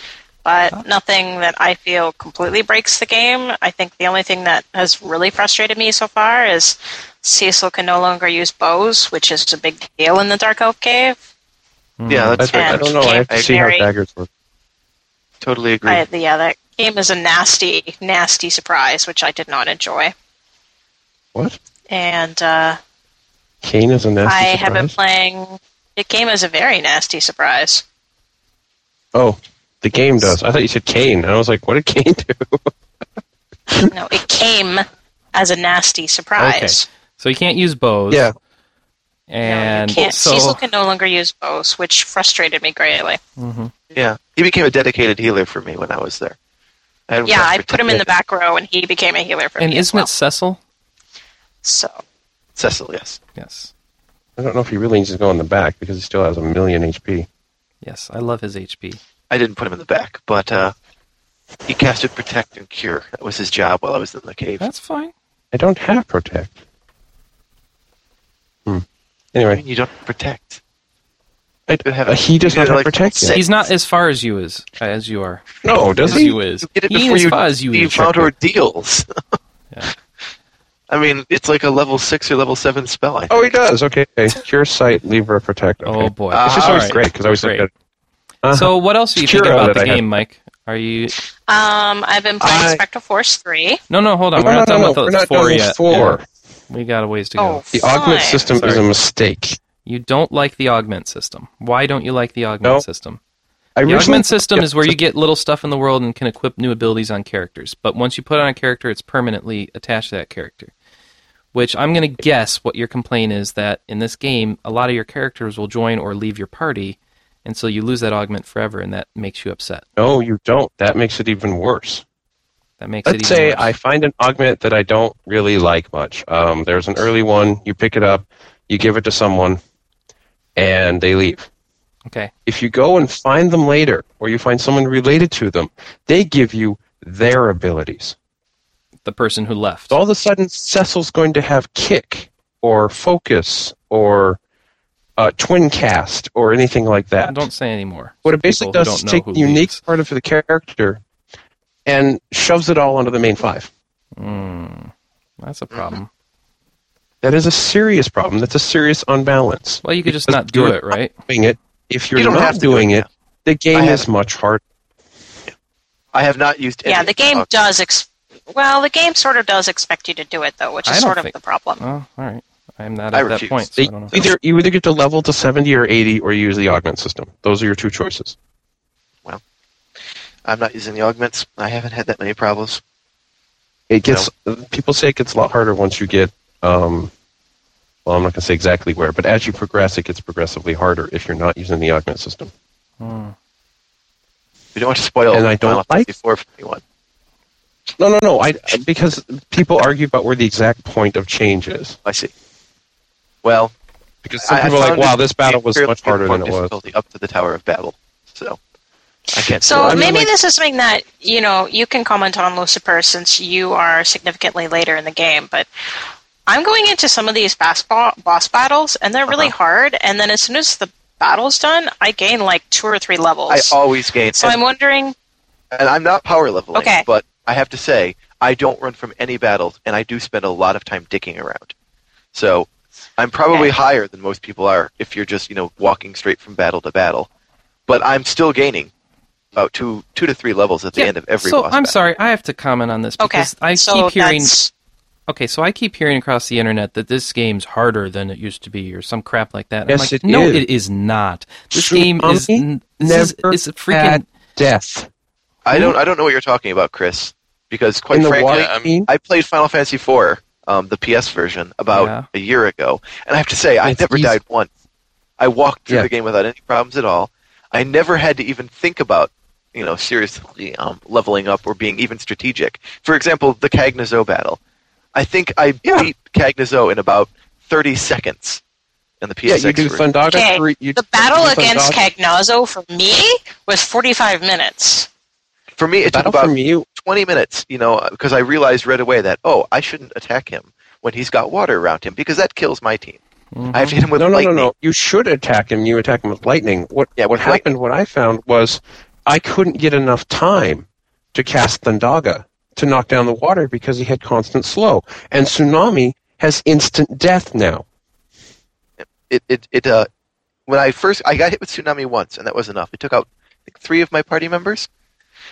[SPEAKER 4] but nothing that I feel completely breaks the game. I think the only thing that has really frustrated me so far is Cecil can no longer use bows, which is a big deal in the Dark Elf Cave.
[SPEAKER 1] Hmm.
[SPEAKER 5] Yeah,
[SPEAKER 2] I,
[SPEAKER 5] that's right.
[SPEAKER 2] I
[SPEAKER 5] I
[SPEAKER 2] don't know. I have to see how
[SPEAKER 4] Very-
[SPEAKER 2] daggers work.
[SPEAKER 5] totally
[SPEAKER 2] Hmm.
[SPEAKER 5] agree.
[SPEAKER 4] I, yeah, that game is a nasty, nasty surprise, which I did not enjoy.
[SPEAKER 2] What?
[SPEAKER 4] And uh,
[SPEAKER 2] Kane is a nasty
[SPEAKER 4] I
[SPEAKER 2] surprise.
[SPEAKER 4] have been playing. The game is a very nasty surprise.
[SPEAKER 2] Oh, the game does. I thought you said Kane. and I was like, what did Kane do?
[SPEAKER 4] No, it came as a nasty surprise.
[SPEAKER 1] So you can't use bows.
[SPEAKER 2] Yeah.
[SPEAKER 1] And
[SPEAKER 4] no, you can't.
[SPEAKER 1] so
[SPEAKER 4] Cecil can no longer use bows, which frustrated me greatly.
[SPEAKER 1] Mhm.
[SPEAKER 5] yeah, he became a dedicated healer for me when I was there. I had
[SPEAKER 4] Yeah, I
[SPEAKER 5] for
[SPEAKER 4] put him in the back row, and he became a healer for
[SPEAKER 1] and
[SPEAKER 4] me.
[SPEAKER 1] isn't
[SPEAKER 4] as well.
[SPEAKER 1] it Cecil?
[SPEAKER 4] So
[SPEAKER 5] Cecil. Yes,
[SPEAKER 1] Yes.
[SPEAKER 2] I don't know if he really needs to go in the back because he still has a million HP.
[SPEAKER 1] Yes, I love his HP.
[SPEAKER 5] I didn't put him in the back, but uh, he casted Protect and Cure. That was his job while I was in the cave.
[SPEAKER 1] That's fine.
[SPEAKER 2] I don't have Protect. Hmm.
[SPEAKER 5] I
[SPEAKER 2] Anyway,
[SPEAKER 5] mean, you don't protect.
[SPEAKER 2] I, uh,
[SPEAKER 5] You have-
[SPEAKER 2] he does
[SPEAKER 5] you
[SPEAKER 2] not
[SPEAKER 5] have,
[SPEAKER 2] have
[SPEAKER 5] like,
[SPEAKER 2] Protect yet.
[SPEAKER 5] six.
[SPEAKER 1] He's not as far as you is as you are.
[SPEAKER 2] No, does
[SPEAKER 1] as
[SPEAKER 2] he?
[SPEAKER 1] you is.
[SPEAKER 5] You get it
[SPEAKER 1] he ain't
[SPEAKER 5] before
[SPEAKER 1] as
[SPEAKER 5] you
[SPEAKER 1] far as you
[SPEAKER 5] the
[SPEAKER 1] is.
[SPEAKER 5] amount ordeals.
[SPEAKER 1] Yeah.
[SPEAKER 5] I mean, it's like a level six or level seven spell. I
[SPEAKER 2] Oh, he does. Okay. Cure sight, lever, protect. Okay.
[SPEAKER 1] Oh boy.
[SPEAKER 5] Uh,
[SPEAKER 2] it's just always
[SPEAKER 1] All right.
[SPEAKER 2] great because I always look
[SPEAKER 1] Great.
[SPEAKER 2] at. Uh-huh.
[SPEAKER 1] So uh, what else do you think
[SPEAKER 2] Secure
[SPEAKER 1] about
[SPEAKER 2] that
[SPEAKER 1] the
[SPEAKER 2] I have.
[SPEAKER 1] game, Mike? Are you
[SPEAKER 4] um, I've been playing
[SPEAKER 5] I-
[SPEAKER 4] Spectral Force three.
[SPEAKER 1] No, no, hold on.
[SPEAKER 2] No,
[SPEAKER 1] We're not
[SPEAKER 2] no,
[SPEAKER 1] done
[SPEAKER 2] no,
[SPEAKER 1] with
[SPEAKER 2] no,
[SPEAKER 1] the
[SPEAKER 2] we're not
[SPEAKER 1] four
[SPEAKER 2] done with
[SPEAKER 1] yet.
[SPEAKER 2] four.
[SPEAKER 1] Yeah. We got a ways to
[SPEAKER 4] Oh,
[SPEAKER 1] go.
[SPEAKER 2] The augment
[SPEAKER 4] fine.
[SPEAKER 2] system is a
[SPEAKER 1] Sorry.
[SPEAKER 2] mistake.
[SPEAKER 1] You don't like the augment system. Why don't you like the augment
[SPEAKER 2] No.
[SPEAKER 1] system?
[SPEAKER 2] I
[SPEAKER 1] The
[SPEAKER 2] originally-
[SPEAKER 1] augment system
[SPEAKER 2] yeah,
[SPEAKER 1] is where you get little stuff in the world and can equip new abilities on characters. But once you put on a character, it's permanently attached to that character. Which I'm going to guess what your complaint is that in this game, a lot of your characters will join or leave your party, and so you lose that augment forever, and that makes you upset.
[SPEAKER 2] No, you don't. That makes it even worse.
[SPEAKER 1] That makes it
[SPEAKER 2] Let's
[SPEAKER 1] even
[SPEAKER 2] say
[SPEAKER 1] worse.
[SPEAKER 2] I find an augment that I don't really like much. Um, there's an early one. You pick it up, you give it to someone, and they leave.
[SPEAKER 1] Okay.
[SPEAKER 2] If you go and find them later, or you find someone related to them, they give you their abilities.
[SPEAKER 1] The person who left.
[SPEAKER 2] So all of a sudden, Cecil's going to have kick or focus or uh, twin cast or anything like that.
[SPEAKER 1] Don't say anymore.
[SPEAKER 2] What it basically
[SPEAKER 1] People who
[SPEAKER 2] does is
[SPEAKER 1] don't know
[SPEAKER 2] take
[SPEAKER 1] who
[SPEAKER 2] the unique
[SPEAKER 1] leaves.
[SPEAKER 2] part of the character and shoves it all onto the main five.
[SPEAKER 1] Mm, that's a problem.
[SPEAKER 2] That is a serious problem. That's a serious unbalance.
[SPEAKER 1] Well, you could just
[SPEAKER 2] Because
[SPEAKER 1] not do
[SPEAKER 2] you're
[SPEAKER 1] it, right?
[SPEAKER 2] Doing it, if you're
[SPEAKER 5] You don't
[SPEAKER 2] not
[SPEAKER 5] have to do
[SPEAKER 2] doing
[SPEAKER 5] it,
[SPEAKER 2] it, the game
[SPEAKER 5] I
[SPEAKER 2] is
[SPEAKER 5] haven't.
[SPEAKER 2] much harder.
[SPEAKER 5] I have not used.
[SPEAKER 4] Yeah,
[SPEAKER 5] any
[SPEAKER 4] the game
[SPEAKER 5] aug-
[SPEAKER 4] does. Ex- well, the game sort of does expect you to do it though, which
[SPEAKER 1] I
[SPEAKER 4] is
[SPEAKER 1] don't
[SPEAKER 4] sort of
[SPEAKER 1] think-
[SPEAKER 4] the problem.
[SPEAKER 1] Oh, all right. I'm not
[SPEAKER 5] I
[SPEAKER 1] at that
[SPEAKER 5] refuse.
[SPEAKER 1] point. So
[SPEAKER 2] They
[SPEAKER 1] I don't know.
[SPEAKER 2] either you either get to level to seventy or eighty, or you use the augment system. Those are your two choices.
[SPEAKER 5] I'm not using the augments. I haven't had that many problems.
[SPEAKER 2] It gets people say it gets a lot harder once you get. Um, well, I'm not going to say exactly where, but as you progress, it gets progressively harder if you're not using the augment system.
[SPEAKER 1] Hmm.
[SPEAKER 5] We don't want to spoil.
[SPEAKER 2] And I don't like-
[SPEAKER 5] before for anyone.
[SPEAKER 2] No, no, no. I because people argue about where the exact point of change is.
[SPEAKER 5] I see. Well,
[SPEAKER 2] Because some
[SPEAKER 5] I- I
[SPEAKER 2] people are like,
[SPEAKER 5] found
[SPEAKER 2] "Wow,
[SPEAKER 5] it
[SPEAKER 2] this battle was
[SPEAKER 5] fairly
[SPEAKER 2] much harder than it
[SPEAKER 5] uniform
[SPEAKER 2] was."
[SPEAKER 5] difficulty Up to the Tower of Babel. So I can't.
[SPEAKER 4] So
[SPEAKER 5] say that.
[SPEAKER 4] maybe
[SPEAKER 2] like-
[SPEAKER 4] this is something that you know you can comment on Lucifer since you are significantly later in the game. But I'm going into some of these boss, boss battles, and they're
[SPEAKER 5] Uh-huh.
[SPEAKER 4] really hard. And then as soon as the battle's done, I gain like two or three
[SPEAKER 5] I
[SPEAKER 4] levels.
[SPEAKER 5] always gain.
[SPEAKER 4] so I'm wondering.
[SPEAKER 5] and I'm not power leveling,
[SPEAKER 4] Okay.
[SPEAKER 5] but I have to say I don't run from any battles, and I do spend a lot of time dicking around. So I'm probably
[SPEAKER 4] Okay.
[SPEAKER 5] higher than most people are if you're just you know walking straight from battle to battle, but I'm still gaining about two two to three levels at the
[SPEAKER 1] Yeah,
[SPEAKER 5] end of every.
[SPEAKER 1] so
[SPEAKER 5] boss
[SPEAKER 1] I'm
[SPEAKER 5] battle.
[SPEAKER 1] sorry, I have to comment on this
[SPEAKER 4] Okay,
[SPEAKER 1] because I
[SPEAKER 4] so
[SPEAKER 1] keep hearing.
[SPEAKER 4] that's
[SPEAKER 1] Okay, so I keep hearing across the internet that this game's harder than it used to be, or some crap like that. And I'm
[SPEAKER 2] Yes,
[SPEAKER 1] like,
[SPEAKER 2] it
[SPEAKER 1] no,
[SPEAKER 2] is.
[SPEAKER 1] it is not. This game is
[SPEAKER 2] Tsunami
[SPEAKER 1] n- this is
[SPEAKER 2] never
[SPEAKER 1] it's a freaking.
[SPEAKER 2] had death
[SPEAKER 5] I don't I don't know what you're talking about, Chris, because
[SPEAKER 2] Hmm?
[SPEAKER 5] quite
[SPEAKER 2] in the
[SPEAKER 5] frankly,
[SPEAKER 2] water.
[SPEAKER 3] I'm-
[SPEAKER 2] scene?
[SPEAKER 5] I played Final Fantasy IV um, the PS version, about
[SPEAKER 1] Yeah.
[SPEAKER 5] a year ago, and I have to say I
[SPEAKER 2] It's
[SPEAKER 5] never
[SPEAKER 2] easy.
[SPEAKER 5] died once. I walked through
[SPEAKER 2] Yeah.
[SPEAKER 5] the game without any problems at all. I never had to even think about you know seriously um, leveling up or being even strategic. For example, the Cagnazo battle. I think I
[SPEAKER 2] Yeah.
[SPEAKER 5] beat Cagnazo in about 30 seconds in the PS
[SPEAKER 2] Yeah, you do Sundaga
[SPEAKER 4] Okay,
[SPEAKER 2] three. You,
[SPEAKER 4] The battle
[SPEAKER 2] you do
[SPEAKER 4] against
[SPEAKER 2] Sundaga-
[SPEAKER 4] Cagnazzo for me was 45 minutes.
[SPEAKER 5] For me, it took
[SPEAKER 2] Battle
[SPEAKER 5] about
[SPEAKER 2] for me.
[SPEAKER 5] 20 minutes, you know, because I realized right away that, oh, I shouldn't attack him when he's got water around him because that kills my team.
[SPEAKER 1] Mm,
[SPEAKER 5] I have to hit him with
[SPEAKER 2] Mm-hmm. no, no,
[SPEAKER 5] lightning.
[SPEAKER 2] no, no. You should attack him. You attack him with lightning. What?
[SPEAKER 5] Yeah,
[SPEAKER 2] what
[SPEAKER 5] with lightning.
[SPEAKER 2] happened? What I found was I couldn't get enough time to cast Thundaga to knock down the water because he had constant slow, and tsunami has instant death now.
[SPEAKER 5] It, it, it, uh, when I first, I got hit with tsunami once, and that was enough. It took out I think, three of my party members.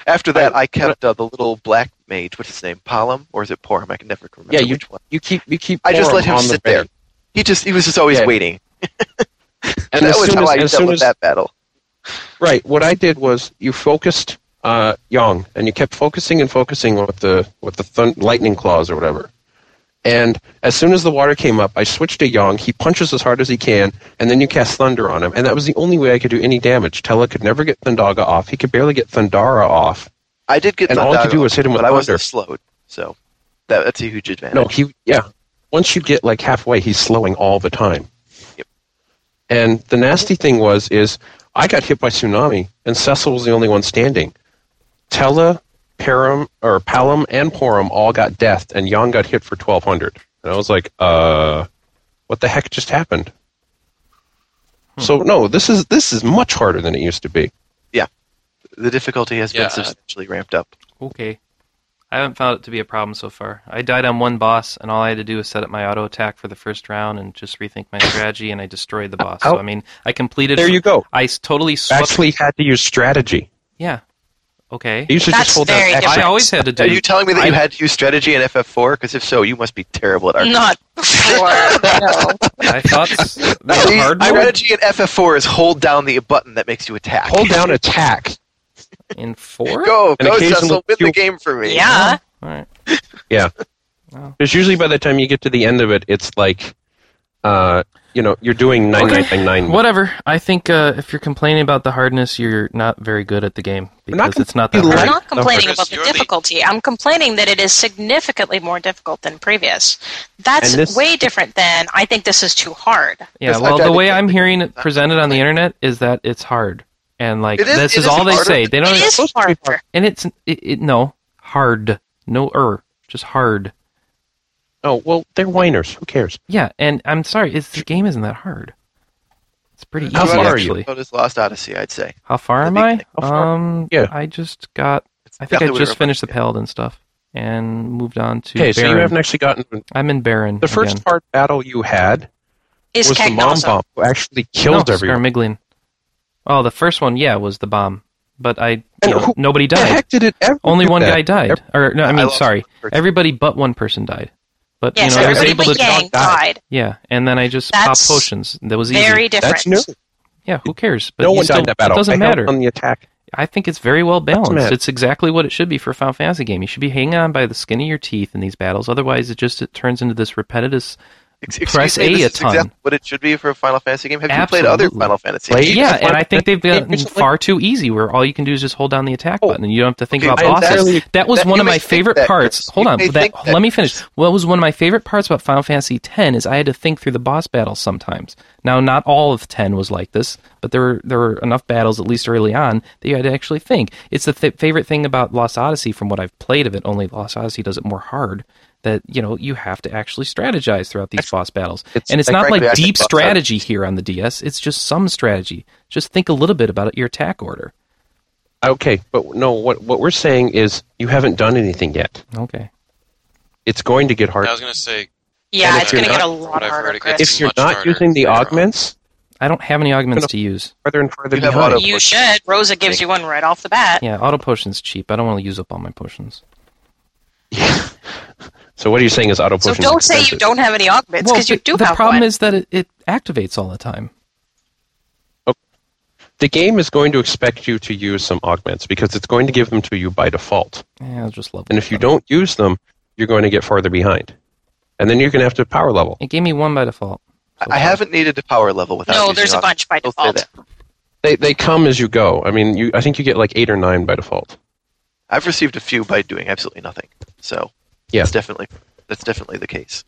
[SPEAKER 5] After that, I, kept uh, the little black mage. What's his name? Palom, or is it Porum? I can never remember
[SPEAKER 2] Yeah, you-
[SPEAKER 5] which one.
[SPEAKER 2] You keep you keep.
[SPEAKER 5] I just
[SPEAKER 2] Orim
[SPEAKER 5] let him
[SPEAKER 2] on the
[SPEAKER 5] sit
[SPEAKER 2] ready.
[SPEAKER 5] there. He just, he was just always
[SPEAKER 2] Yeah.
[SPEAKER 5] waiting.
[SPEAKER 2] And as
[SPEAKER 5] that was
[SPEAKER 2] soon
[SPEAKER 5] how
[SPEAKER 2] as,
[SPEAKER 5] I
[SPEAKER 2] as
[SPEAKER 5] dealt
[SPEAKER 2] soon
[SPEAKER 5] with
[SPEAKER 2] as
[SPEAKER 5] that battle.
[SPEAKER 2] Right. What I did was you focused uh, Yang, and you kept focusing and focusing with the with the thun- lightning claws or whatever. And as soon as the water came up, I switched to Yang. He punches as hard as he can, and then you cast Thunder on him. And that was the only way I could do any damage. Tella could never get Thundaga off. He could barely get Thundara off.
[SPEAKER 5] I did get
[SPEAKER 2] And
[SPEAKER 5] Thundaga
[SPEAKER 2] all I could do
[SPEAKER 5] off,
[SPEAKER 2] was hit him with
[SPEAKER 5] but I wasn't
[SPEAKER 2] thunder.
[SPEAKER 5] slowed, so that, that's a huge advantage.
[SPEAKER 2] No, he yeah. Once you get like halfway, he's slowing all the time.
[SPEAKER 5] Yep.
[SPEAKER 2] And the nasty thing was is I got hit by tsunami, and Cecil was the only one standing. Tella, Param or Palum and Porum all got death, and Jan got hit for twelve hundred. And I was like, uh, what the heck just happened? So no, this is this is much harder than it used to be.
[SPEAKER 5] the difficulty has
[SPEAKER 3] Yeah.
[SPEAKER 5] been substantially ramped up.
[SPEAKER 1] Okay. I haven't found it to be a problem so far. I died on one boss, and all I had to do was set up my auto attack for the first round and just rethink my strategy, and I destroyed the boss. So,
[SPEAKER 2] How-
[SPEAKER 1] I mean, I completed.
[SPEAKER 2] There you go.
[SPEAKER 1] I s- totally swept.
[SPEAKER 2] Actually, had to use strategy.
[SPEAKER 1] yeah. Okay.
[SPEAKER 2] You should
[SPEAKER 4] That's
[SPEAKER 2] just hold down
[SPEAKER 4] very
[SPEAKER 2] X.
[SPEAKER 1] I always had to do.
[SPEAKER 5] Are you telling me that
[SPEAKER 1] I-
[SPEAKER 5] you had to use strategy in FF4? Because if so, you must be terrible at RPG.
[SPEAKER 4] Not before. no.
[SPEAKER 1] I thought s- the
[SPEAKER 5] See,
[SPEAKER 1] hard mode
[SPEAKER 5] strategy in FF4 is hold down the button that makes you attack.
[SPEAKER 2] Hold down attack.
[SPEAKER 1] in four.
[SPEAKER 5] Go,
[SPEAKER 2] And
[SPEAKER 5] go,
[SPEAKER 2] occasionally
[SPEAKER 5] Cecil, win
[SPEAKER 2] you-
[SPEAKER 5] the game for me.
[SPEAKER 4] Yeah.
[SPEAKER 1] All right.
[SPEAKER 2] Because usually by the time you get to the end of it, it's like, uh, you know, you're doing nine nine nine nine.
[SPEAKER 1] Whatever. I think uh, if you're complaining about the hardness, you're not very good at the game
[SPEAKER 2] We're not
[SPEAKER 1] because it's not that
[SPEAKER 2] complaining
[SPEAKER 1] hard.
[SPEAKER 2] Right.
[SPEAKER 4] I'm not complaining
[SPEAKER 3] Numbers.
[SPEAKER 4] about the
[SPEAKER 3] You're the-
[SPEAKER 4] difficulty. I'm complaining that it is significantly more difficult than previous. That's
[SPEAKER 2] And this-
[SPEAKER 4] way different than I think this is too hard.
[SPEAKER 1] Yeah.
[SPEAKER 5] Yes,
[SPEAKER 1] Well,
[SPEAKER 5] I've got
[SPEAKER 1] the
[SPEAKER 5] it.
[SPEAKER 1] way I'm hearing it presented on the internet is that it's hard, and like
[SPEAKER 5] It is-
[SPEAKER 1] this
[SPEAKER 5] it
[SPEAKER 1] is
[SPEAKER 5] is
[SPEAKER 1] all they
[SPEAKER 5] harder.
[SPEAKER 1] say. They don't.
[SPEAKER 4] it is
[SPEAKER 2] supposed to be
[SPEAKER 4] harder.
[SPEAKER 2] hard.
[SPEAKER 1] And it's it, it no hard, no er, just hard.
[SPEAKER 2] Oh well, they're whiners. Who cares?
[SPEAKER 1] Yeah, and I'm sorry, it's, this game isn't that hard. It's pretty easy
[SPEAKER 2] How far are you?
[SPEAKER 1] actually.
[SPEAKER 5] About his Lost Odyssey, I'd say.
[SPEAKER 1] How far
[SPEAKER 5] The
[SPEAKER 1] am
[SPEAKER 5] big
[SPEAKER 1] I?
[SPEAKER 5] thing.
[SPEAKER 2] How far?
[SPEAKER 1] Um,
[SPEAKER 2] Yeah.
[SPEAKER 1] I just got.
[SPEAKER 5] It's
[SPEAKER 1] I think I
[SPEAKER 5] definitely
[SPEAKER 1] just
[SPEAKER 5] what
[SPEAKER 1] finished the
[SPEAKER 5] reminds
[SPEAKER 1] paladin stuff and moved on to.
[SPEAKER 2] Okay, so you
[SPEAKER 1] Baron.
[SPEAKER 2] haven't actually gotten
[SPEAKER 1] I'm in Baron.
[SPEAKER 2] the first
[SPEAKER 1] again.
[SPEAKER 2] hard battle you had
[SPEAKER 4] Is
[SPEAKER 2] was the mom
[SPEAKER 4] Cagnozzo.
[SPEAKER 2] bomb who actually killed
[SPEAKER 1] no,
[SPEAKER 2] everyone.
[SPEAKER 1] Skarmiglin. Oh, the first one, yeah, was the bomb, but I you
[SPEAKER 2] And
[SPEAKER 1] know,
[SPEAKER 2] who-
[SPEAKER 1] nobody
[SPEAKER 2] The
[SPEAKER 1] died.
[SPEAKER 2] heck did it ever?
[SPEAKER 1] Only
[SPEAKER 2] do
[SPEAKER 1] one
[SPEAKER 2] that?
[SPEAKER 1] guy died, or no, I
[SPEAKER 5] I
[SPEAKER 1] mean,
[SPEAKER 5] lost
[SPEAKER 1] sorry,
[SPEAKER 5] one person.
[SPEAKER 1] everybody but one person died. But
[SPEAKER 4] Yes,
[SPEAKER 1] you know, I was
[SPEAKER 4] everybody
[SPEAKER 1] able to
[SPEAKER 4] but Yang
[SPEAKER 2] die.
[SPEAKER 4] died.
[SPEAKER 1] Yeah, and then I just
[SPEAKER 4] That's
[SPEAKER 1] pop potions. That was easy.
[SPEAKER 4] Very different.
[SPEAKER 2] That's new.
[SPEAKER 1] yeah, who cares? But
[SPEAKER 2] no
[SPEAKER 1] you
[SPEAKER 2] one
[SPEAKER 1] still,
[SPEAKER 2] died in that battle.
[SPEAKER 1] It doesn't
[SPEAKER 2] I helped
[SPEAKER 1] matter.
[SPEAKER 2] on the attack.
[SPEAKER 1] I think it's very well balanced.
[SPEAKER 2] matter.
[SPEAKER 1] It's exactly what it should be for a Final Fantasy game. You should be hanging on by the skin of your teeth in these battles. Otherwise, it just it turns into this repetitive.
[SPEAKER 5] Ex- excuse
[SPEAKER 1] Press
[SPEAKER 5] me,
[SPEAKER 1] A
[SPEAKER 5] this
[SPEAKER 1] a
[SPEAKER 5] is
[SPEAKER 1] ton.
[SPEAKER 5] exactly what it should be for a Final Fantasy game. Have you played other
[SPEAKER 1] Absolutely.
[SPEAKER 5] Final Fantasy
[SPEAKER 2] Played
[SPEAKER 5] games?
[SPEAKER 1] Yeah,
[SPEAKER 2] just
[SPEAKER 1] and
[SPEAKER 2] want-
[SPEAKER 1] I think they've
[SPEAKER 2] Yeah,
[SPEAKER 1] gotten
[SPEAKER 2] recently-
[SPEAKER 1] far too easy, where all you can do is just hold down the attack
[SPEAKER 2] Oh.
[SPEAKER 1] button, and you don't have to think
[SPEAKER 5] Okay,
[SPEAKER 1] about
[SPEAKER 5] I
[SPEAKER 1] bosses.
[SPEAKER 2] entirely-
[SPEAKER 1] that was
[SPEAKER 5] that-
[SPEAKER 1] one
[SPEAKER 5] you
[SPEAKER 1] of
[SPEAKER 5] may
[SPEAKER 1] my
[SPEAKER 5] think
[SPEAKER 1] favorite
[SPEAKER 5] that,
[SPEAKER 1] parts.
[SPEAKER 5] Chris.
[SPEAKER 1] Hold
[SPEAKER 5] You
[SPEAKER 1] on,
[SPEAKER 5] may
[SPEAKER 1] that,
[SPEAKER 5] think that,
[SPEAKER 1] let me finish.
[SPEAKER 5] Chris.
[SPEAKER 1] What was one of my favorite parts about Final Fantasy X is I had to think through the boss battles sometimes. Now, not all of ten was like this, but there were there were enough battles, at least early on, that you had to actually think. It's the th- favorite thing about Lost Odyssey, from what I've played of it. Only Lost Odyssey does it more hard. That you know you have to actually strategize throughout these boss battles,
[SPEAKER 5] It's-
[SPEAKER 1] and it's
[SPEAKER 5] like,
[SPEAKER 1] not
[SPEAKER 5] frankly, I
[SPEAKER 1] like
[SPEAKER 5] think
[SPEAKER 1] deep
[SPEAKER 5] Lost
[SPEAKER 1] strategy
[SPEAKER 5] Odyssey
[SPEAKER 1] strategy here on the DS. It's just some strategy. Just think a little bit about your attack order.
[SPEAKER 2] Okay, but no. What what we're saying is you haven't done anything yet.
[SPEAKER 1] Okay.
[SPEAKER 2] It's going to get hard.
[SPEAKER 3] I was gonna say
[SPEAKER 4] Yeah,
[SPEAKER 2] And
[SPEAKER 4] it's
[SPEAKER 2] if
[SPEAKER 4] going to
[SPEAKER 2] you're
[SPEAKER 4] get a
[SPEAKER 3] not-
[SPEAKER 4] lot
[SPEAKER 3] what I've
[SPEAKER 4] harder,
[SPEAKER 3] heard, it gets-
[SPEAKER 4] Chris.
[SPEAKER 2] If you're
[SPEAKER 3] much
[SPEAKER 2] not
[SPEAKER 3] harder
[SPEAKER 2] using the
[SPEAKER 3] later on.
[SPEAKER 2] augments,
[SPEAKER 1] I don't have any augments
[SPEAKER 2] Gonna-
[SPEAKER 1] to use.
[SPEAKER 2] further and further
[SPEAKER 5] You have
[SPEAKER 2] behind.
[SPEAKER 5] auto-
[SPEAKER 4] You should. Rosa gives you one right off the bat.
[SPEAKER 1] Yeah, auto potions cheap. I don't want to use up all my potions.
[SPEAKER 2] So what are you saying is auto
[SPEAKER 4] So
[SPEAKER 2] potions?
[SPEAKER 4] don't say you
[SPEAKER 2] expensive?
[SPEAKER 4] don't have any augments because you
[SPEAKER 1] the-
[SPEAKER 4] do
[SPEAKER 1] the
[SPEAKER 4] have
[SPEAKER 1] problem
[SPEAKER 4] one.
[SPEAKER 1] is that it, it activates all the time.
[SPEAKER 2] The game is going to expect you to use some augments because it's going to give them to you by default.
[SPEAKER 1] Yeah, I'll just level.
[SPEAKER 2] And if you
[SPEAKER 1] it up.
[SPEAKER 2] don't use them, you're going to get farther behind. and then you're going to have to power level.
[SPEAKER 1] It gave me one by default.
[SPEAKER 5] I- I haven't needed to power level without.
[SPEAKER 4] No,
[SPEAKER 5] using
[SPEAKER 4] there's a
[SPEAKER 5] op-
[SPEAKER 4] bunch by
[SPEAKER 5] I'll say
[SPEAKER 4] default.
[SPEAKER 5] that.
[SPEAKER 2] They they come as you go. I mean, you I think you get like eight or nine by default.
[SPEAKER 5] I've received a few by doing absolutely nothing. So
[SPEAKER 2] Yeah.
[SPEAKER 5] that's definitely that's definitely the case.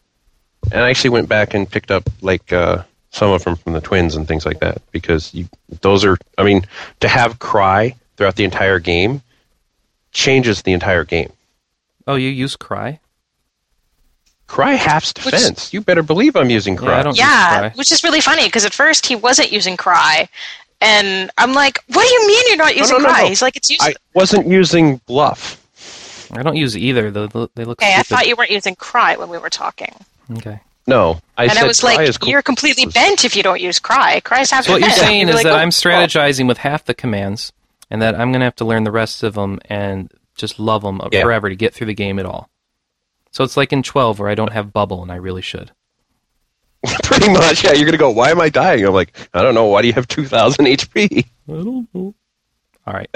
[SPEAKER 2] And I actually went back and picked up like uh, some of them from the twins and things like that because you, those are. I mean, to have cry throughout the entire game changes the entire game.
[SPEAKER 1] Oh, you use cry?
[SPEAKER 2] Cry halves
[SPEAKER 4] Which-
[SPEAKER 2] defense. you better believe I'm using
[SPEAKER 1] Yeah,
[SPEAKER 2] cry.
[SPEAKER 1] I don't-
[SPEAKER 4] Yeah,
[SPEAKER 1] Cry.
[SPEAKER 4] which is really funny because at first he wasn't using cry, and I'm like, "What do you mean you're not using
[SPEAKER 2] no, no,
[SPEAKER 4] cry?"
[SPEAKER 2] no.
[SPEAKER 4] He's like, "It's using."
[SPEAKER 2] I wasn't using bluff.
[SPEAKER 1] I don't use either. They look, they look
[SPEAKER 4] okay, I
[SPEAKER 1] stupid.
[SPEAKER 4] thought you weren't using cry when we were talking,
[SPEAKER 1] okay.
[SPEAKER 2] No, I
[SPEAKER 4] and
[SPEAKER 2] said
[SPEAKER 4] I was
[SPEAKER 2] cry
[SPEAKER 4] like,
[SPEAKER 2] is cool.
[SPEAKER 4] "You're completely bent if you don't use cry. Cry's half
[SPEAKER 1] So what you're
[SPEAKER 4] defense."
[SPEAKER 1] saying
[SPEAKER 4] You're
[SPEAKER 1] is
[SPEAKER 4] like,
[SPEAKER 1] that
[SPEAKER 4] "Oh,
[SPEAKER 1] I'm
[SPEAKER 4] well."
[SPEAKER 1] strategizing with half the commands, and that I'm going to have to learn the rest of them and just love them
[SPEAKER 2] Yeah.
[SPEAKER 1] forever to get through the game at all. So it's like in 12 where I don't have bubble and I really should.
[SPEAKER 2] pretty much. Yeah, you're gonna go. Why am I dying? I'm like, I don't know. Why do you have 2,000 HP?
[SPEAKER 1] I don't know. All right.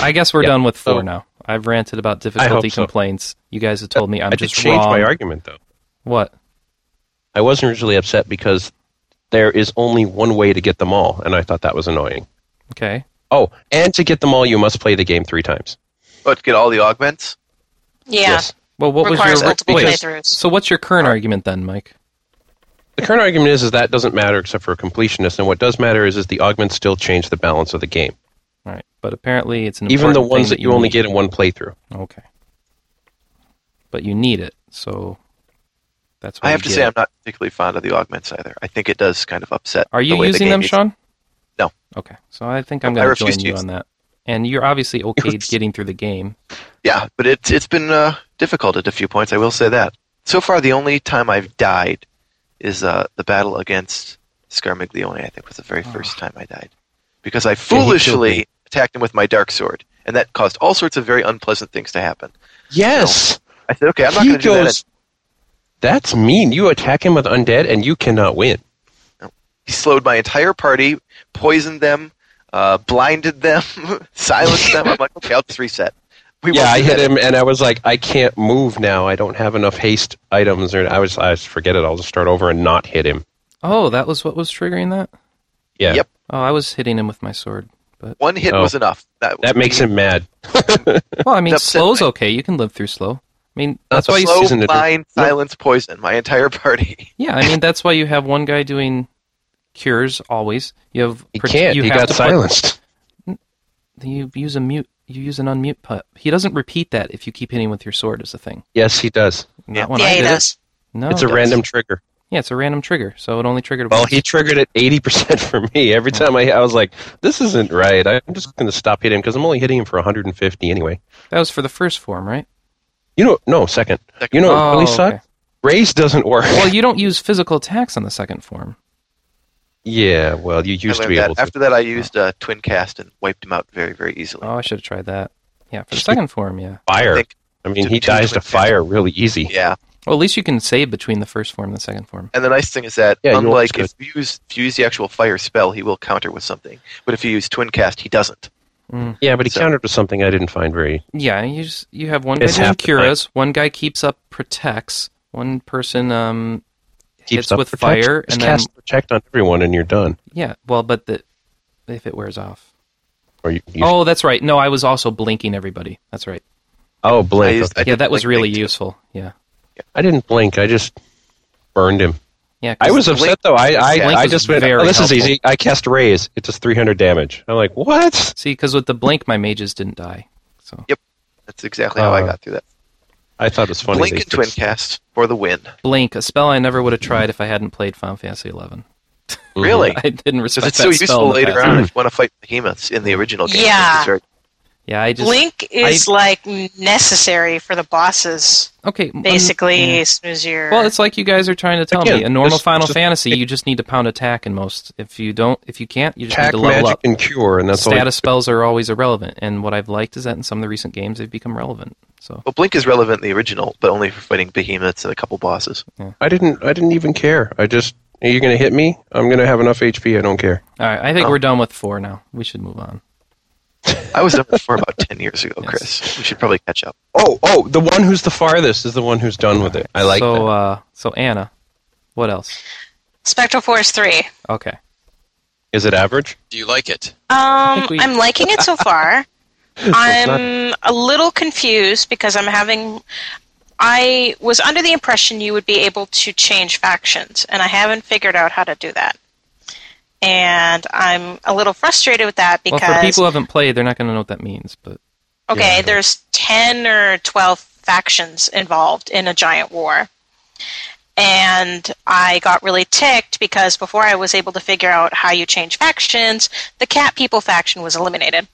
[SPEAKER 1] I guess we're
[SPEAKER 2] Yeah,
[SPEAKER 1] done with four
[SPEAKER 2] so-
[SPEAKER 1] now. I've ranted about difficulty
[SPEAKER 2] so.
[SPEAKER 1] complaints. You guys have told me I'm
[SPEAKER 2] I did
[SPEAKER 1] just
[SPEAKER 2] change
[SPEAKER 1] wrong.
[SPEAKER 2] my argument though.
[SPEAKER 1] What?
[SPEAKER 2] I wasn't originally upset because there is only one way to get them all, and I thought that was annoying.
[SPEAKER 1] Okay.
[SPEAKER 2] Oh, and to get them all, you must play the game three times.
[SPEAKER 5] But get all the augments.
[SPEAKER 4] yeah,
[SPEAKER 2] Yes.
[SPEAKER 1] Well, what
[SPEAKER 4] requires
[SPEAKER 1] was your
[SPEAKER 4] multiple
[SPEAKER 1] wait,
[SPEAKER 4] playthroughs.
[SPEAKER 1] So what's your current argument then, Mike?
[SPEAKER 2] The current argument is, is that doesn't matter except for a completionist, and what does matter is, is the augments still change the balance of the game,
[SPEAKER 1] All right. But apparently it's an
[SPEAKER 2] even the
[SPEAKER 1] important thing
[SPEAKER 2] ones that you only
[SPEAKER 1] need.
[SPEAKER 2] get in one playthrough.
[SPEAKER 1] Okay. But you need it, so that's why
[SPEAKER 5] I
[SPEAKER 1] you
[SPEAKER 5] have to
[SPEAKER 1] get
[SPEAKER 5] say
[SPEAKER 1] it.
[SPEAKER 5] I'm not particularly fond of the augments either. I think it does kind of upset.
[SPEAKER 1] Are
[SPEAKER 5] the
[SPEAKER 1] you
[SPEAKER 5] way the
[SPEAKER 1] using
[SPEAKER 5] game
[SPEAKER 1] them,
[SPEAKER 5] is-
[SPEAKER 1] Sean?
[SPEAKER 5] No.
[SPEAKER 1] Okay. So I think I'm
[SPEAKER 5] I
[SPEAKER 1] going to
[SPEAKER 5] refuse
[SPEAKER 1] join
[SPEAKER 5] to
[SPEAKER 1] you
[SPEAKER 5] use
[SPEAKER 1] on that. And you're obviously okay getting through the game.
[SPEAKER 5] Yeah, but it's it's been uh, difficult at a few points. I will say that. So far, the only time I've died is uh, the battle against Scarmiglione. I think was the very first time I died because I
[SPEAKER 2] killed
[SPEAKER 5] foolishly
[SPEAKER 2] me.
[SPEAKER 5] attacked him with my dark sword, and that caused all sorts of very unpleasant things to happen.
[SPEAKER 2] Yes,
[SPEAKER 5] I said, okay, I'm not
[SPEAKER 2] he
[SPEAKER 5] going to do that.
[SPEAKER 2] goes. That's mean. You attack him with undead, and you cannot win.
[SPEAKER 5] He slowed my entire party, poisoned them, uh, blinded them, silenced them. I'm like, okay, I'll just reset. We
[SPEAKER 2] yeah,
[SPEAKER 5] won't
[SPEAKER 2] I
[SPEAKER 5] do
[SPEAKER 2] hit
[SPEAKER 5] that.
[SPEAKER 2] him, and I was like, I can't move now. I don't have enough haste items, or I was, I was, forget it. I'll just start over and not hit him.
[SPEAKER 1] Oh, that was what was triggering that?
[SPEAKER 2] Yeah,
[SPEAKER 5] Yep.
[SPEAKER 1] Oh, I was hitting him with my sword. But
[SPEAKER 5] One hit
[SPEAKER 2] Oh.
[SPEAKER 5] was enough.
[SPEAKER 2] that makes him mad.
[SPEAKER 1] well, I mean,
[SPEAKER 5] Upset
[SPEAKER 1] slow's
[SPEAKER 5] my-
[SPEAKER 1] okay. You can live through slow. I mean, that's
[SPEAKER 2] the
[SPEAKER 1] why you
[SPEAKER 2] slow-
[SPEAKER 5] slow,
[SPEAKER 2] seasoned it.
[SPEAKER 5] blind, silence, poison. My entire party.
[SPEAKER 1] Yeah, I mean that's why you have one guy doing cures always. You have
[SPEAKER 2] He
[SPEAKER 1] prote-
[SPEAKER 2] can't.
[SPEAKER 1] You
[SPEAKER 2] he
[SPEAKER 1] have
[SPEAKER 2] got
[SPEAKER 1] to put-
[SPEAKER 2] silenced.
[SPEAKER 1] you use a mute. You use an unmute put. He doesn't repeat that if you keep hitting with your sword. Is the thing.
[SPEAKER 2] Yes, he does.
[SPEAKER 1] Not
[SPEAKER 5] Yeah.
[SPEAKER 1] when
[SPEAKER 4] yeah,
[SPEAKER 1] I
[SPEAKER 4] he
[SPEAKER 1] did it.
[SPEAKER 4] does.
[SPEAKER 1] No,
[SPEAKER 2] it's a
[SPEAKER 1] Oh, it
[SPEAKER 2] random
[SPEAKER 1] does.
[SPEAKER 2] trigger.
[SPEAKER 1] Yeah, it's a random trigger. So it only triggered.
[SPEAKER 2] Well,
[SPEAKER 1] once.
[SPEAKER 2] he triggered it eighty percent for me every time I. I was like, this isn't right. I'm just going to stop hitting him because I'm only hitting him for 150 anyway.
[SPEAKER 1] that was for the first form, right?
[SPEAKER 2] You know, no second.
[SPEAKER 5] Second.
[SPEAKER 2] You know,
[SPEAKER 1] Oh,
[SPEAKER 2] what really sucks.
[SPEAKER 1] okay.
[SPEAKER 2] Raise doesn't work.
[SPEAKER 1] Well, you don't use physical attacks on the second form.
[SPEAKER 2] yeah, well, you used
[SPEAKER 5] I
[SPEAKER 2] to be
[SPEAKER 5] learned that.
[SPEAKER 2] able to.
[SPEAKER 5] After that, I used uh, twin cast and wiped him out very, very easily.
[SPEAKER 1] Oh, I should have tried that. Yeah, for the second form, yeah.
[SPEAKER 5] I
[SPEAKER 2] fire.
[SPEAKER 5] think-
[SPEAKER 2] I mean,
[SPEAKER 5] to
[SPEAKER 2] he
[SPEAKER 5] two
[SPEAKER 2] dies to
[SPEAKER 5] twin
[SPEAKER 2] fire really easy.
[SPEAKER 5] yeah.
[SPEAKER 1] Well, at least you can save between the first form and the second form.
[SPEAKER 5] And the nice thing is that,
[SPEAKER 2] Yeah, you always
[SPEAKER 5] unlike if you use if you use the actual fire spell, he will counter with something. But if you use twin cast, he doesn't.
[SPEAKER 2] Yeah, but he
[SPEAKER 5] So-
[SPEAKER 2] countered with something I didn't find very.
[SPEAKER 1] Yeah, you just, you have one guy
[SPEAKER 2] It's
[SPEAKER 1] doing
[SPEAKER 2] half the time.
[SPEAKER 1] curas, one guy keeps up protects, one person um
[SPEAKER 2] Keeps
[SPEAKER 1] hits
[SPEAKER 2] up
[SPEAKER 1] with
[SPEAKER 2] protect.
[SPEAKER 1] fire,
[SPEAKER 2] Just
[SPEAKER 1] and then
[SPEAKER 2] cast protect on everyone, and you're done.
[SPEAKER 1] yeah. Well, but the if it wears off.
[SPEAKER 2] Or you, you
[SPEAKER 1] Oh, that's right. No, I was also blinking everybody. That's right.
[SPEAKER 2] oh,
[SPEAKER 5] I
[SPEAKER 2] blink.
[SPEAKER 5] used-
[SPEAKER 2] okay.
[SPEAKER 5] I
[SPEAKER 1] Yeah,
[SPEAKER 5] did
[SPEAKER 1] that was
[SPEAKER 5] blink
[SPEAKER 1] really
[SPEAKER 5] thing, too.
[SPEAKER 1] useful. Yeah,
[SPEAKER 2] I didn't blink. I just burned him.
[SPEAKER 1] yeah. 'cause
[SPEAKER 2] I was upset though. I I,
[SPEAKER 1] Blink
[SPEAKER 2] I
[SPEAKER 1] was
[SPEAKER 2] just went.
[SPEAKER 1] very
[SPEAKER 2] Oh, this
[SPEAKER 1] helpful.
[SPEAKER 2] is easy. I cast raise. It does 300 damage. I'm like, what?
[SPEAKER 1] see because with the blink, my mages didn't die. So
[SPEAKER 5] That's exactly how I
[SPEAKER 2] Uh,
[SPEAKER 5] got through that.
[SPEAKER 2] I thought it was funny.
[SPEAKER 5] Blink
[SPEAKER 2] they Mm-hmm.
[SPEAKER 5] and twin
[SPEAKER 2] fixed-
[SPEAKER 5] cast for the win.
[SPEAKER 1] blink, a spell I never would have tried if I hadn't played Final Fantasy Eleven.
[SPEAKER 2] Mhm.
[SPEAKER 5] Really?
[SPEAKER 1] I didn't
[SPEAKER 5] Because
[SPEAKER 1] respect
[SPEAKER 5] it's
[SPEAKER 1] that
[SPEAKER 5] so
[SPEAKER 1] spell
[SPEAKER 5] useful
[SPEAKER 1] in the
[SPEAKER 5] later
[SPEAKER 1] past.
[SPEAKER 5] on if you want to fight behemoths in the original game.
[SPEAKER 4] Yeah.
[SPEAKER 5] It's very-
[SPEAKER 1] Yeah, I just
[SPEAKER 4] Blink is like necessary for the bosses,
[SPEAKER 1] okay. um,
[SPEAKER 4] basically.
[SPEAKER 1] yeah.
[SPEAKER 4] As soon as you're
[SPEAKER 1] Well, it's like you guys are trying to tell me.
[SPEAKER 2] Again,
[SPEAKER 1] A normal
[SPEAKER 2] this-
[SPEAKER 1] Final
[SPEAKER 2] this-
[SPEAKER 1] Fantasy, you just need to pound attack in most. If you don't, if you can't, you just
[SPEAKER 2] Attack,
[SPEAKER 1] need to level
[SPEAKER 2] magic,
[SPEAKER 1] up.
[SPEAKER 2] and cure, and that's all.
[SPEAKER 1] Status spells are always irrelevant, and what I've liked is that in some of the recent games, they've become relevant. So
[SPEAKER 5] Well, Blink is relevant in the original, but only for fighting behemoths and a couple bosses.
[SPEAKER 2] I didn't. I didn't even care. I just. Are you gonna hit me? I'm gonna have enough HP. I don't care.
[SPEAKER 1] All right, I think
[SPEAKER 5] Oh.
[SPEAKER 1] we're done with four now. We should move on.
[SPEAKER 5] I was number four about 10 years ago, Chris. We should probably catch up.
[SPEAKER 2] Oh, oh, the one who's the farthest is the one who's done with it. I like
[SPEAKER 1] so,
[SPEAKER 2] that.
[SPEAKER 1] Uh, so Anna, what else?
[SPEAKER 4] Spectral Force 3. Um,
[SPEAKER 1] Okay.
[SPEAKER 2] Is it average?
[SPEAKER 3] Do you like it?
[SPEAKER 1] think we-
[SPEAKER 4] Um, I'm liking it so far.
[SPEAKER 2] It's
[SPEAKER 4] I'm a little confused because I'm having. I was under the impression you would be able to change factions, and I haven't figured out how to do that. And I'm a little frustrated with that because.
[SPEAKER 1] well, for people who haven't played, they're not going to know what that means. But
[SPEAKER 4] Okay,
[SPEAKER 1] Yeah.
[SPEAKER 4] there's 10 or 12 factions involved in a giant war. And I got really ticked because before I was able to figure out how you change factions, the cat people faction was eliminated.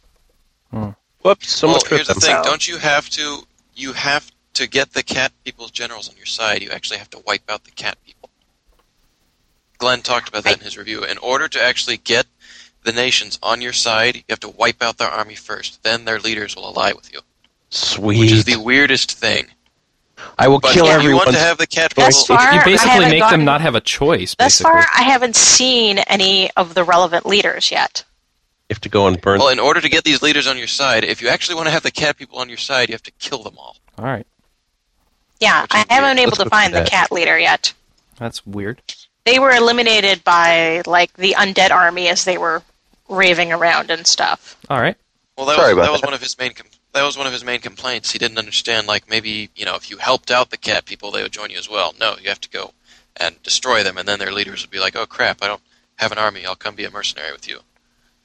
[SPEAKER 2] Whoops, so
[SPEAKER 3] well,
[SPEAKER 2] much
[SPEAKER 3] Oh, here's the
[SPEAKER 2] criticism.
[SPEAKER 3] thing.
[SPEAKER 4] So-
[SPEAKER 3] Don't you have to? You have to get the cat people's generals on your side. You actually have to wipe out the cat people. Glenn talked about that in his review. In order to actually get the nations on your side, you have to wipe out their army first. Then their leaders will ally with you,
[SPEAKER 2] Sweet.
[SPEAKER 3] which is the weirdest thing.
[SPEAKER 2] I will
[SPEAKER 3] But
[SPEAKER 2] kill
[SPEAKER 3] if you
[SPEAKER 2] everyone.
[SPEAKER 3] want to have the cat people,
[SPEAKER 4] Thus far,
[SPEAKER 1] you
[SPEAKER 4] I
[SPEAKER 1] basically
[SPEAKER 4] haven't
[SPEAKER 1] make
[SPEAKER 4] gotten-
[SPEAKER 1] them not have a choice.
[SPEAKER 4] Thus
[SPEAKER 1] basically.
[SPEAKER 4] far, I haven't seen any of the relevant leaders yet.
[SPEAKER 2] you have to go and burn.
[SPEAKER 3] well, in order to get these leaders on your side, if you actually want to have the cat people on your side, you have to kill them all.
[SPEAKER 1] All right,
[SPEAKER 4] Yeah,
[SPEAKER 3] Which is
[SPEAKER 4] I haven't been
[SPEAKER 2] weird.
[SPEAKER 4] able
[SPEAKER 2] Let's
[SPEAKER 4] to
[SPEAKER 2] look
[SPEAKER 4] find
[SPEAKER 2] at
[SPEAKER 4] the
[SPEAKER 2] that.
[SPEAKER 4] cat leader yet.
[SPEAKER 1] that's weird.
[SPEAKER 4] They were eliminated by like the undead army as they were raving around and stuff.
[SPEAKER 1] All right.
[SPEAKER 3] Well, that was
[SPEAKER 5] Sorry about
[SPEAKER 3] that, was
[SPEAKER 5] that.
[SPEAKER 3] one of his main com- that was one of his main complaints. He didn't understand like maybe you know if you helped out the cat people, they would join you as well. No, you have to go and destroy them, and then their leaders would be like, "Oh crap, I don't have an army. I'll come be a mercenary with you."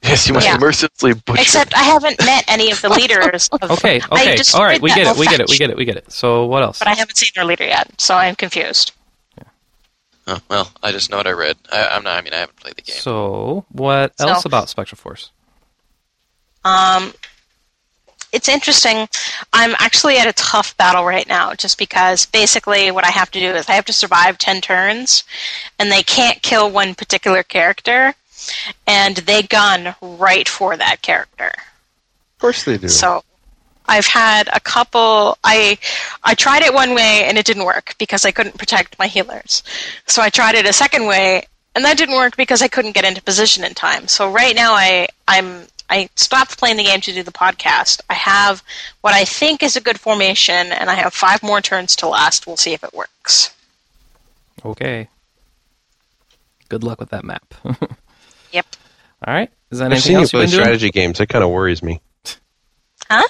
[SPEAKER 5] Yes, you must
[SPEAKER 4] Yeah.
[SPEAKER 5] mercilessly butcher.
[SPEAKER 4] Except I haven't met any of the leaders. Of,
[SPEAKER 1] Okay.
[SPEAKER 4] I
[SPEAKER 1] Okay.
[SPEAKER 4] destroyed
[SPEAKER 1] All right. We
[SPEAKER 4] that
[SPEAKER 1] get it.
[SPEAKER 4] whole
[SPEAKER 1] We get it. We
[SPEAKER 4] faction,
[SPEAKER 1] get it. We get it. So what else?
[SPEAKER 4] But I haven't seen their leader yet, so I'm confused.
[SPEAKER 3] Oh, well, I just know what I read. I, I'm not. I mean, I haven't played the game.
[SPEAKER 1] So what
[SPEAKER 4] So-
[SPEAKER 1] else about Spectral Force?
[SPEAKER 4] Um, it's interesting. I'm actually at a tough battle right now, just because basically what I have to do is I have to survive ten turns, and they can't kill one particular character, and they gun right for that character.
[SPEAKER 2] Of course they do.
[SPEAKER 4] So I've had a couple I I tried it one way and it didn't work because I couldn't protect my healers. So I tried it a second way and that didn't work because I couldn't get into position in time. So right now I I'm I stopped playing the game to do the podcast. I have what I think is a good formation and I have 5 more turns to last. We'll see if it works.
[SPEAKER 1] Okay. Good luck with that map. All
[SPEAKER 4] Yep.
[SPEAKER 1] right. Is that
[SPEAKER 2] I've
[SPEAKER 1] anything
[SPEAKER 2] seen you
[SPEAKER 1] else you've
[SPEAKER 2] play
[SPEAKER 1] been doing?
[SPEAKER 2] strategy games. It kind of worries me.
[SPEAKER 4] Huh?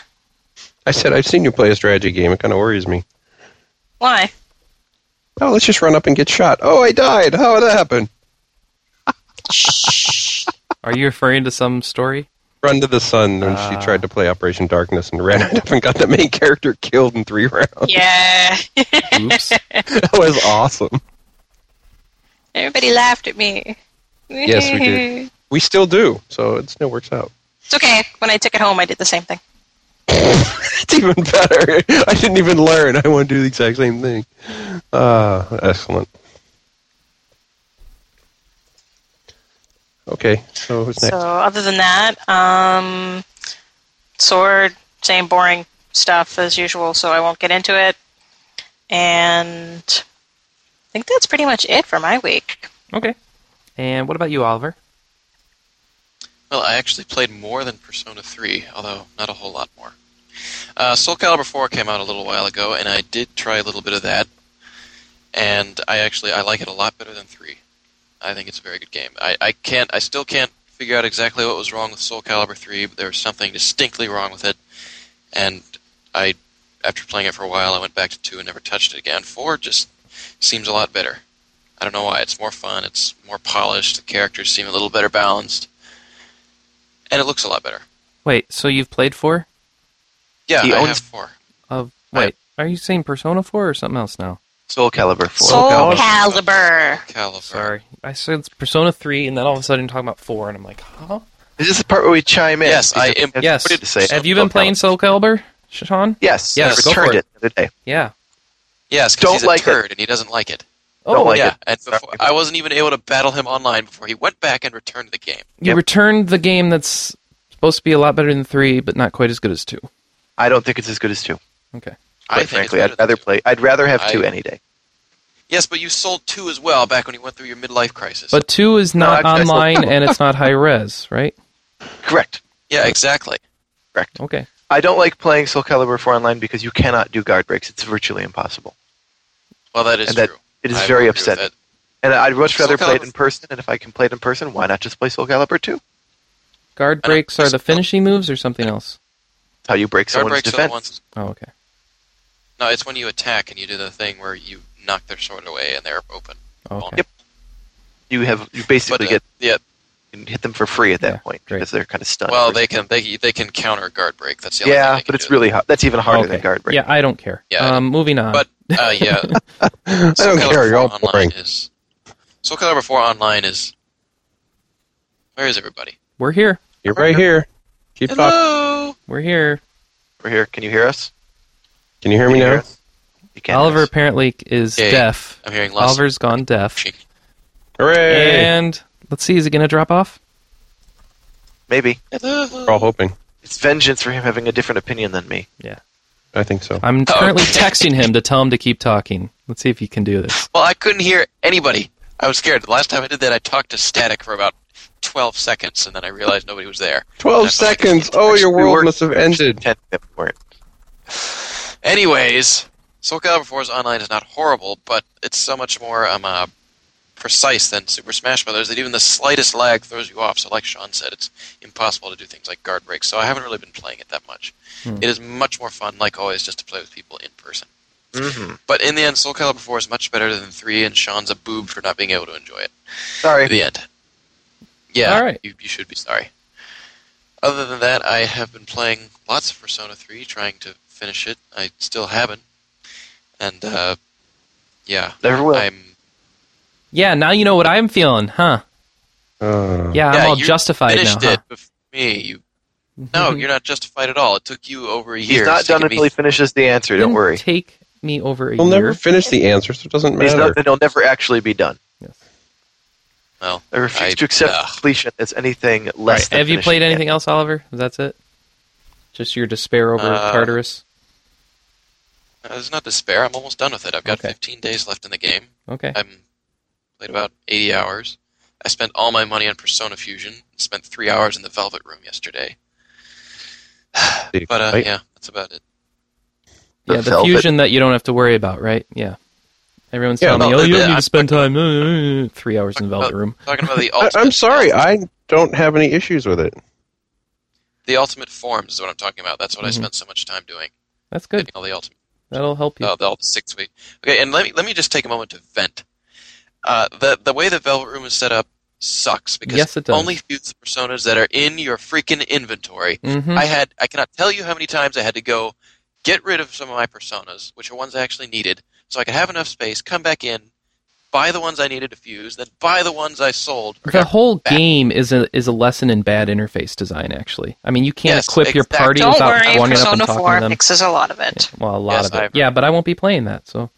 [SPEAKER 2] I said I've seen you play a strategy game. It kind of worries me.
[SPEAKER 4] Why?
[SPEAKER 2] Oh, let's just run up and get shot. Oh, I died. How did that happen?
[SPEAKER 1] Are you referring to some story?
[SPEAKER 2] Run to the sun when
[SPEAKER 1] Ah.
[SPEAKER 2] she tried to play Operation Darkness and ran up and got the main character killed in three rounds.
[SPEAKER 4] Yeah.
[SPEAKER 1] Oops.
[SPEAKER 2] that was awesome.
[SPEAKER 4] Everybody laughed at me.
[SPEAKER 2] Yes, we did. We still do, so it still works out.
[SPEAKER 4] It's okay. When I took it home, I did the same thing.
[SPEAKER 2] It's even better. I didn't even learn. I want to do the exact same thing. Uh, excellent. Okay, so who's
[SPEAKER 4] So
[SPEAKER 2] next?
[SPEAKER 4] other than that, um, sword, same boring stuff as usual. So I won't get into it. And I think that's pretty much it for my week.
[SPEAKER 1] Okay. And what about you, Oliver?
[SPEAKER 3] Well, I actually played more than Persona 3, although not a whole lot more. Uh, Soul Calibur 4 came out a little while ago, and I did try a little bit of that, and I actually I like it a lot better than 3. I think it's a very good game. I, I can't I still can't figure out exactly what was wrong with Soul Calibur 3, but there was something distinctly wrong with it, and I after playing it for a while, I went back to 2 and never touched it again. 4 just seems a lot better. I don't know why. It's more fun. It's more polished. The characters seem a little better balanced, and it looks a lot better.
[SPEAKER 1] Wait. So you've played four?
[SPEAKER 3] Yeah,
[SPEAKER 5] He
[SPEAKER 3] I
[SPEAKER 5] owns-
[SPEAKER 3] have four.
[SPEAKER 1] Of wait. Are you saying Persona four or something else now?
[SPEAKER 5] Soul Calibur 4.
[SPEAKER 4] Soul
[SPEAKER 2] Calibur.
[SPEAKER 4] Calibur.
[SPEAKER 3] Calibur.
[SPEAKER 1] Sorry, I said it's Persona three, and then all of a sudden you're talking about four, and I'm like, huh?
[SPEAKER 5] Is this the part where we chime in?
[SPEAKER 3] Yes, I
[SPEAKER 5] Because
[SPEAKER 3] am-
[SPEAKER 5] that's
[SPEAKER 1] Yes.
[SPEAKER 5] what it is.
[SPEAKER 1] Have you been playing Soul Calibur, Sean?
[SPEAKER 5] Yes.
[SPEAKER 1] Yes,
[SPEAKER 5] I
[SPEAKER 1] go for
[SPEAKER 5] returned
[SPEAKER 1] it.
[SPEAKER 5] it. the other day.
[SPEAKER 1] Yeah.
[SPEAKER 3] Yes, because
[SPEAKER 5] Don't
[SPEAKER 3] he's a
[SPEAKER 5] like it.
[SPEAKER 3] turd and he doesn't like it.
[SPEAKER 1] Oh,
[SPEAKER 5] Don't like
[SPEAKER 3] yeah,
[SPEAKER 5] it.
[SPEAKER 3] and before, I wasn't even able to battle him online before he went back and returned the game.
[SPEAKER 1] you
[SPEAKER 5] Yep.
[SPEAKER 1] returned the game that's supposed to be a lot better than three, but not quite as good as two.
[SPEAKER 5] I don't think it's as good as two.
[SPEAKER 1] Okay.
[SPEAKER 3] I
[SPEAKER 5] Quite
[SPEAKER 3] think it's
[SPEAKER 5] frankly,
[SPEAKER 3] better
[SPEAKER 5] I'd
[SPEAKER 3] than
[SPEAKER 5] rather
[SPEAKER 3] two.
[SPEAKER 5] play. I'd rather have two
[SPEAKER 3] I-
[SPEAKER 5] any day.
[SPEAKER 3] Yes, but you sold two as well back when you went through your midlife crisis.
[SPEAKER 1] But two is
[SPEAKER 5] No,
[SPEAKER 1] not
[SPEAKER 5] actually, I sold
[SPEAKER 1] online
[SPEAKER 5] two.
[SPEAKER 1] and it's not high res, right?
[SPEAKER 5] Correct.
[SPEAKER 3] yeah, exactly.
[SPEAKER 5] Correct.
[SPEAKER 1] Okay.
[SPEAKER 5] I don't like playing Soul Calibur 4 online because you cannot do guard breaks. It's virtually impossible.
[SPEAKER 3] Well, that is
[SPEAKER 5] And that-
[SPEAKER 3] true.
[SPEAKER 5] It is
[SPEAKER 3] I
[SPEAKER 5] very
[SPEAKER 3] will agree with
[SPEAKER 5] upsetting.
[SPEAKER 3] that.
[SPEAKER 5] And I'd much
[SPEAKER 3] Soul
[SPEAKER 5] rather play it
[SPEAKER 3] Calibur-
[SPEAKER 5] in person. And if I can play it in person, why not just play Soul Calibur 2?
[SPEAKER 1] Guard
[SPEAKER 3] I don't
[SPEAKER 1] breaks are the
[SPEAKER 3] think so.
[SPEAKER 1] finishing moves or something else?
[SPEAKER 5] How you break
[SPEAKER 3] Guard
[SPEAKER 5] someone's
[SPEAKER 3] breaks are the
[SPEAKER 5] defense.
[SPEAKER 3] ones.
[SPEAKER 1] Oh, okay.
[SPEAKER 3] No, it's when you attack and you do the thing where you knock their sword away and they're open.
[SPEAKER 1] Oh, Okay.
[SPEAKER 5] Yep. You have you basically
[SPEAKER 3] uh,
[SPEAKER 5] get
[SPEAKER 3] yeah.
[SPEAKER 5] you can hit them for free at that
[SPEAKER 1] Yeah,
[SPEAKER 5] point
[SPEAKER 1] great.
[SPEAKER 5] because they're kind of stunned.
[SPEAKER 3] Well,
[SPEAKER 5] for a
[SPEAKER 3] they
[SPEAKER 5] second.
[SPEAKER 3] can they they can counter guard break. That's the only
[SPEAKER 5] Yeah,
[SPEAKER 3] thing they can
[SPEAKER 5] but it's
[SPEAKER 3] do.
[SPEAKER 5] really hard. That's even harder
[SPEAKER 1] okay.
[SPEAKER 5] than guard break.
[SPEAKER 1] Yeah, I don't care.
[SPEAKER 3] Yeah.
[SPEAKER 1] Um, moving on.
[SPEAKER 3] But uh, yeah,
[SPEAKER 2] I
[SPEAKER 3] Soul
[SPEAKER 2] don't
[SPEAKER 3] Calibur
[SPEAKER 2] care. You're
[SPEAKER 3] 4
[SPEAKER 2] all
[SPEAKER 3] online
[SPEAKER 2] boring.
[SPEAKER 3] Is, Soul Calibur 4 online is. Where is everybody?
[SPEAKER 1] We're here.
[SPEAKER 2] You're right here. Keep talking.
[SPEAKER 3] Hello.
[SPEAKER 1] We're here.
[SPEAKER 5] We're here. Can you hear us?
[SPEAKER 2] Can you hear
[SPEAKER 5] Can
[SPEAKER 2] me
[SPEAKER 5] you hear
[SPEAKER 2] now?
[SPEAKER 5] us? You can.
[SPEAKER 1] Oliver apparently is
[SPEAKER 3] Yay.
[SPEAKER 1] deaf.
[SPEAKER 3] I'm hearing lots.
[SPEAKER 1] Oliver's gone deaf.
[SPEAKER 3] Shake.
[SPEAKER 2] Hooray!
[SPEAKER 1] And let's see, is it going to drop off?
[SPEAKER 5] Maybe
[SPEAKER 2] We're all hoping.
[SPEAKER 5] it's vengeance for him having a different opinion than me.
[SPEAKER 2] I think so.
[SPEAKER 1] I'm
[SPEAKER 3] Oh.
[SPEAKER 1] currently texting him to tell him to keep talking. Let's see if he can do this.
[SPEAKER 3] Well, I couldn't hear anybody. I was scared. The last time I did that, I talked to static for about 12 seconds, and then I realized nobody was there.
[SPEAKER 2] Twelve
[SPEAKER 3] That's like-
[SPEAKER 2] seconds. Oh, your
[SPEAKER 5] We
[SPEAKER 2] world
[SPEAKER 5] were-
[SPEAKER 2] must have ended.
[SPEAKER 5] Ten if we weren't.
[SPEAKER 3] Anyways, Soul Calibur 4's online is not horrible, but it's so much more um, uh, precise than Super Smash Brothers that even the slightest lag throws you off. So, like Sean said, it's impossible to do things like guard breaks. So, I haven't really been playing it that much.
[SPEAKER 1] Hmm.
[SPEAKER 3] It is much more fun, like always, just to play with people in person.
[SPEAKER 5] Mhm.
[SPEAKER 3] But in the end, Soul Calibur 4 is much better than 3, and Sean's a boob for not being able to enjoy it.
[SPEAKER 5] Sorry.
[SPEAKER 3] The end. Yeah,
[SPEAKER 1] All right.
[SPEAKER 3] you, you should be sorry. Other than that, I have been playing lots of Persona 3, trying to finish it. I still haven't. And, uh, yeah,
[SPEAKER 5] Never will.
[SPEAKER 3] I'm.
[SPEAKER 1] Yeah, now you know what I'm feeling, huh?
[SPEAKER 2] Uh,
[SPEAKER 1] Yeah, I'm
[SPEAKER 3] yeah,
[SPEAKER 1] all
[SPEAKER 3] you
[SPEAKER 1] justified now.
[SPEAKER 3] finished it
[SPEAKER 1] huh? Mm-hmm.
[SPEAKER 3] bef- me. You, no, you're not justified at all. It took you over a
[SPEAKER 5] He's
[SPEAKER 3] year.
[SPEAKER 5] not
[SPEAKER 3] It's taken
[SPEAKER 5] done until
[SPEAKER 3] me-
[SPEAKER 5] he finishes the answer. Don't
[SPEAKER 1] Didn't
[SPEAKER 5] worry.
[SPEAKER 1] Take me over a
[SPEAKER 2] He'll
[SPEAKER 1] year.
[SPEAKER 2] never finish the answer, so it doesn't
[SPEAKER 5] He's
[SPEAKER 2] matter.
[SPEAKER 5] not, and he'll never actually be done.
[SPEAKER 3] Well,
[SPEAKER 5] I refuse
[SPEAKER 3] I-
[SPEAKER 5] to accept
[SPEAKER 3] ugh.
[SPEAKER 5] completion as anything
[SPEAKER 1] All right,
[SPEAKER 5] less. than
[SPEAKER 1] Have you
[SPEAKER 5] finishing
[SPEAKER 1] played
[SPEAKER 5] it.
[SPEAKER 1] anything else, Oliver? That's it. Just your despair over
[SPEAKER 3] Uh,
[SPEAKER 1] Tartarus.
[SPEAKER 3] uh, it's not despair. I'm almost done with it. I've got
[SPEAKER 1] Okay.
[SPEAKER 3] 15 days left in the game.
[SPEAKER 1] Okay.
[SPEAKER 3] I'm played about 80 hours. I spent all my money on Persona Fusion. Spent three hours in the Velvet Room yesterday. But uh, yeah, that's about it.
[SPEAKER 1] yeah, the
[SPEAKER 5] Velvet.
[SPEAKER 1] fusion that you don't have to worry about, right? Yeah. Everyone's
[SPEAKER 2] Yeah,
[SPEAKER 1] telling me,
[SPEAKER 3] no,
[SPEAKER 1] oh, you
[SPEAKER 3] the-
[SPEAKER 1] don't need
[SPEAKER 3] I'm-
[SPEAKER 1] to spend time. uh, uh, uh, Three hours in the Velvet
[SPEAKER 3] Well,
[SPEAKER 1] Room.
[SPEAKER 3] Talking about the
[SPEAKER 2] I,
[SPEAKER 3] ultimate.
[SPEAKER 2] I'm sorry. I don't have any issues with it.
[SPEAKER 3] the ultimate forms is what I'm talking about. That's what I
[SPEAKER 1] Mhm.
[SPEAKER 2] Mm-hmm.
[SPEAKER 3] spent so much time doing.
[SPEAKER 1] That's good.
[SPEAKER 3] getting All the ultimate.
[SPEAKER 1] That'll help you.
[SPEAKER 3] Oh, the all the six week. Okay, and let me let me just take a moment to vent. Uh, the the way the Velvet Room is set up sucks because
[SPEAKER 1] Yes, it does.
[SPEAKER 3] only feuds the personas that are in your freaking inventory.
[SPEAKER 1] hmm
[SPEAKER 3] I had I cannot tell you how many times I had to go get rid of some of my personas, which are ones I actually needed, so I could have enough space. Come back in, buy the ones I needed to fuse, then buy the ones I sold. or
[SPEAKER 1] The
[SPEAKER 3] got
[SPEAKER 1] whole
[SPEAKER 3] back.
[SPEAKER 1] game is a is a lesson in bad interface design. Actually, I mean, you can't
[SPEAKER 3] Yes,
[SPEAKER 1] equip your
[SPEAKER 3] exact-
[SPEAKER 1] party
[SPEAKER 4] Don't
[SPEAKER 1] without
[SPEAKER 4] worry,
[SPEAKER 1] walking up and
[SPEAKER 4] Persona
[SPEAKER 1] talking
[SPEAKER 4] 4
[SPEAKER 1] to them.
[SPEAKER 4] fixes a lot of it.
[SPEAKER 1] Well, a lot
[SPEAKER 3] Yes,
[SPEAKER 1] of it.
[SPEAKER 3] I've-
[SPEAKER 1] Yeah, but I won't be playing that. So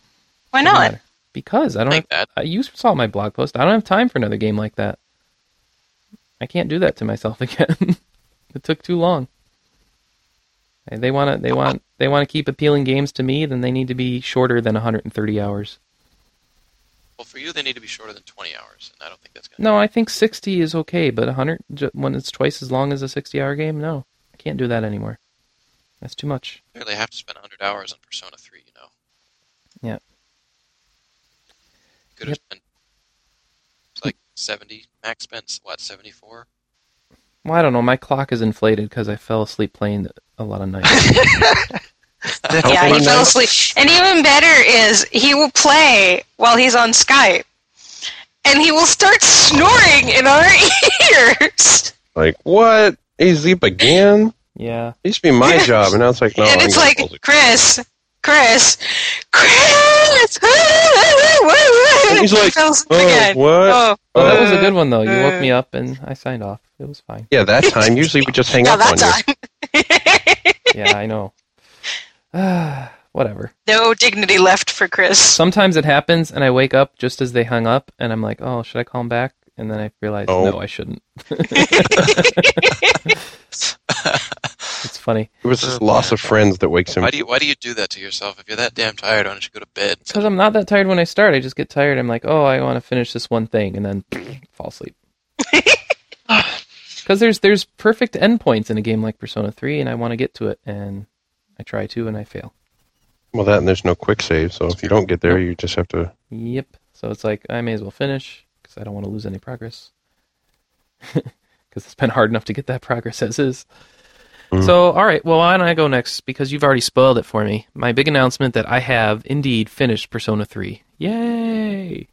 [SPEAKER 4] Why
[SPEAKER 1] doesn't
[SPEAKER 4] not?
[SPEAKER 1] matter. Because I don't. Have,
[SPEAKER 3] Like that.
[SPEAKER 1] I, you saw my blog post. I don't have time for another game like that. I can't do that to myself again. it took too long. And they want to. They want. They want to keep appealing games to me. Then they need to be shorter than 130 hours.
[SPEAKER 3] Well, for you, they need to be shorter than twenty hours, and I don't think that's gonna.
[SPEAKER 1] No, I think 60 is okay, but 100 ju- when it's twice as long as a 60-hour game, no, I can't do that anymore. That's too much.
[SPEAKER 3] I barely have to spend hundred hours on Persona Three, you know.
[SPEAKER 1] Yeah.
[SPEAKER 3] Could have spent it's like seventy max spends what seventy four.
[SPEAKER 1] Well, I don't know. My clock is inflated because I fell asleep playing a lot of nights.
[SPEAKER 4] Yeah, he
[SPEAKER 2] Open
[SPEAKER 4] fell
[SPEAKER 2] up.
[SPEAKER 4] asleep. And even better is he will play while he's on Skype. And he will start snoring in our ears.
[SPEAKER 2] Like what? AZ again?
[SPEAKER 1] yeah.
[SPEAKER 2] It used to be my job, and now it's like no.
[SPEAKER 4] and
[SPEAKER 2] I'm
[SPEAKER 4] it's
[SPEAKER 2] gonna
[SPEAKER 4] like,
[SPEAKER 2] close it.
[SPEAKER 4] Chris, Chris, Chris! and
[SPEAKER 2] he's like,
[SPEAKER 4] fell asleep
[SPEAKER 2] oh,
[SPEAKER 4] again.
[SPEAKER 2] what?
[SPEAKER 4] Oh.
[SPEAKER 1] Well, that
[SPEAKER 2] Uh,
[SPEAKER 1] was a good one though. You woke me up and I signed off. It was fine.
[SPEAKER 2] Yeah, that time. Usually we just hang
[SPEAKER 4] Now
[SPEAKER 2] up on you.
[SPEAKER 4] that time.
[SPEAKER 1] Yeah, I know. Whatever.
[SPEAKER 4] no dignity left for Chris.
[SPEAKER 1] Sometimes it happens, and I wake up just as they hung up, and I'm like, "Oh, should I call him back?" And then I realize,
[SPEAKER 2] Oh.
[SPEAKER 1] no, I shouldn't. it's funny.
[SPEAKER 2] It was
[SPEAKER 5] Oh,
[SPEAKER 2] this loss of friends that wakes him.
[SPEAKER 3] Why do you why do you do that to yourself? If you're that damn tired, why don't you go to bed?
[SPEAKER 1] because I'm not that tired when I start. I just get tired. I'm like, oh, I want to finish this one thing, and then fall asleep. because there's there's perfect endpoints in a game like Persona Three, and I want to get to it, and I try to, and I fail.
[SPEAKER 2] Well, that and there's no quick save, so if you don't get there, you just have to.
[SPEAKER 1] Yep. So it's like I may as well finish because I don't want to lose any progress. Because it's been hard enough to get that progress as is.
[SPEAKER 2] Mm.
[SPEAKER 1] So all right, well why don't I go next because you've already spoiled it for me. My big announcement that I have indeed finished Persona Three. Yay!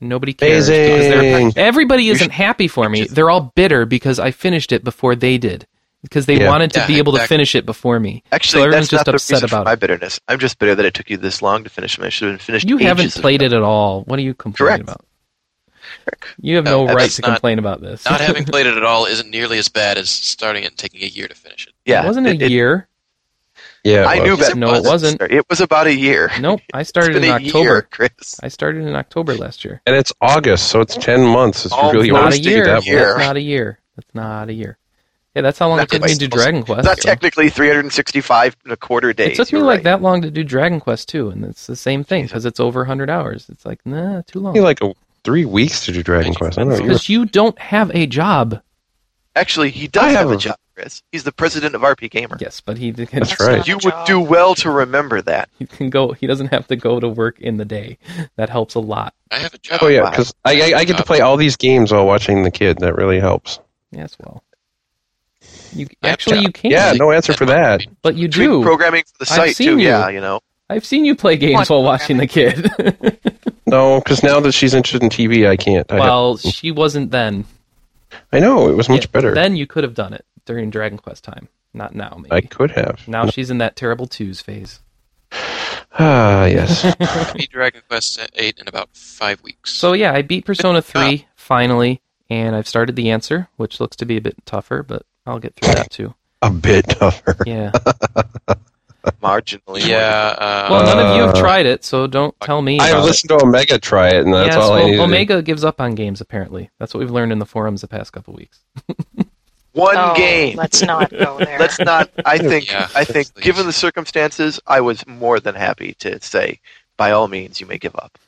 [SPEAKER 1] Nobody cares because
[SPEAKER 2] Amazing.
[SPEAKER 1] they're, everybody
[SPEAKER 5] You
[SPEAKER 1] isn't happy for me. they're all bitter because I finished it before they did because they
[SPEAKER 2] Yeah.
[SPEAKER 1] wanted to
[SPEAKER 3] Yeah,
[SPEAKER 1] be able to
[SPEAKER 3] exactly.
[SPEAKER 1] finish it before me.
[SPEAKER 5] Actually,
[SPEAKER 1] so everyone's
[SPEAKER 5] that's
[SPEAKER 1] just
[SPEAKER 5] not the
[SPEAKER 1] upset
[SPEAKER 5] reason for
[SPEAKER 1] about
[SPEAKER 5] my
[SPEAKER 1] it.
[SPEAKER 5] bitterness. I'm just bitter that it took you this long to finish them. I should have been finished.
[SPEAKER 1] You haven't
[SPEAKER 5] ages ago.
[SPEAKER 1] played it at all. What are you complaining
[SPEAKER 5] Correct.
[SPEAKER 1] about? You have no
[SPEAKER 5] No,
[SPEAKER 1] right
[SPEAKER 3] that's
[SPEAKER 1] to
[SPEAKER 3] not-
[SPEAKER 1] complain about this.
[SPEAKER 3] Not having played it at all isn't nearly as bad as starting it and taking a year to finish it.
[SPEAKER 5] Yeah,
[SPEAKER 1] wasn't a
[SPEAKER 5] it- it-
[SPEAKER 1] year.
[SPEAKER 2] Yeah,
[SPEAKER 5] I knew
[SPEAKER 2] well,
[SPEAKER 5] better.
[SPEAKER 1] No, it wasn't.
[SPEAKER 5] sir. It was about a year.
[SPEAKER 1] Nope, I
[SPEAKER 5] It's
[SPEAKER 1] started
[SPEAKER 5] been
[SPEAKER 1] in
[SPEAKER 5] a
[SPEAKER 1] October.
[SPEAKER 5] year, Chris.
[SPEAKER 1] I started in October last year.
[SPEAKER 2] And it's August, so it's ten months. It's
[SPEAKER 5] Oh,
[SPEAKER 2] really
[SPEAKER 5] not a
[SPEAKER 1] Not a
[SPEAKER 2] roasty
[SPEAKER 1] year.
[SPEAKER 2] at that
[SPEAKER 5] year.
[SPEAKER 1] That's not a year. That's not a year. Yeah, that's how long
[SPEAKER 5] Not
[SPEAKER 1] it took me to
[SPEAKER 5] quite.
[SPEAKER 1] do Dragon Quest.
[SPEAKER 5] Not
[SPEAKER 1] so-
[SPEAKER 5] technically 365 and a quarter days.
[SPEAKER 1] it took me
[SPEAKER 5] you're
[SPEAKER 1] like
[SPEAKER 5] right.
[SPEAKER 1] that long to do Dragon Quest too, and it's the same thing because it's over 100 hours. It's like nah, too long.
[SPEAKER 2] Took me like a, three weeks to do Dragon Quest. I don't know. you were-
[SPEAKER 1] Because you don't have a job.
[SPEAKER 5] Actually, he does
[SPEAKER 2] I
[SPEAKER 5] have a
[SPEAKER 2] have-
[SPEAKER 5] job, Chris. He's the president of RP Gamer.
[SPEAKER 1] Yes, but he can,
[SPEAKER 2] That's right.
[SPEAKER 5] You would do well to remember that.
[SPEAKER 1] he can go. He doesn't have to go to work in the day. That helps a lot.
[SPEAKER 3] I have a job.
[SPEAKER 2] Oh yeah,
[SPEAKER 5] wow.
[SPEAKER 2] because I, I I get to play all these games while watching the kid. That really helps.
[SPEAKER 1] Yes, well, you
[SPEAKER 3] I have a
[SPEAKER 1] actually
[SPEAKER 3] job.
[SPEAKER 1] you can,
[SPEAKER 2] Yeah, no answer for that.
[SPEAKER 1] but you
[SPEAKER 5] Between
[SPEAKER 1] do.
[SPEAKER 5] programming for the
[SPEAKER 1] I've
[SPEAKER 5] site
[SPEAKER 1] seen
[SPEAKER 5] too.
[SPEAKER 1] you.
[SPEAKER 5] Yeah, you know.
[SPEAKER 1] I've seen you play games while watching the kid.
[SPEAKER 2] No, because now that she's interested in TV, I can't. I, have-
[SPEAKER 1] well, she wasn't then.
[SPEAKER 2] I know it was much
[SPEAKER 1] Yeah,
[SPEAKER 2] better.
[SPEAKER 1] Then you could have done it during Dragon Quest time. Not now, maybe.
[SPEAKER 2] I could have.
[SPEAKER 1] now she's in that terrible twos phase.
[SPEAKER 2] Ah, yes.
[SPEAKER 3] I beat Dragon Quest Eight in about five weeks.
[SPEAKER 1] So yeah, I beat Persona Three finally, and I've started the answer, which looks to be a bit tougher, but I'll get through that too.
[SPEAKER 2] a bit tougher.
[SPEAKER 1] Yeah.
[SPEAKER 5] Marginally.
[SPEAKER 3] yeah, uh,
[SPEAKER 1] Well, none of you have
[SPEAKER 2] Uh,
[SPEAKER 1] tried it, so don't tell me.
[SPEAKER 2] I
[SPEAKER 1] about it.
[SPEAKER 2] listened to Omega try it, and that's
[SPEAKER 1] yes,
[SPEAKER 2] all I
[SPEAKER 1] well,
[SPEAKER 2] needed.
[SPEAKER 1] Omega gives up on games apparently. That's what we've learned in the forums the past couple weeks.
[SPEAKER 5] One
[SPEAKER 4] Oh,
[SPEAKER 5] game.
[SPEAKER 4] Let's not go there.
[SPEAKER 5] Let's not. I think.
[SPEAKER 3] Yeah,
[SPEAKER 5] I think.
[SPEAKER 3] please.
[SPEAKER 5] Given the circumstances, I was more than happy to say, by all means, you may give up.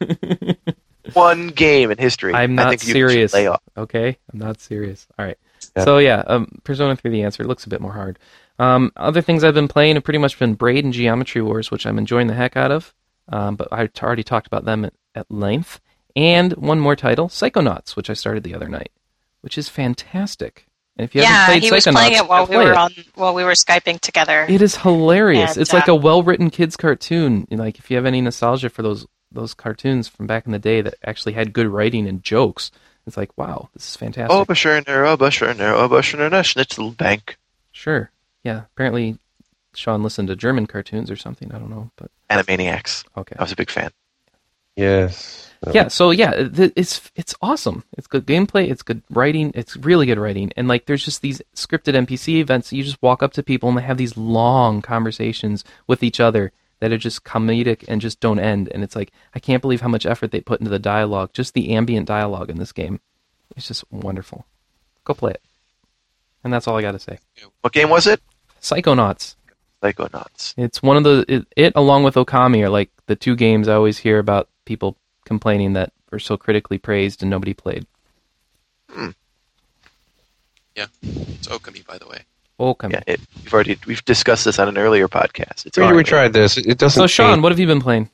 [SPEAKER 5] One game in history.
[SPEAKER 1] I'm
[SPEAKER 5] I
[SPEAKER 1] not
[SPEAKER 5] think you should
[SPEAKER 1] serious.
[SPEAKER 5] lay off.
[SPEAKER 1] Okay, I'm not serious. All right.
[SPEAKER 2] Yeah.
[SPEAKER 1] So yeah, um, Persona 3 the answer. It looks a bit more hard. Um, other things I've been playing have pretty much been Braid and Geometry Wars, which I'm enjoying the heck out of. Um, but I t- already talked about them at, at length. And one more title, Psychonauts, which I started the other night, which is fantastic. And if you
[SPEAKER 4] yeah,
[SPEAKER 1] haven't played
[SPEAKER 4] he
[SPEAKER 1] Psychonauts,
[SPEAKER 4] was playing it while
[SPEAKER 1] go
[SPEAKER 4] we
[SPEAKER 1] play
[SPEAKER 4] were
[SPEAKER 1] it.
[SPEAKER 4] on while we were skyping together.
[SPEAKER 1] It is hilarious.
[SPEAKER 4] And,
[SPEAKER 1] it's like
[SPEAKER 4] uh,
[SPEAKER 1] a well-written kids cartoon. And, Like if you have any nostalgia for those those cartoons from back in the day that actually had good writing and jokes, it's like wow, this is fantastic.
[SPEAKER 5] Oh, Bashirner, oh, Bashirner, oh, Bashirner, Schnitzel Bank.
[SPEAKER 1] Sure. Yeah. Apparently, Sean listened to German cartoons or something. I don't know, but
[SPEAKER 5] Animaniacs.
[SPEAKER 1] okay.
[SPEAKER 5] I was a big fan.
[SPEAKER 2] Yes.
[SPEAKER 1] Yeah. So yeah, th- it's it's awesome. It's good gameplay. It's good writing. It's really good writing. And like, there's just these scripted NPC events. You just walk up to people and they have these long conversations with each other that are just comedic and just don't end. And it's like, I can't believe how much effort they put into the dialogue, just the ambient dialogue in this game. It's just wonderful. Go play it. And that's all I got to say.
[SPEAKER 5] What game was it?
[SPEAKER 1] Psychonauts.
[SPEAKER 5] Psychonauts.
[SPEAKER 1] It's one of the it, it along with Okami are like the two games I always hear about people complaining that are so critically praised and nobody played.
[SPEAKER 3] it's Okami, by the way.
[SPEAKER 1] Okami.
[SPEAKER 5] Yeah, it, we've already we've discussed this on an earlier podcast. It's
[SPEAKER 2] We,
[SPEAKER 5] already
[SPEAKER 2] we tried this. It doesn't.
[SPEAKER 1] So Sean, what have you been playing?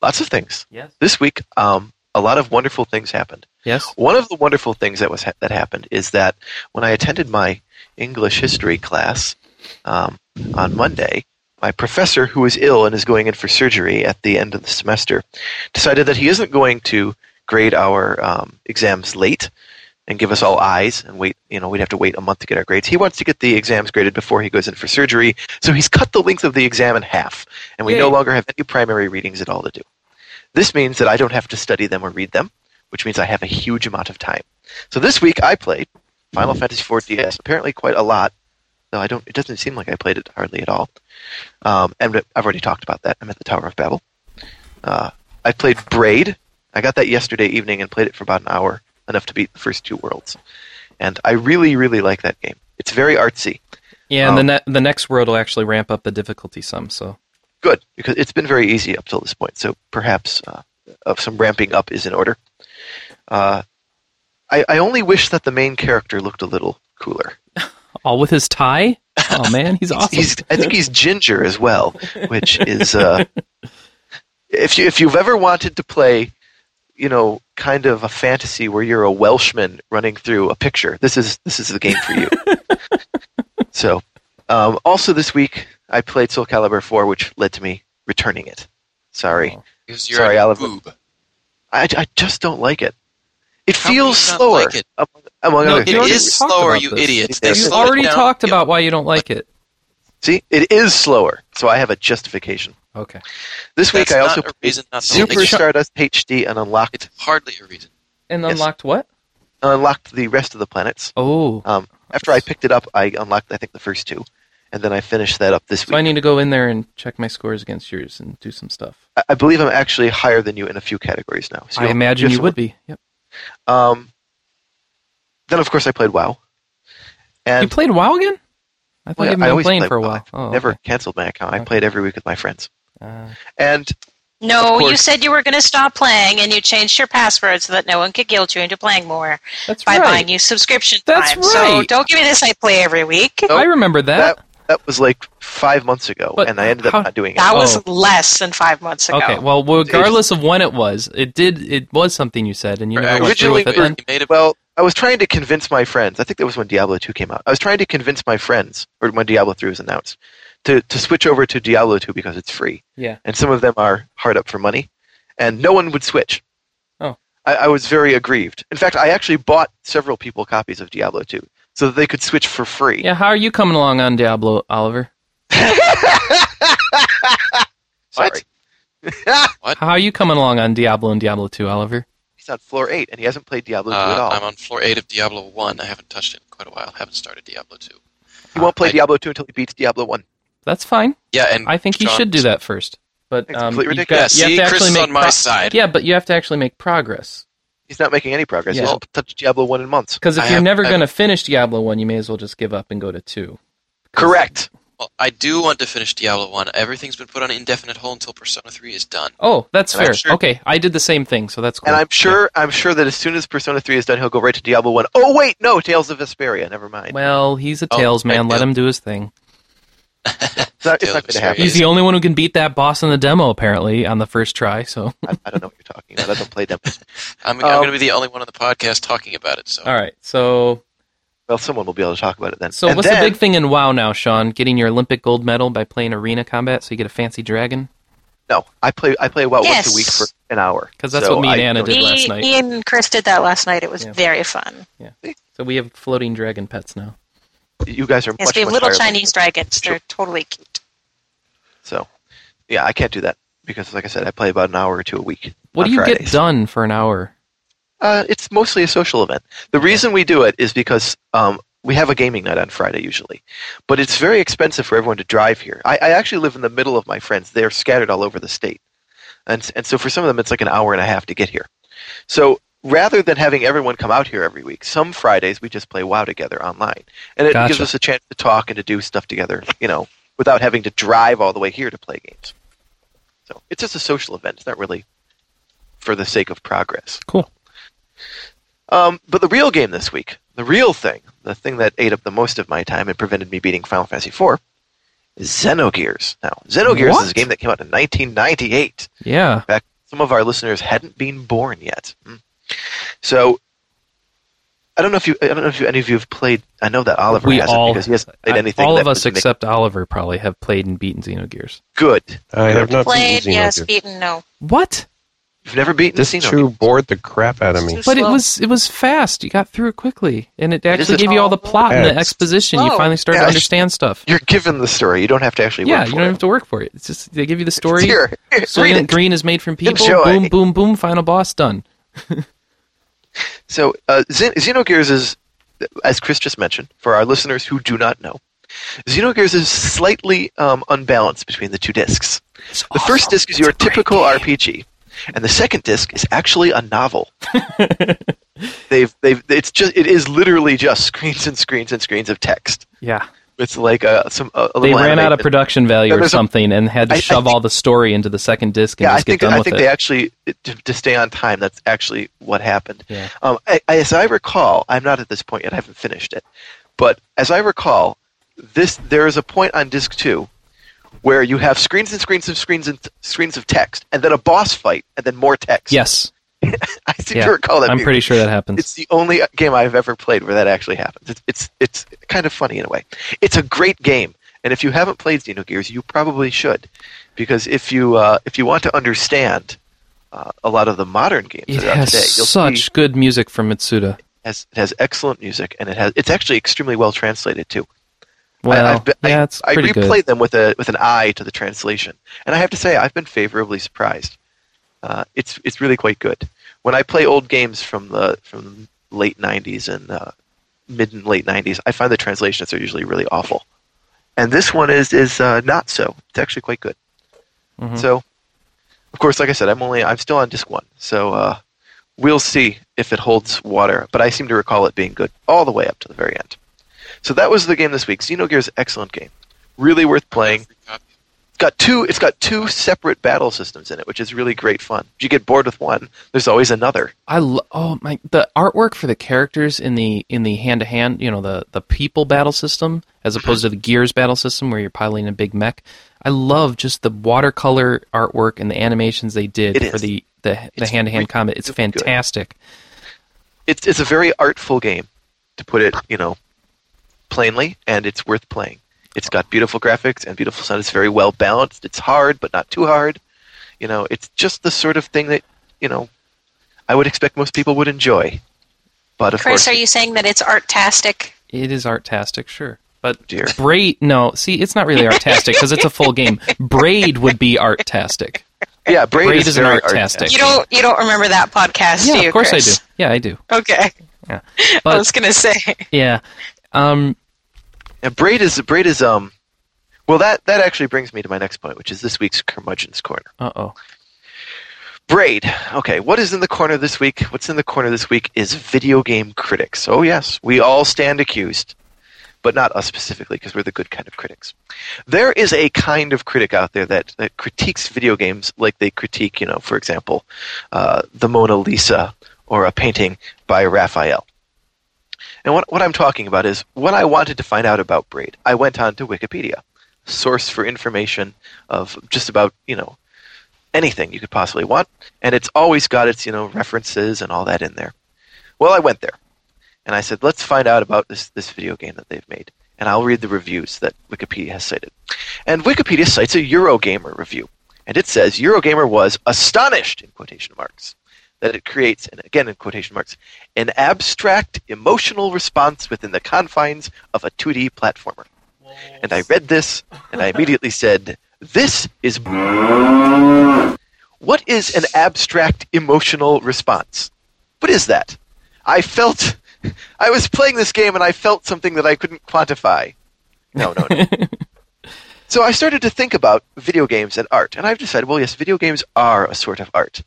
[SPEAKER 5] lots of things.
[SPEAKER 1] Yes.
[SPEAKER 5] This week, um, a lot of wonderful things happened.
[SPEAKER 1] Yes.
[SPEAKER 5] One of the wonderful things that was ha- that happened is that when I attended my English history class um, on Monday, my professor, who is ill and is going in for surgery at the end of the semester, decided that he isn't going to grade our um, exams late and give us all I's and wait. You know, we'd have to wait a month to get our grades. He wants to get the exams graded before he goes in for surgery, so he's cut the length of the exam in half, and we no
[SPEAKER 1] Yay.
[SPEAKER 5] longer have any primary readings at all to do. This means that I don't have to study them or read them, which means I have a huge amount of time. So this week I played Final Fantasy IV DS, apparently quite a lot. Though I don't, it doesn't seem like I played it hardly at all. Um, and I've already talked about that. I'm at the Tower of Babel. Uh, I played Braid. I got that yesterday evening and played it for about an hour, enough to beat the first two worlds. And I really, really like that game. It's very artsy.
[SPEAKER 1] Yeah, and the
[SPEAKER 5] Um,
[SPEAKER 1] ne- the next world will actually ramp up the difficulty some. So
[SPEAKER 5] good because it's been very easy up till this point. So perhaps uh, of some ramping up is in order. Uh, I, I only wish that the main character looked a little cooler.
[SPEAKER 1] All with his tie? Oh, man, he's awesome.
[SPEAKER 5] He's, I think he's ginger as well, which is uh, if you if you've ever wanted to play, you know, kind of a fantasy where you're a Welshman running through a picture. This is this is the game for you. so, um, also this week I played Soul Calibur 4, which led to me returning it. Sorry,
[SPEAKER 3] Because you're
[SPEAKER 5] Sorry,
[SPEAKER 3] a
[SPEAKER 5] Oliver.
[SPEAKER 3] boob.
[SPEAKER 5] I, I just don't like it. It
[SPEAKER 3] How can
[SPEAKER 5] feels
[SPEAKER 3] you not
[SPEAKER 5] slower. Oh,
[SPEAKER 3] like it?
[SPEAKER 5] Among, among
[SPEAKER 1] No,
[SPEAKER 5] other
[SPEAKER 1] you
[SPEAKER 5] things.
[SPEAKER 3] It
[SPEAKER 1] already
[SPEAKER 3] is
[SPEAKER 1] talked
[SPEAKER 3] slower,
[SPEAKER 1] about
[SPEAKER 3] you
[SPEAKER 1] this.
[SPEAKER 3] idiots.
[SPEAKER 5] You
[SPEAKER 3] They
[SPEAKER 1] You
[SPEAKER 3] slowed
[SPEAKER 1] already
[SPEAKER 3] it down.
[SPEAKER 1] talked
[SPEAKER 3] Yep.
[SPEAKER 1] about why you don't like it.
[SPEAKER 5] See, it is slower, so I have a justification.
[SPEAKER 1] Okay.
[SPEAKER 5] This week
[SPEAKER 3] That's
[SPEAKER 5] I
[SPEAKER 3] not
[SPEAKER 5] also
[SPEAKER 3] a reason not to like
[SPEAKER 5] Super
[SPEAKER 3] it.
[SPEAKER 5] Stardust HD and unlocked
[SPEAKER 3] It's hardly a reason.
[SPEAKER 1] And
[SPEAKER 5] Yes.
[SPEAKER 1] unlocked what?
[SPEAKER 5] unlocked the rest of the planets.
[SPEAKER 1] Oh.
[SPEAKER 5] Um, after I picked it up, I unlocked I think the first two, and then I finished that up this
[SPEAKER 1] So I
[SPEAKER 5] week.
[SPEAKER 1] need to go in there and check my scores against yours and do some stuff.
[SPEAKER 5] I, I believe I'm actually higher than you in a few categories now. So
[SPEAKER 1] I
[SPEAKER 5] you'll-
[SPEAKER 1] imagine you
[SPEAKER 5] some-
[SPEAKER 1] would be. Yep.
[SPEAKER 5] Um, then of course I played WoW,
[SPEAKER 1] You
[SPEAKER 5] and
[SPEAKER 1] played WoW again? I thought
[SPEAKER 5] Yeah,
[SPEAKER 1] you've
[SPEAKER 5] I
[SPEAKER 1] been
[SPEAKER 5] always
[SPEAKER 1] playing
[SPEAKER 5] play
[SPEAKER 1] for a
[SPEAKER 5] WoW.
[SPEAKER 1] while. Oh,
[SPEAKER 5] never
[SPEAKER 1] okay.
[SPEAKER 5] canceled my account. I
[SPEAKER 1] Okay.
[SPEAKER 5] played every week with my friends,
[SPEAKER 1] Uh,
[SPEAKER 5] and Of
[SPEAKER 4] No,
[SPEAKER 5] course.
[SPEAKER 4] you said you were going to stop playing, and you changed your password so that no one could guilt you into playing more
[SPEAKER 1] that's
[SPEAKER 4] by
[SPEAKER 1] right.
[SPEAKER 4] buying you subscription
[SPEAKER 1] That's
[SPEAKER 4] time. So
[SPEAKER 1] right.
[SPEAKER 4] don't give me this. I play every week.
[SPEAKER 1] I remember that.
[SPEAKER 5] that that was like five months ago,
[SPEAKER 1] But
[SPEAKER 5] and I ended up
[SPEAKER 1] how-
[SPEAKER 5] not doing it.
[SPEAKER 4] That was
[SPEAKER 1] Oh.
[SPEAKER 4] less than five months ago.
[SPEAKER 1] Okay. Well, regardless of when it was, it did. It was something you said, and you never went through
[SPEAKER 5] Originally,
[SPEAKER 1] with it. Then
[SPEAKER 3] You made a
[SPEAKER 5] Well, I was trying to convince my friends. I think that was when Diablo 2 came out. I was trying to convince my friends, or when Diablo 3 was announced, to, to switch over to Diablo 2 because it's free.
[SPEAKER 1] Yeah.
[SPEAKER 5] And some of them are hard up for money, and no one would switch.
[SPEAKER 1] Oh.
[SPEAKER 5] I, I was very aggrieved. In fact, I actually bought several people copies of Diablo 2 so that they could switch for free.
[SPEAKER 1] yeah. How are you coming along on Diablo, Oliver?
[SPEAKER 5] Sorry.
[SPEAKER 3] What?
[SPEAKER 1] How are you coming along on Diablo and Diablo Two, Oliver?
[SPEAKER 5] He's on floor 8, and he hasn't played Diablo 2 at
[SPEAKER 3] Uh,
[SPEAKER 5] all.
[SPEAKER 3] I'm on floor eight of Diablo one. I haven't touched it in quite a while. haven't started Diablo two.
[SPEAKER 5] he won't play
[SPEAKER 3] I-
[SPEAKER 5] Diablo 2 until he beats Diablo 1.
[SPEAKER 1] That's fine.
[SPEAKER 3] Yeah, and
[SPEAKER 1] I think he
[SPEAKER 3] Sean-
[SPEAKER 1] should do that first. But
[SPEAKER 5] That's
[SPEAKER 1] um,
[SPEAKER 5] completely
[SPEAKER 1] you've
[SPEAKER 3] Yeah,
[SPEAKER 1] got-
[SPEAKER 5] ridiculous.
[SPEAKER 1] you have
[SPEAKER 3] see,
[SPEAKER 1] to
[SPEAKER 3] Chris
[SPEAKER 1] actually
[SPEAKER 3] is
[SPEAKER 1] make
[SPEAKER 3] on my
[SPEAKER 1] pro-
[SPEAKER 3] side.
[SPEAKER 1] Yeah, but you have to actually make progress.
[SPEAKER 5] He's not making any progress.
[SPEAKER 1] Yeah.
[SPEAKER 5] He hasn't touched Diablo 1 in months.
[SPEAKER 1] Because if
[SPEAKER 3] I
[SPEAKER 1] you're
[SPEAKER 3] have-
[SPEAKER 1] never
[SPEAKER 3] I-
[SPEAKER 1] going to finish Diablo one, you may as well just give up and go to two. 'Cause-
[SPEAKER 5] Correct.
[SPEAKER 3] Well, I do want to finish Diablo one. Everything's been put on indefinite hold until Persona three is done.
[SPEAKER 1] Oh, that's
[SPEAKER 5] And I'm
[SPEAKER 1] fair.
[SPEAKER 5] sure-
[SPEAKER 1] Okay, I did the same thing, so that's cool.
[SPEAKER 5] And I'm sure I'm sure that as soon as Persona 3 is done, he'll go right to Diablo 1. Oh wait, no, Tales of Vesperia. Never mind.
[SPEAKER 1] Well, he's a
[SPEAKER 3] Oh,
[SPEAKER 1] Tails man.
[SPEAKER 3] I
[SPEAKER 1] Let
[SPEAKER 3] do.
[SPEAKER 1] him do his thing.
[SPEAKER 5] it's not, it's
[SPEAKER 3] Tales
[SPEAKER 5] not
[SPEAKER 3] of
[SPEAKER 5] going to happen.
[SPEAKER 1] He's the only one who can beat that boss in the demo, apparently, on the first try. So,
[SPEAKER 5] I, I don't know what you're talking about. I don't play them.
[SPEAKER 3] I'm, I'm
[SPEAKER 5] Um,
[SPEAKER 3] going to be the only one on the podcast talking about it. So
[SPEAKER 1] Oh. all right. So,
[SPEAKER 5] Well, someone will be able to talk about it then.
[SPEAKER 1] so
[SPEAKER 5] and
[SPEAKER 1] what's
[SPEAKER 5] then,
[SPEAKER 1] the big thing in WoW now, Sean? Getting your Olympic gold medal by playing arena combat, so you get a fancy dragon.
[SPEAKER 5] No, I play I play WoW once
[SPEAKER 4] Yes.
[SPEAKER 5] a week for an hour.
[SPEAKER 1] 'Cause that's
[SPEAKER 5] So
[SPEAKER 1] what me and
[SPEAKER 5] I-
[SPEAKER 1] Anna did.
[SPEAKER 4] Me,
[SPEAKER 1] last night.
[SPEAKER 4] me and Chris did that last night. It was
[SPEAKER 1] Yeah.
[SPEAKER 4] very fun.
[SPEAKER 1] So we have floating dragon pets now.
[SPEAKER 5] You guys are
[SPEAKER 4] Yes,
[SPEAKER 5] much,
[SPEAKER 4] we have
[SPEAKER 5] much
[SPEAKER 4] little
[SPEAKER 5] higher than me.
[SPEAKER 4] Chinese dragons. They're totally cute.
[SPEAKER 5] So, yeah, I can't do that because, like I said, I play about an hour or two a week.
[SPEAKER 1] What
[SPEAKER 5] on
[SPEAKER 1] do you
[SPEAKER 5] Fridays.
[SPEAKER 1] get done for an hour?
[SPEAKER 5] Uh, it's mostly a social event. The reason we do it is because um, we have a gaming night on Friday usually, but it's very expensive for everyone to drive here. I, I actually live in the middle of my friends; they're scattered all over the state, and and so for some of them it's like an hour and a half to get here. So rather than having everyone come out here every week, some Fridays we just play WoW together online, and it
[SPEAKER 1] Gotcha.
[SPEAKER 5] gives us a chance to talk and to do stuff together, you know, without having to drive all the way here to play games. So it's just a social event. It's not really for the sake of progress.
[SPEAKER 1] Cool.
[SPEAKER 5] Um, but the real game this week, the real thing, the thing that ate up the most of my time and prevented me beating Final Fantasy IV, is Xenogears. Now, Xenogears is
[SPEAKER 1] What?
[SPEAKER 5] a game that came out in 1998
[SPEAKER 1] Yeah.
[SPEAKER 5] some of our listeners hadn't been born yet. Mm. So I don't know if you I don't know if you, any of you have played. I know that Oliver
[SPEAKER 1] We
[SPEAKER 5] hasn't
[SPEAKER 1] all-
[SPEAKER 5] because he hasn't played
[SPEAKER 1] I-
[SPEAKER 5] anything.
[SPEAKER 1] all
[SPEAKER 5] that
[SPEAKER 1] of us
[SPEAKER 5] would make
[SPEAKER 1] except Oliver probably have played and beaten Xenogears.
[SPEAKER 5] good.
[SPEAKER 2] I have not
[SPEAKER 4] Played,
[SPEAKER 2] beaten Xenogears.
[SPEAKER 4] yes, beaten, no.
[SPEAKER 1] What?
[SPEAKER 5] You've never beaten
[SPEAKER 2] This
[SPEAKER 5] Xenogears.
[SPEAKER 2] two bored the crap out of me.
[SPEAKER 4] It's too
[SPEAKER 1] But it
[SPEAKER 4] slow.
[SPEAKER 1] was it was fast. You got through it quickly, and it actually
[SPEAKER 5] is
[SPEAKER 1] gave you all the
[SPEAKER 4] slow.
[SPEAKER 1] plot and the
[SPEAKER 2] Yes.
[SPEAKER 1] exposition. You
[SPEAKER 4] Slow.
[SPEAKER 1] finally started to
[SPEAKER 5] Yeah.
[SPEAKER 1] understand stuff.
[SPEAKER 5] You're given the story. You don't have to actually.
[SPEAKER 1] Yeah,
[SPEAKER 5] work
[SPEAKER 1] you
[SPEAKER 5] for
[SPEAKER 1] don't
[SPEAKER 5] it.
[SPEAKER 1] have to work for it. It's just they give you the story.
[SPEAKER 5] Here, here,
[SPEAKER 1] So
[SPEAKER 5] read
[SPEAKER 1] green,
[SPEAKER 5] it.
[SPEAKER 1] green is made from people.
[SPEAKER 5] Enjoy.
[SPEAKER 1] Boom, boom, boom. Final boss done.
[SPEAKER 5] So, uh, Xen- Xenogears is, as Chris just mentioned, for our listeners who do not know, Xenogears is slightly um, unbalanced between the two discs. The first disc is your typical RPG, and the second disc is actually a novel. they've, they've, it's just, it is literally just screens and screens and screens of text.
[SPEAKER 1] Yeah,
[SPEAKER 5] It's like a, some a, a
[SPEAKER 1] they
[SPEAKER 5] little
[SPEAKER 1] ran out of
[SPEAKER 5] animation.
[SPEAKER 1] production value
[SPEAKER 5] Yeah,
[SPEAKER 1] or
[SPEAKER 5] there's a-
[SPEAKER 1] something, and had to
[SPEAKER 5] I- I
[SPEAKER 1] shove
[SPEAKER 5] think-
[SPEAKER 1] all the story into the second disc and
[SPEAKER 5] Yeah, I
[SPEAKER 1] just
[SPEAKER 5] think
[SPEAKER 1] get done
[SPEAKER 5] I
[SPEAKER 1] with
[SPEAKER 5] think
[SPEAKER 1] it.
[SPEAKER 5] they actually to, to stay on time. That's actually what happened.
[SPEAKER 1] Yeah.
[SPEAKER 5] Um, I, I, as I recall, I'm not at this point yet. I haven't finished it, But as I recall, this there is a point on disc two where you have screens and screens of screens and screens of text, and then a boss fight, and then more text.
[SPEAKER 1] Yes,
[SPEAKER 5] I seem
[SPEAKER 1] Yeah.
[SPEAKER 5] to recall that.
[SPEAKER 1] I'm
[SPEAKER 5] being-
[SPEAKER 1] pretty sure that happens.
[SPEAKER 5] It's the only game I've ever played where that actually happens. It's, it's it's kind of funny in a way. It's a great game, and if you haven't played Xenogears, you probably should, because if you uh, if you want to understand uh, a lot of the modern games
[SPEAKER 1] it
[SPEAKER 5] that are out
[SPEAKER 1] has
[SPEAKER 5] today, you'll
[SPEAKER 1] such
[SPEAKER 5] see
[SPEAKER 1] good music from Mitsuda.
[SPEAKER 5] it has, it has excellent music, and it has it's actually extremely well translated too.
[SPEAKER 1] Well,
[SPEAKER 5] I, I've been, I-
[SPEAKER 1] yeah, it's
[SPEAKER 5] I,
[SPEAKER 1] pretty
[SPEAKER 5] replayed
[SPEAKER 1] good.
[SPEAKER 5] them with a with an eye to the translation, and I have to say I've been favorably surprised. Uh, it's it's really quite good. When I play old games from the from the late '90s and uh, mid and late '90s, I find the translations are usually really awful, and this one is is uh, not so. It's actually quite good.
[SPEAKER 1] Mhm.
[SPEAKER 5] So, of course, like I said, I'm only I'm still on disc one, so uh, we'll see if it holds water. But I seem to recall it being good all the way up to the very end. So that was the game this week. Xenogears, excellent game, really worth playing. It's got two. It's got two separate battle systems in it, which is really great fun. If you get bored with one, there's always another.
[SPEAKER 1] I lo- oh my the artwork for the characters in the in the hand to hand you know the the people battle system as
[SPEAKER 5] Mm-hmm.
[SPEAKER 1] opposed to the gears battle system where you're piloting a big mech. I love just the watercolor artwork and the animations they did
[SPEAKER 5] It
[SPEAKER 1] for
[SPEAKER 5] is.
[SPEAKER 1] the the the
[SPEAKER 5] It's
[SPEAKER 1] hand to hand combat. It's
[SPEAKER 5] really good.
[SPEAKER 1] fantastic.
[SPEAKER 5] It's it's a very artful game, to put it you know plainly, and it's worth playing. It's got beautiful graphics and beautiful sound. It's very well balanced. It's hard, but not too hard. You know, it's just the sort of thing that you know I would expect most people would enjoy. But of
[SPEAKER 4] Chris,
[SPEAKER 5] course,
[SPEAKER 4] are you saying that it's artastic?
[SPEAKER 1] It is artastic, sure. But
[SPEAKER 5] Dear.
[SPEAKER 1] Braid, no, see, it's not really artastic because it's a full game. Braid would be artastic.
[SPEAKER 5] yeah, Braid,
[SPEAKER 1] Braid
[SPEAKER 5] is
[SPEAKER 1] is an
[SPEAKER 5] very
[SPEAKER 1] artastic.
[SPEAKER 5] artistic.
[SPEAKER 4] You don't you don't remember that podcast, do
[SPEAKER 1] Yeah,
[SPEAKER 4] you?
[SPEAKER 1] of course I
[SPEAKER 4] Chris?
[SPEAKER 1] do. Yeah, I do.
[SPEAKER 4] do. Okay.
[SPEAKER 1] Yeah.
[SPEAKER 4] I
[SPEAKER 1] But-
[SPEAKER 4] was gonna say.
[SPEAKER 1] Yeah. Um,
[SPEAKER 5] And Braid is Braid is um well that that actually brings me to my next point, which is this week's curmudgeon's corner.
[SPEAKER 1] uh oh.
[SPEAKER 5] Braid. Okay, what is in the corner this week? What's in the corner this week is video game critics. Oh yes, we all stand accused. But not us specifically, because we're the good kind of critics. There is a kind of critic out there that, that critiques video games like they critique, you know, for example, uh, the Mona Lisa or a painting by Raphael. And what, what I'm talking about is what I wanted to find out about Braid. I went on to Wikipedia, source for information of just about, you know, anything you could possibly want. And it's always got its, you know, references and all that in there. Well, I went there and I said, let's find out about this, this video game that they've made. And I'll read the reviews that Wikipedia has cited. And Wikipedia cites a Eurogamer review. And it says Eurogamer was astonished, in quotation marks, that it creates, and again in quotation marks, an abstract emotional response within the confines of a 2D platformer. And I read this, and I immediately said, This is. What is an abstract emotional response? What is that? I felt. I was playing this game and I felt something that I couldn't quantify. No, no, no. so I started to think about video games and art, and I've decided, well, yes, video games are a sort of art.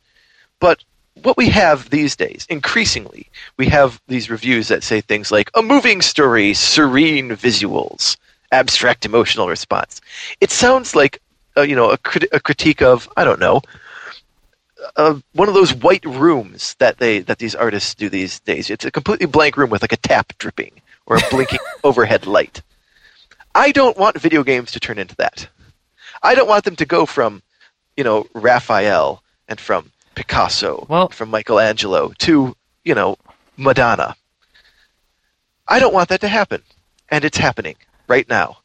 [SPEAKER 5] But what we have these days, increasingly, we have these reviews that say things like a moving story, serene visuals, abstract emotional response. It sounds like uh, you know a, crit- a critique of I don't know uh, one of those white rooms that they that these artists do these days. It's a completely blank room with like a tap dripping or a blinking overhead light. I don't want video games to turn into that. I don't want them to go from you know Raphael and from Picasso,
[SPEAKER 1] Well-
[SPEAKER 5] from Michelangelo to you know Madonna. I don't want that to happen, and it's happening right now.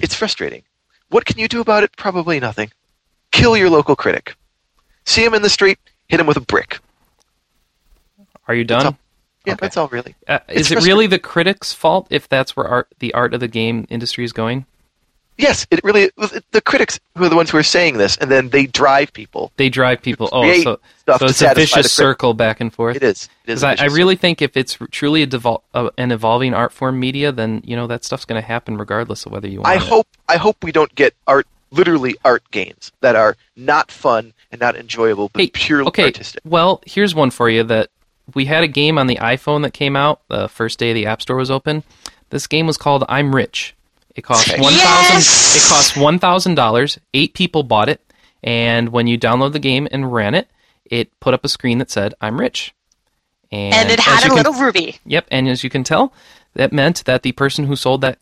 [SPEAKER 5] It's frustrating. What can you do about it? Probably nothing. Kill your local critic. See him in the street, hit him with a brick.
[SPEAKER 1] Are you
[SPEAKER 5] That's
[SPEAKER 1] done?
[SPEAKER 5] all. Yeah,
[SPEAKER 1] Okay.
[SPEAKER 5] that's all really.
[SPEAKER 1] Uh,
[SPEAKER 5] It's
[SPEAKER 1] is it really the critics' fault if that's where art, the art of the game industry is going?
[SPEAKER 5] Yes, it really. The critics who are the ones who are saying this, and then they drive people.
[SPEAKER 1] They drive people. Oh,
[SPEAKER 5] Create
[SPEAKER 1] so,
[SPEAKER 5] stuff
[SPEAKER 1] so
[SPEAKER 5] to
[SPEAKER 1] it's a
[SPEAKER 5] satisfy the
[SPEAKER 1] vicious
[SPEAKER 5] crit-
[SPEAKER 1] circle back and forth.
[SPEAKER 5] It is. It is.
[SPEAKER 1] Because I, I
[SPEAKER 5] vicious.
[SPEAKER 1] really think if it's truly a devol- uh, an evolving art form media, then you know that stuff's going to happen regardless of whether you want
[SPEAKER 5] I
[SPEAKER 1] it.
[SPEAKER 5] hope. I hope we don't get art. Literally, art games that are not fun and not enjoyable, but
[SPEAKER 1] Hey,
[SPEAKER 5] purely
[SPEAKER 1] okay.
[SPEAKER 5] artistic.
[SPEAKER 1] Well, here's one for you that we had a game on the iPhone that came out the first day the App Store was open. This game was called I'm Rich. It cost
[SPEAKER 5] Okay.
[SPEAKER 1] one thousand.
[SPEAKER 4] Yes!
[SPEAKER 1] It cost one thousand dollars. Eight people bought it, and when you download the game and ran it, it put up a screen that said "I'm rich," And,
[SPEAKER 4] And it
[SPEAKER 1] as
[SPEAKER 4] had
[SPEAKER 1] you
[SPEAKER 4] a
[SPEAKER 1] can-
[SPEAKER 4] little ruby.
[SPEAKER 1] Yep, and as you can tell, that meant that the person who sold that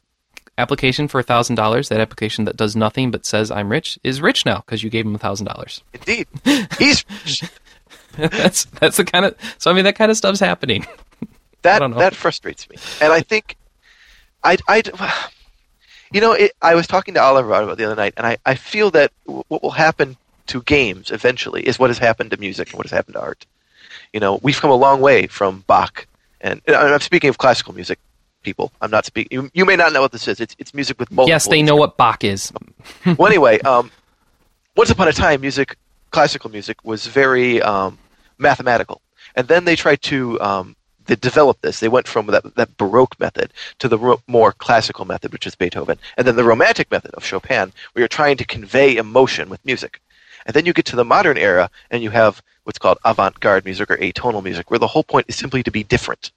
[SPEAKER 1] application for thousand dollars, that application that does nothing but says I'm rich, is rich now because you gave him thousand dollars.
[SPEAKER 5] Indeed, he's
[SPEAKER 1] That's that's the kind of so I mean that kind of stuff's happening.
[SPEAKER 5] that
[SPEAKER 1] don't know.
[SPEAKER 5] that frustrates me, and I think I I you know it, I was talking to Oliver about it the other night, and I I feel that w- what will happen to games eventually is what has happened to music and what has happened to art. You know, we've come a long way from Bach, and, and I'm speaking of classical music. People, I'm not speaking. You, you may not know what this is. It's it's music with multiple.
[SPEAKER 1] yes, they know what Bach is.
[SPEAKER 5] well, anyway, um, once upon a time, music, classical music, was very um, mathematical, and then they tried to um, they developed this. They went from that, that Baroque method to the ro- more classical method, which is Beethoven, and then the Romantic method of Chopin, where you're trying to convey emotion with music. And then you get to the modern era, and you have what's called avant-garde music or atonal music, where the whole point is simply to be different.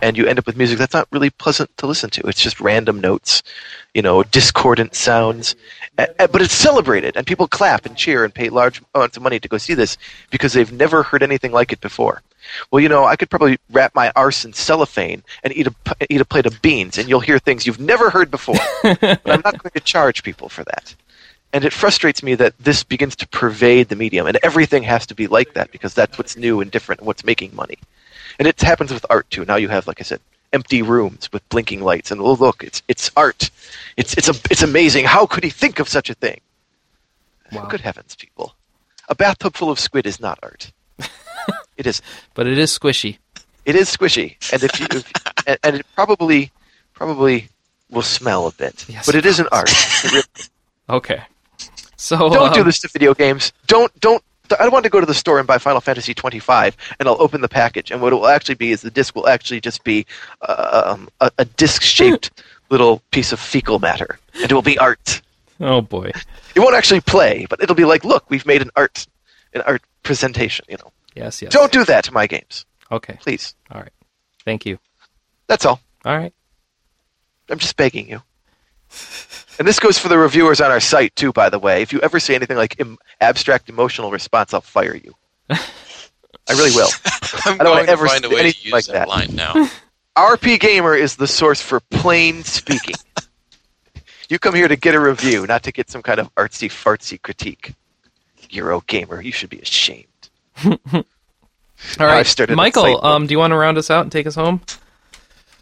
[SPEAKER 5] And you end up with music that's not really pleasant to listen to. It's just random notes, you know, discordant sounds. A- a- but it's celebrated and people clap and cheer and pay large amounts of money to go see this because they've never heard anything like it before well you know i could probably wrap my arse in cellophane and eat a, p- eat a plate of beans and you'll hear things you've never heard before but i'm not going to charge people for that and it frustrates me that this begins to pervade the medium and everything has to be like that because that's what's new and different and what's making money and it happens with art too now you have like i said empty rooms with blinking lights and oh look it's it's art it's it's a, it's amazing how could he think of such a thing
[SPEAKER 1] Wow.
[SPEAKER 5] good heavens people a bathtub full of squid is not art it is
[SPEAKER 1] But it is squishy.
[SPEAKER 5] it is squishy, and if you if, and, and it probably probably will smell a bit,
[SPEAKER 1] Yes,
[SPEAKER 5] but
[SPEAKER 1] it
[SPEAKER 5] it is an art. It really-
[SPEAKER 1] Okay. So
[SPEAKER 5] don't do
[SPEAKER 1] um,
[SPEAKER 5] this to video games. Don't don't. I want to go to the store and buy Final Fantasy 25, and I'll open the package, and what it will actually be is the disc will actually just be uh, um, a, a disc-shaped little piece of fecal matter, and it will be art.
[SPEAKER 1] Oh boy.
[SPEAKER 5] It won't actually play, but it'll be like, look, we've made an art, an art presentation. You know,
[SPEAKER 1] Yes, yes.
[SPEAKER 5] don't do that to my games,
[SPEAKER 1] Okay.
[SPEAKER 5] please.
[SPEAKER 1] Thank you.
[SPEAKER 5] That's all.
[SPEAKER 1] All right.
[SPEAKER 5] I'm just begging you. And this goes for the reviewers on our site too, by the way. If you ever say anything like Im- abstract emotional response, I'll fire you. I really will.
[SPEAKER 3] I'm
[SPEAKER 5] I don't wanna
[SPEAKER 3] going to
[SPEAKER 5] ever
[SPEAKER 3] find a
[SPEAKER 5] see
[SPEAKER 3] way to
[SPEAKER 5] anything
[SPEAKER 3] use
[SPEAKER 5] like
[SPEAKER 3] that,
[SPEAKER 5] that.
[SPEAKER 3] line now.
[SPEAKER 5] RP Gamer is the source for plain speaking. you come here to get a review, not to get some kind of artsy fartsy critique. Euro Gamer, you should be ashamed.
[SPEAKER 1] All right.
[SPEAKER 5] I've started a site
[SPEAKER 1] Michael,
[SPEAKER 5] war.
[SPEAKER 1] um, do you want to round us out and take us home?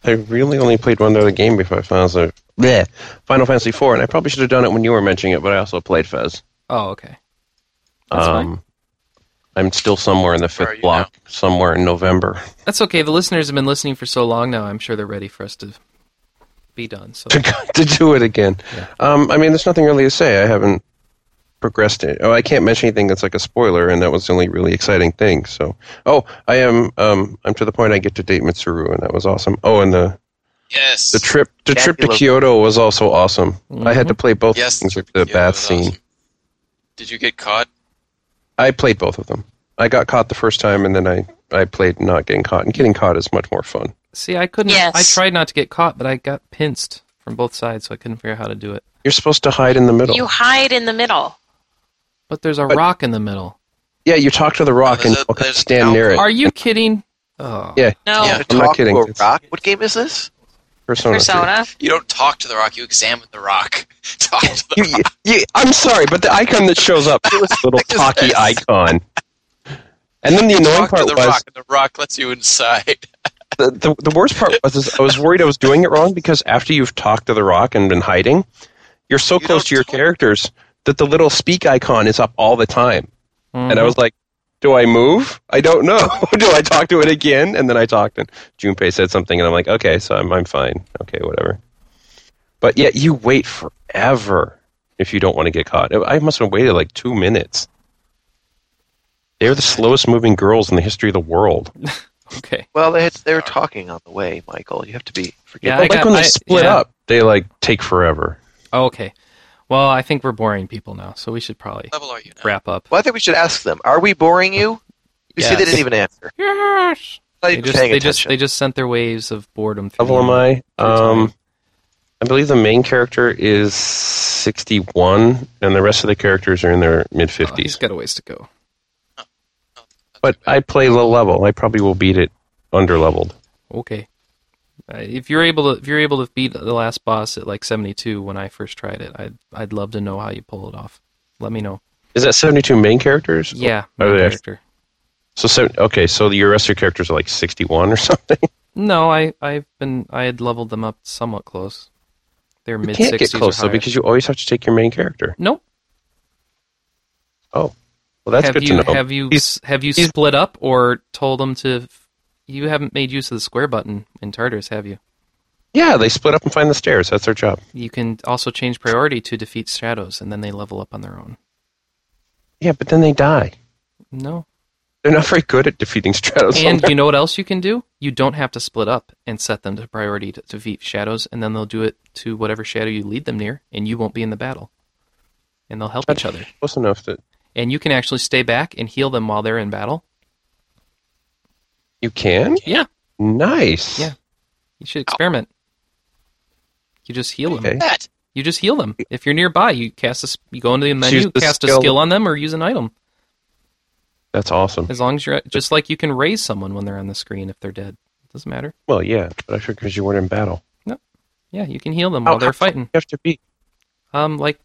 [SPEAKER 2] I really only played one other game before Final Fantasy. Bleh. Final Fantasy IV, and I probably should have done it when you were mentioning it, but I also played Fez. Um,
[SPEAKER 1] Oh, okay. That's fine.
[SPEAKER 2] I'm still somewhere in the
[SPEAKER 3] are
[SPEAKER 2] fifth
[SPEAKER 3] you
[SPEAKER 2] block, somewhere in November.
[SPEAKER 1] That's okay. The listeners have been listening for so long now. I'm sure they're ready for us to be done. So
[SPEAKER 2] to, go- to do it again. Um, I mean, there's nothing really to say. I haven't progressed it. Oh, I can't mention anything that's like a spoiler, and that was the only really exciting thing. So, oh, I am. Um, I'm to the point I get to date Mitsuru, and that was awesome. Oh, and the
[SPEAKER 3] Yes.
[SPEAKER 2] the trip the trip to
[SPEAKER 5] Fabulous.
[SPEAKER 2] Kyoto was also awesome. I had
[SPEAKER 1] Mhm.
[SPEAKER 2] to play both
[SPEAKER 3] Yes,
[SPEAKER 2] things with
[SPEAKER 3] the
[SPEAKER 2] the
[SPEAKER 3] Kyoto
[SPEAKER 2] bath
[SPEAKER 3] was
[SPEAKER 2] scene.
[SPEAKER 3] awesome. Did you get caught?
[SPEAKER 2] I played both of them. I got caught the first time, and then I I played not getting caught, and getting caught is much more fun.
[SPEAKER 1] see, I couldn't.
[SPEAKER 4] Yes.
[SPEAKER 1] I tried not to get caught, but I got pinched from both sides, so I couldn't figure out how to do it.
[SPEAKER 2] You're supposed to hide in the middle.
[SPEAKER 4] You hide in the middle.
[SPEAKER 1] But there's a
[SPEAKER 2] But-
[SPEAKER 1] rock in the middle.
[SPEAKER 2] yeah, you talk to the rock and
[SPEAKER 3] There's a-
[SPEAKER 2] okay,
[SPEAKER 3] there's an
[SPEAKER 2] stand near it.
[SPEAKER 1] Are you kidding? Oh,
[SPEAKER 2] Yeah.
[SPEAKER 4] No.
[SPEAKER 3] Yeah.
[SPEAKER 2] I'm not
[SPEAKER 5] Talk to
[SPEAKER 2] kidding.
[SPEAKER 5] a
[SPEAKER 2] It's-
[SPEAKER 5] rock? What game is this?
[SPEAKER 2] Persona.
[SPEAKER 4] Persona.
[SPEAKER 3] You don't talk to the rock. You examine the rock. Talk to the
[SPEAKER 2] You- you- you- I'm sorry, but the icon that shows up it was a little
[SPEAKER 3] Yes.
[SPEAKER 2] talky icon. And then the annoying
[SPEAKER 3] talk to
[SPEAKER 2] part
[SPEAKER 3] the
[SPEAKER 2] was
[SPEAKER 3] rock, and the rock lets you inside.
[SPEAKER 2] the, the, the worst part was is I was worried I was doing it wrong because after you've talked to the rock and been hiding, you're so close
[SPEAKER 3] don't
[SPEAKER 2] to your
[SPEAKER 3] talk.
[SPEAKER 2] characters that the little speak icon is up all the time. And I
[SPEAKER 1] Mhm.
[SPEAKER 2] was like, do I move? I don't know. do I talk to it again? And then I talked, and Junpei said something, and I'm like, okay, so I'm, I'm fine. Okay, whatever. But yet you wait forever if you don't want to get caught. I must have waited like two minutes. They're the slowest moving girls in the history of the world.
[SPEAKER 1] okay.
[SPEAKER 5] Well, they had, they were talking on the way, Michael. You have to be
[SPEAKER 1] Yeah,
[SPEAKER 5] forgetful.
[SPEAKER 1] I
[SPEAKER 2] like
[SPEAKER 1] got-
[SPEAKER 2] when they
[SPEAKER 1] I-
[SPEAKER 2] split
[SPEAKER 1] yeah.
[SPEAKER 2] up, they like take forever.
[SPEAKER 1] Oh, okay. Well, I think we're boring people now, so we should probably
[SPEAKER 3] What level are you now?
[SPEAKER 1] wrap up.
[SPEAKER 5] Well, I think we should ask them. Are we boring you? You see, they
[SPEAKER 1] Yes.
[SPEAKER 5] didn't even answer.
[SPEAKER 1] Yes.
[SPEAKER 5] Not
[SPEAKER 1] They
[SPEAKER 5] even
[SPEAKER 1] just,
[SPEAKER 5] paying
[SPEAKER 1] they just
[SPEAKER 5] attention.
[SPEAKER 1] they just sent their waves of boredom. Through
[SPEAKER 2] Level am
[SPEAKER 1] the-
[SPEAKER 2] I?
[SPEAKER 1] time.
[SPEAKER 2] Um, I believe the main character is 61, and the rest of the characters are in their mid
[SPEAKER 1] Oh, he's
[SPEAKER 2] 50s.
[SPEAKER 1] got a ways to go.
[SPEAKER 2] But I play low level. I probably will beat it underleveled.
[SPEAKER 1] Okay. Uh, If you're able to, if you're able to beat the last boss at like 72 when I first tried it, I'd I'd love to know how you pull it off. Let me know.
[SPEAKER 2] Is that 72 main characters?
[SPEAKER 1] Yeah,
[SPEAKER 2] Oh,
[SPEAKER 1] my
[SPEAKER 2] yeah.
[SPEAKER 1] character.
[SPEAKER 2] So, so okay, so your rest of your characters are like 61 or something.
[SPEAKER 1] No, I I've been I had leveled them up somewhat close. They're
[SPEAKER 2] You
[SPEAKER 1] mid
[SPEAKER 2] can't get
[SPEAKER 1] 60s or
[SPEAKER 2] close though
[SPEAKER 1] higher.
[SPEAKER 2] because you always have to take your main character.
[SPEAKER 1] Nope.
[SPEAKER 2] Well, that's
[SPEAKER 1] have
[SPEAKER 2] good
[SPEAKER 1] you
[SPEAKER 2] to know.
[SPEAKER 1] have you
[SPEAKER 2] He's-
[SPEAKER 1] have you split up or told them to? You haven't made use of the square button in Tartarus, have you?
[SPEAKER 2] yeah, they split up and find the stairs. That's their job.
[SPEAKER 1] You can also change priority to defeat shadows, and then they level up on their own.
[SPEAKER 2] Yeah, but then they die.
[SPEAKER 1] No.
[SPEAKER 2] They're not very good at defeating Stratos.
[SPEAKER 1] And you know what else you can do? You don't have to split up and set them to priority to defeat shadows, and then they'll do it to whatever shadow you lead them near, and you won't be in the battle. And they'll help each other.
[SPEAKER 2] close enough that
[SPEAKER 1] And you can actually stay back and heal them while they're in battle.
[SPEAKER 2] you can.
[SPEAKER 1] Yeah.
[SPEAKER 2] Nice.
[SPEAKER 1] Yeah. You should experiment. You just heal them.
[SPEAKER 2] Okay.
[SPEAKER 3] That.
[SPEAKER 1] You just heal them. If you're nearby, you cast a, s- you go into the menu,
[SPEAKER 2] the
[SPEAKER 1] cast a
[SPEAKER 2] skill.
[SPEAKER 1] skill on them, or use an item.
[SPEAKER 2] That's awesome.
[SPEAKER 1] As long as you're just like you can raise someone when they're on the screen if they're dead. It doesn't matter.
[SPEAKER 2] Well, yeah, but I figured because you weren't in battle.
[SPEAKER 1] Yeah, you can heal them while
[SPEAKER 2] Oh,
[SPEAKER 1] they're
[SPEAKER 2] how far
[SPEAKER 1] fighting.
[SPEAKER 2] You have to be.
[SPEAKER 1] Um, like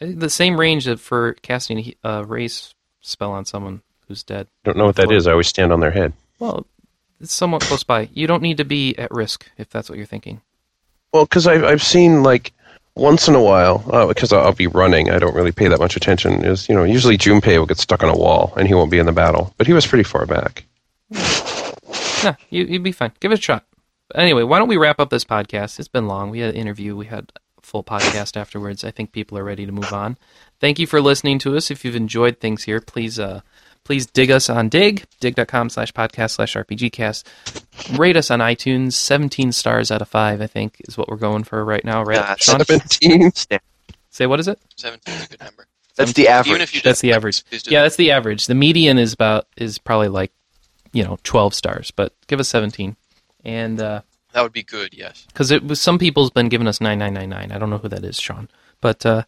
[SPEAKER 1] uh, the same range that for casting a he- uh, raise spell on someone who's dead.
[SPEAKER 2] I don't know what that is. I always stand on their head.
[SPEAKER 1] Well, it's somewhat close by. You don't need to be at risk if that's what you're thinking.
[SPEAKER 2] Well, because I've, I've seen like once in a while, uh, because I'll, I'll be running, I don't really pay that much attention. Is you know usually Junpei will get stuck on a wall and he won't be in the battle, but he was pretty far back.
[SPEAKER 1] No, you, you'd be fine. Give it a shot. But anyway, why don't we wrap up this podcast? It's been long. We had an interview. We had a full podcast afterwards. I think people are ready to move on. Thank you for listening to us. If you've enjoyed things here, please uh, please dig us on dig, dig.com slash podcast slash rpgcast. Rate us on iTunes. 17 stars out of 5, I think, is what we're going for right now. Right,
[SPEAKER 5] Yeah,
[SPEAKER 1] Sean?
[SPEAKER 2] Seventeen.
[SPEAKER 1] Say, what is the
[SPEAKER 3] Seventeen is a good number.
[SPEAKER 5] That's the average.
[SPEAKER 3] Even if you
[SPEAKER 1] That's
[SPEAKER 3] just
[SPEAKER 1] the
[SPEAKER 3] like,
[SPEAKER 1] average.
[SPEAKER 3] please do
[SPEAKER 1] Yeah,
[SPEAKER 3] that.
[SPEAKER 1] that's the average. The median is about is probably like, you know, 12 stars, but give us 17. And uh,
[SPEAKER 3] that would be good. Yes.
[SPEAKER 1] because it was some people's been giving us nine nine nine nine. I don't know who that is, Sean, but uh,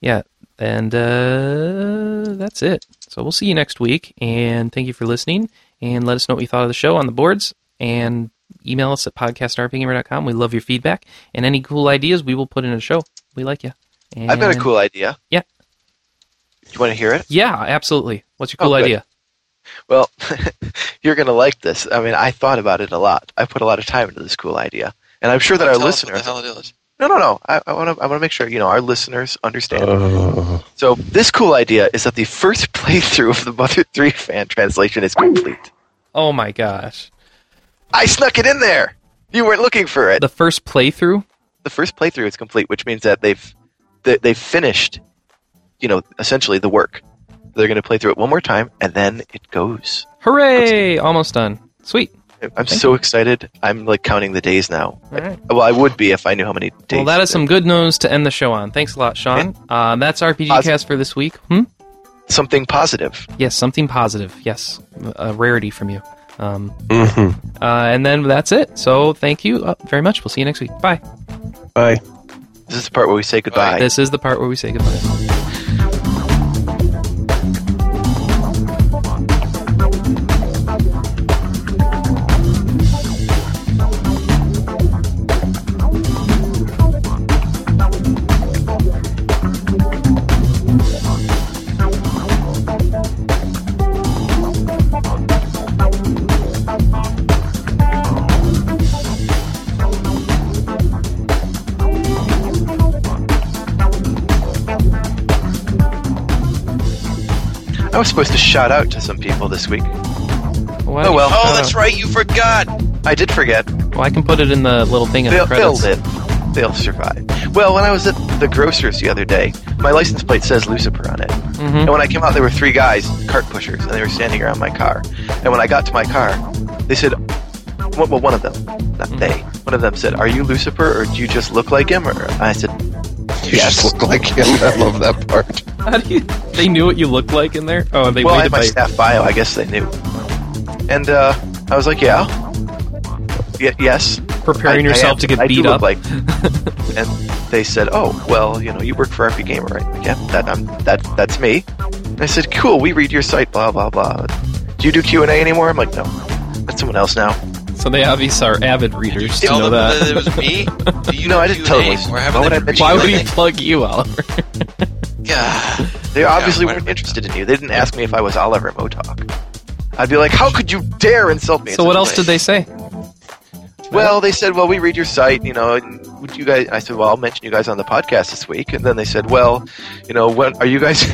[SPEAKER 1] yeah, and uh, that's it. So we'll see you next week, and thank you for listening. And let us know what you thought of the show on the boards, and email us at podcastrpgamer.com. We love your feedback and any cool ideas. We will put in a show. We like you. And
[SPEAKER 5] I've got a cool idea.
[SPEAKER 1] Yeah.
[SPEAKER 5] You want to hear it?
[SPEAKER 1] Yeah, absolutely. What's your cool
[SPEAKER 5] Oh, good.
[SPEAKER 1] idea?
[SPEAKER 5] Well, you're going to like this. I mean, I thought about it a lot. I put a lot of time into this cool idea. And I'm sure that
[SPEAKER 3] Tell
[SPEAKER 5] our
[SPEAKER 3] us what
[SPEAKER 5] listeners.
[SPEAKER 3] the hell it is.
[SPEAKER 5] No, no, no. I, I want to I wanna make sure, you know, our listeners understand.
[SPEAKER 1] Uh.
[SPEAKER 2] Oh,
[SPEAKER 5] So, this cool idea is that the first playthrough of the Mother 3 fan translation is complete.
[SPEAKER 1] Oh my gosh,
[SPEAKER 5] I snuck it in there! You weren't looking for it.
[SPEAKER 1] the first playthrough.
[SPEAKER 5] The first playthrough is complete, which means that they've, they, they've finished, you know, essentially the work. They're going to play through it one more time, and then it goes.
[SPEAKER 1] Hooray! Almost done. Sweet.
[SPEAKER 5] I'm so excited. I'm like counting the days now.
[SPEAKER 1] All right.
[SPEAKER 5] Well, I would be if I knew how many days.
[SPEAKER 1] Well, that is some good news to end the show on. Thanks a lot, Sean. Uh, that's RPG
[SPEAKER 5] Awesome.
[SPEAKER 1] Cast for this week. Hmm?
[SPEAKER 5] something positive.
[SPEAKER 1] Yes, something positive. Yes, a rarity from you. Um,
[SPEAKER 2] hmm
[SPEAKER 1] uh, and then that's it. So thank you uh, very much. We'll see you next week. Bye.
[SPEAKER 2] bye.
[SPEAKER 5] This is the part where we say goodbye.
[SPEAKER 1] This is the part where we say goodbye.
[SPEAKER 5] I was supposed to shout out to some people this week.
[SPEAKER 1] Why
[SPEAKER 5] Oh,
[SPEAKER 1] don't you-
[SPEAKER 5] well.
[SPEAKER 3] Oh,
[SPEAKER 1] uh,
[SPEAKER 3] that's right. You forgot.
[SPEAKER 5] I did forget.
[SPEAKER 1] Well, I can put it in the little thing in the
[SPEAKER 5] They'll, they'll
[SPEAKER 1] credits.
[SPEAKER 5] live. They'll survive. Well, when I was at the grocer's the other day, my license plate says Lucifer on it.
[SPEAKER 1] Mhm.
[SPEAKER 5] And when I came out, there were three guys, cart pushers, and they were standing around my car. And when I got to my car, they said, well, well, one of them, not
[SPEAKER 1] Mm-hmm.
[SPEAKER 5] they, one of them said, Are you Lucifer or do you just look like him? Or and I said,
[SPEAKER 2] You just look like him. I love that part.
[SPEAKER 1] How do you- they knew what you looked like in there. Oh, they
[SPEAKER 5] well, I
[SPEAKER 1] waited
[SPEAKER 5] had my
[SPEAKER 1] by.
[SPEAKER 5] staff bio. I guess they knew. And uh, I was like, yeah, y- yes.
[SPEAKER 1] Preparing
[SPEAKER 5] I- I
[SPEAKER 1] yourself
[SPEAKER 5] am-
[SPEAKER 1] to get
[SPEAKER 5] I do
[SPEAKER 1] beat
[SPEAKER 5] look
[SPEAKER 1] up.
[SPEAKER 5] Like, and they said, oh, well, you know, you work for RP Gamer, right? I'm like, yeah, that, I'm, that, that's me. And I said, cool. We read your site, blah blah blah. Do you do Q and A anymore? I'm like, no, that's someone else now.
[SPEAKER 1] So they obviously are avid readers to
[SPEAKER 3] Tell
[SPEAKER 1] know
[SPEAKER 3] them
[SPEAKER 1] that.
[SPEAKER 3] that. it was me. Do you
[SPEAKER 5] No,
[SPEAKER 3] know
[SPEAKER 5] I didn't
[SPEAKER 3] who
[SPEAKER 5] tell
[SPEAKER 3] it
[SPEAKER 5] them.
[SPEAKER 3] is, Or have
[SPEAKER 5] Why would I
[SPEAKER 3] them
[SPEAKER 5] mention
[SPEAKER 1] Why would
[SPEAKER 3] read
[SPEAKER 1] he
[SPEAKER 3] it?
[SPEAKER 1] plug you, Oliver?
[SPEAKER 3] God.
[SPEAKER 5] They obviously
[SPEAKER 3] whatever.
[SPEAKER 5] weren't interested in you. They didn't ask me if I was Oliver Motok. I'd be like, how could you dare insult me? in
[SPEAKER 1] so
[SPEAKER 5] such
[SPEAKER 1] what
[SPEAKER 5] a
[SPEAKER 1] else
[SPEAKER 5] way?"
[SPEAKER 1] did they say?
[SPEAKER 5] Well, they said, well, we read your site, you know, and would you guys? I said, well, I'll mention you guys on the podcast this week. And then they said, well, you know, what are you guys?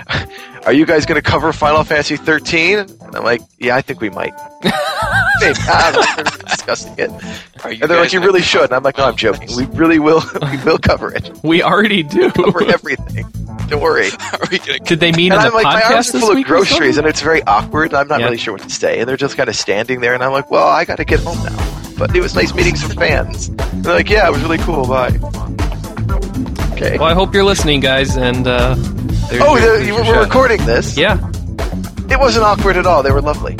[SPEAKER 5] are you guys going to cover Final Fantasy 13? And I'm like, yeah, I think we might. Maybe. I don't know. We're discussing it.
[SPEAKER 3] Are you
[SPEAKER 5] And they're like,
[SPEAKER 3] guys
[SPEAKER 5] you
[SPEAKER 3] gonna-
[SPEAKER 5] really should. And I'm like, no, I'm joking. We really will. we will cover it.
[SPEAKER 1] We already do.
[SPEAKER 5] Cover everything. Don't worry.
[SPEAKER 3] Are we gonna
[SPEAKER 1] Did they mean
[SPEAKER 5] and
[SPEAKER 1] in
[SPEAKER 5] I'm
[SPEAKER 1] the
[SPEAKER 5] like, my arms
[SPEAKER 1] podcast
[SPEAKER 5] are
[SPEAKER 1] this
[SPEAKER 5] full of
[SPEAKER 1] week or
[SPEAKER 5] groceries,
[SPEAKER 1] something?
[SPEAKER 5] and it's very awkward, and I'm not
[SPEAKER 1] Yeah.
[SPEAKER 5] really sure what to say. And they're just kind of standing there, and I'm like, well, I got to get home now. But it was nice meeting some fans. And they're like, yeah, it was really cool. Bye. Okay.
[SPEAKER 1] Well, I hope you're listening, guys, and uh, there's
[SPEAKER 5] Oh,
[SPEAKER 1] your-
[SPEAKER 5] the,
[SPEAKER 1] there's
[SPEAKER 5] you
[SPEAKER 1] your
[SPEAKER 5] were
[SPEAKER 1] shot.
[SPEAKER 5] recording this.
[SPEAKER 1] Yeah.
[SPEAKER 5] It wasn't awkward at all. They were lovely.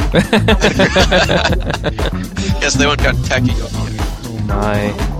[SPEAKER 3] Yes, they won't got tacky.
[SPEAKER 1] My.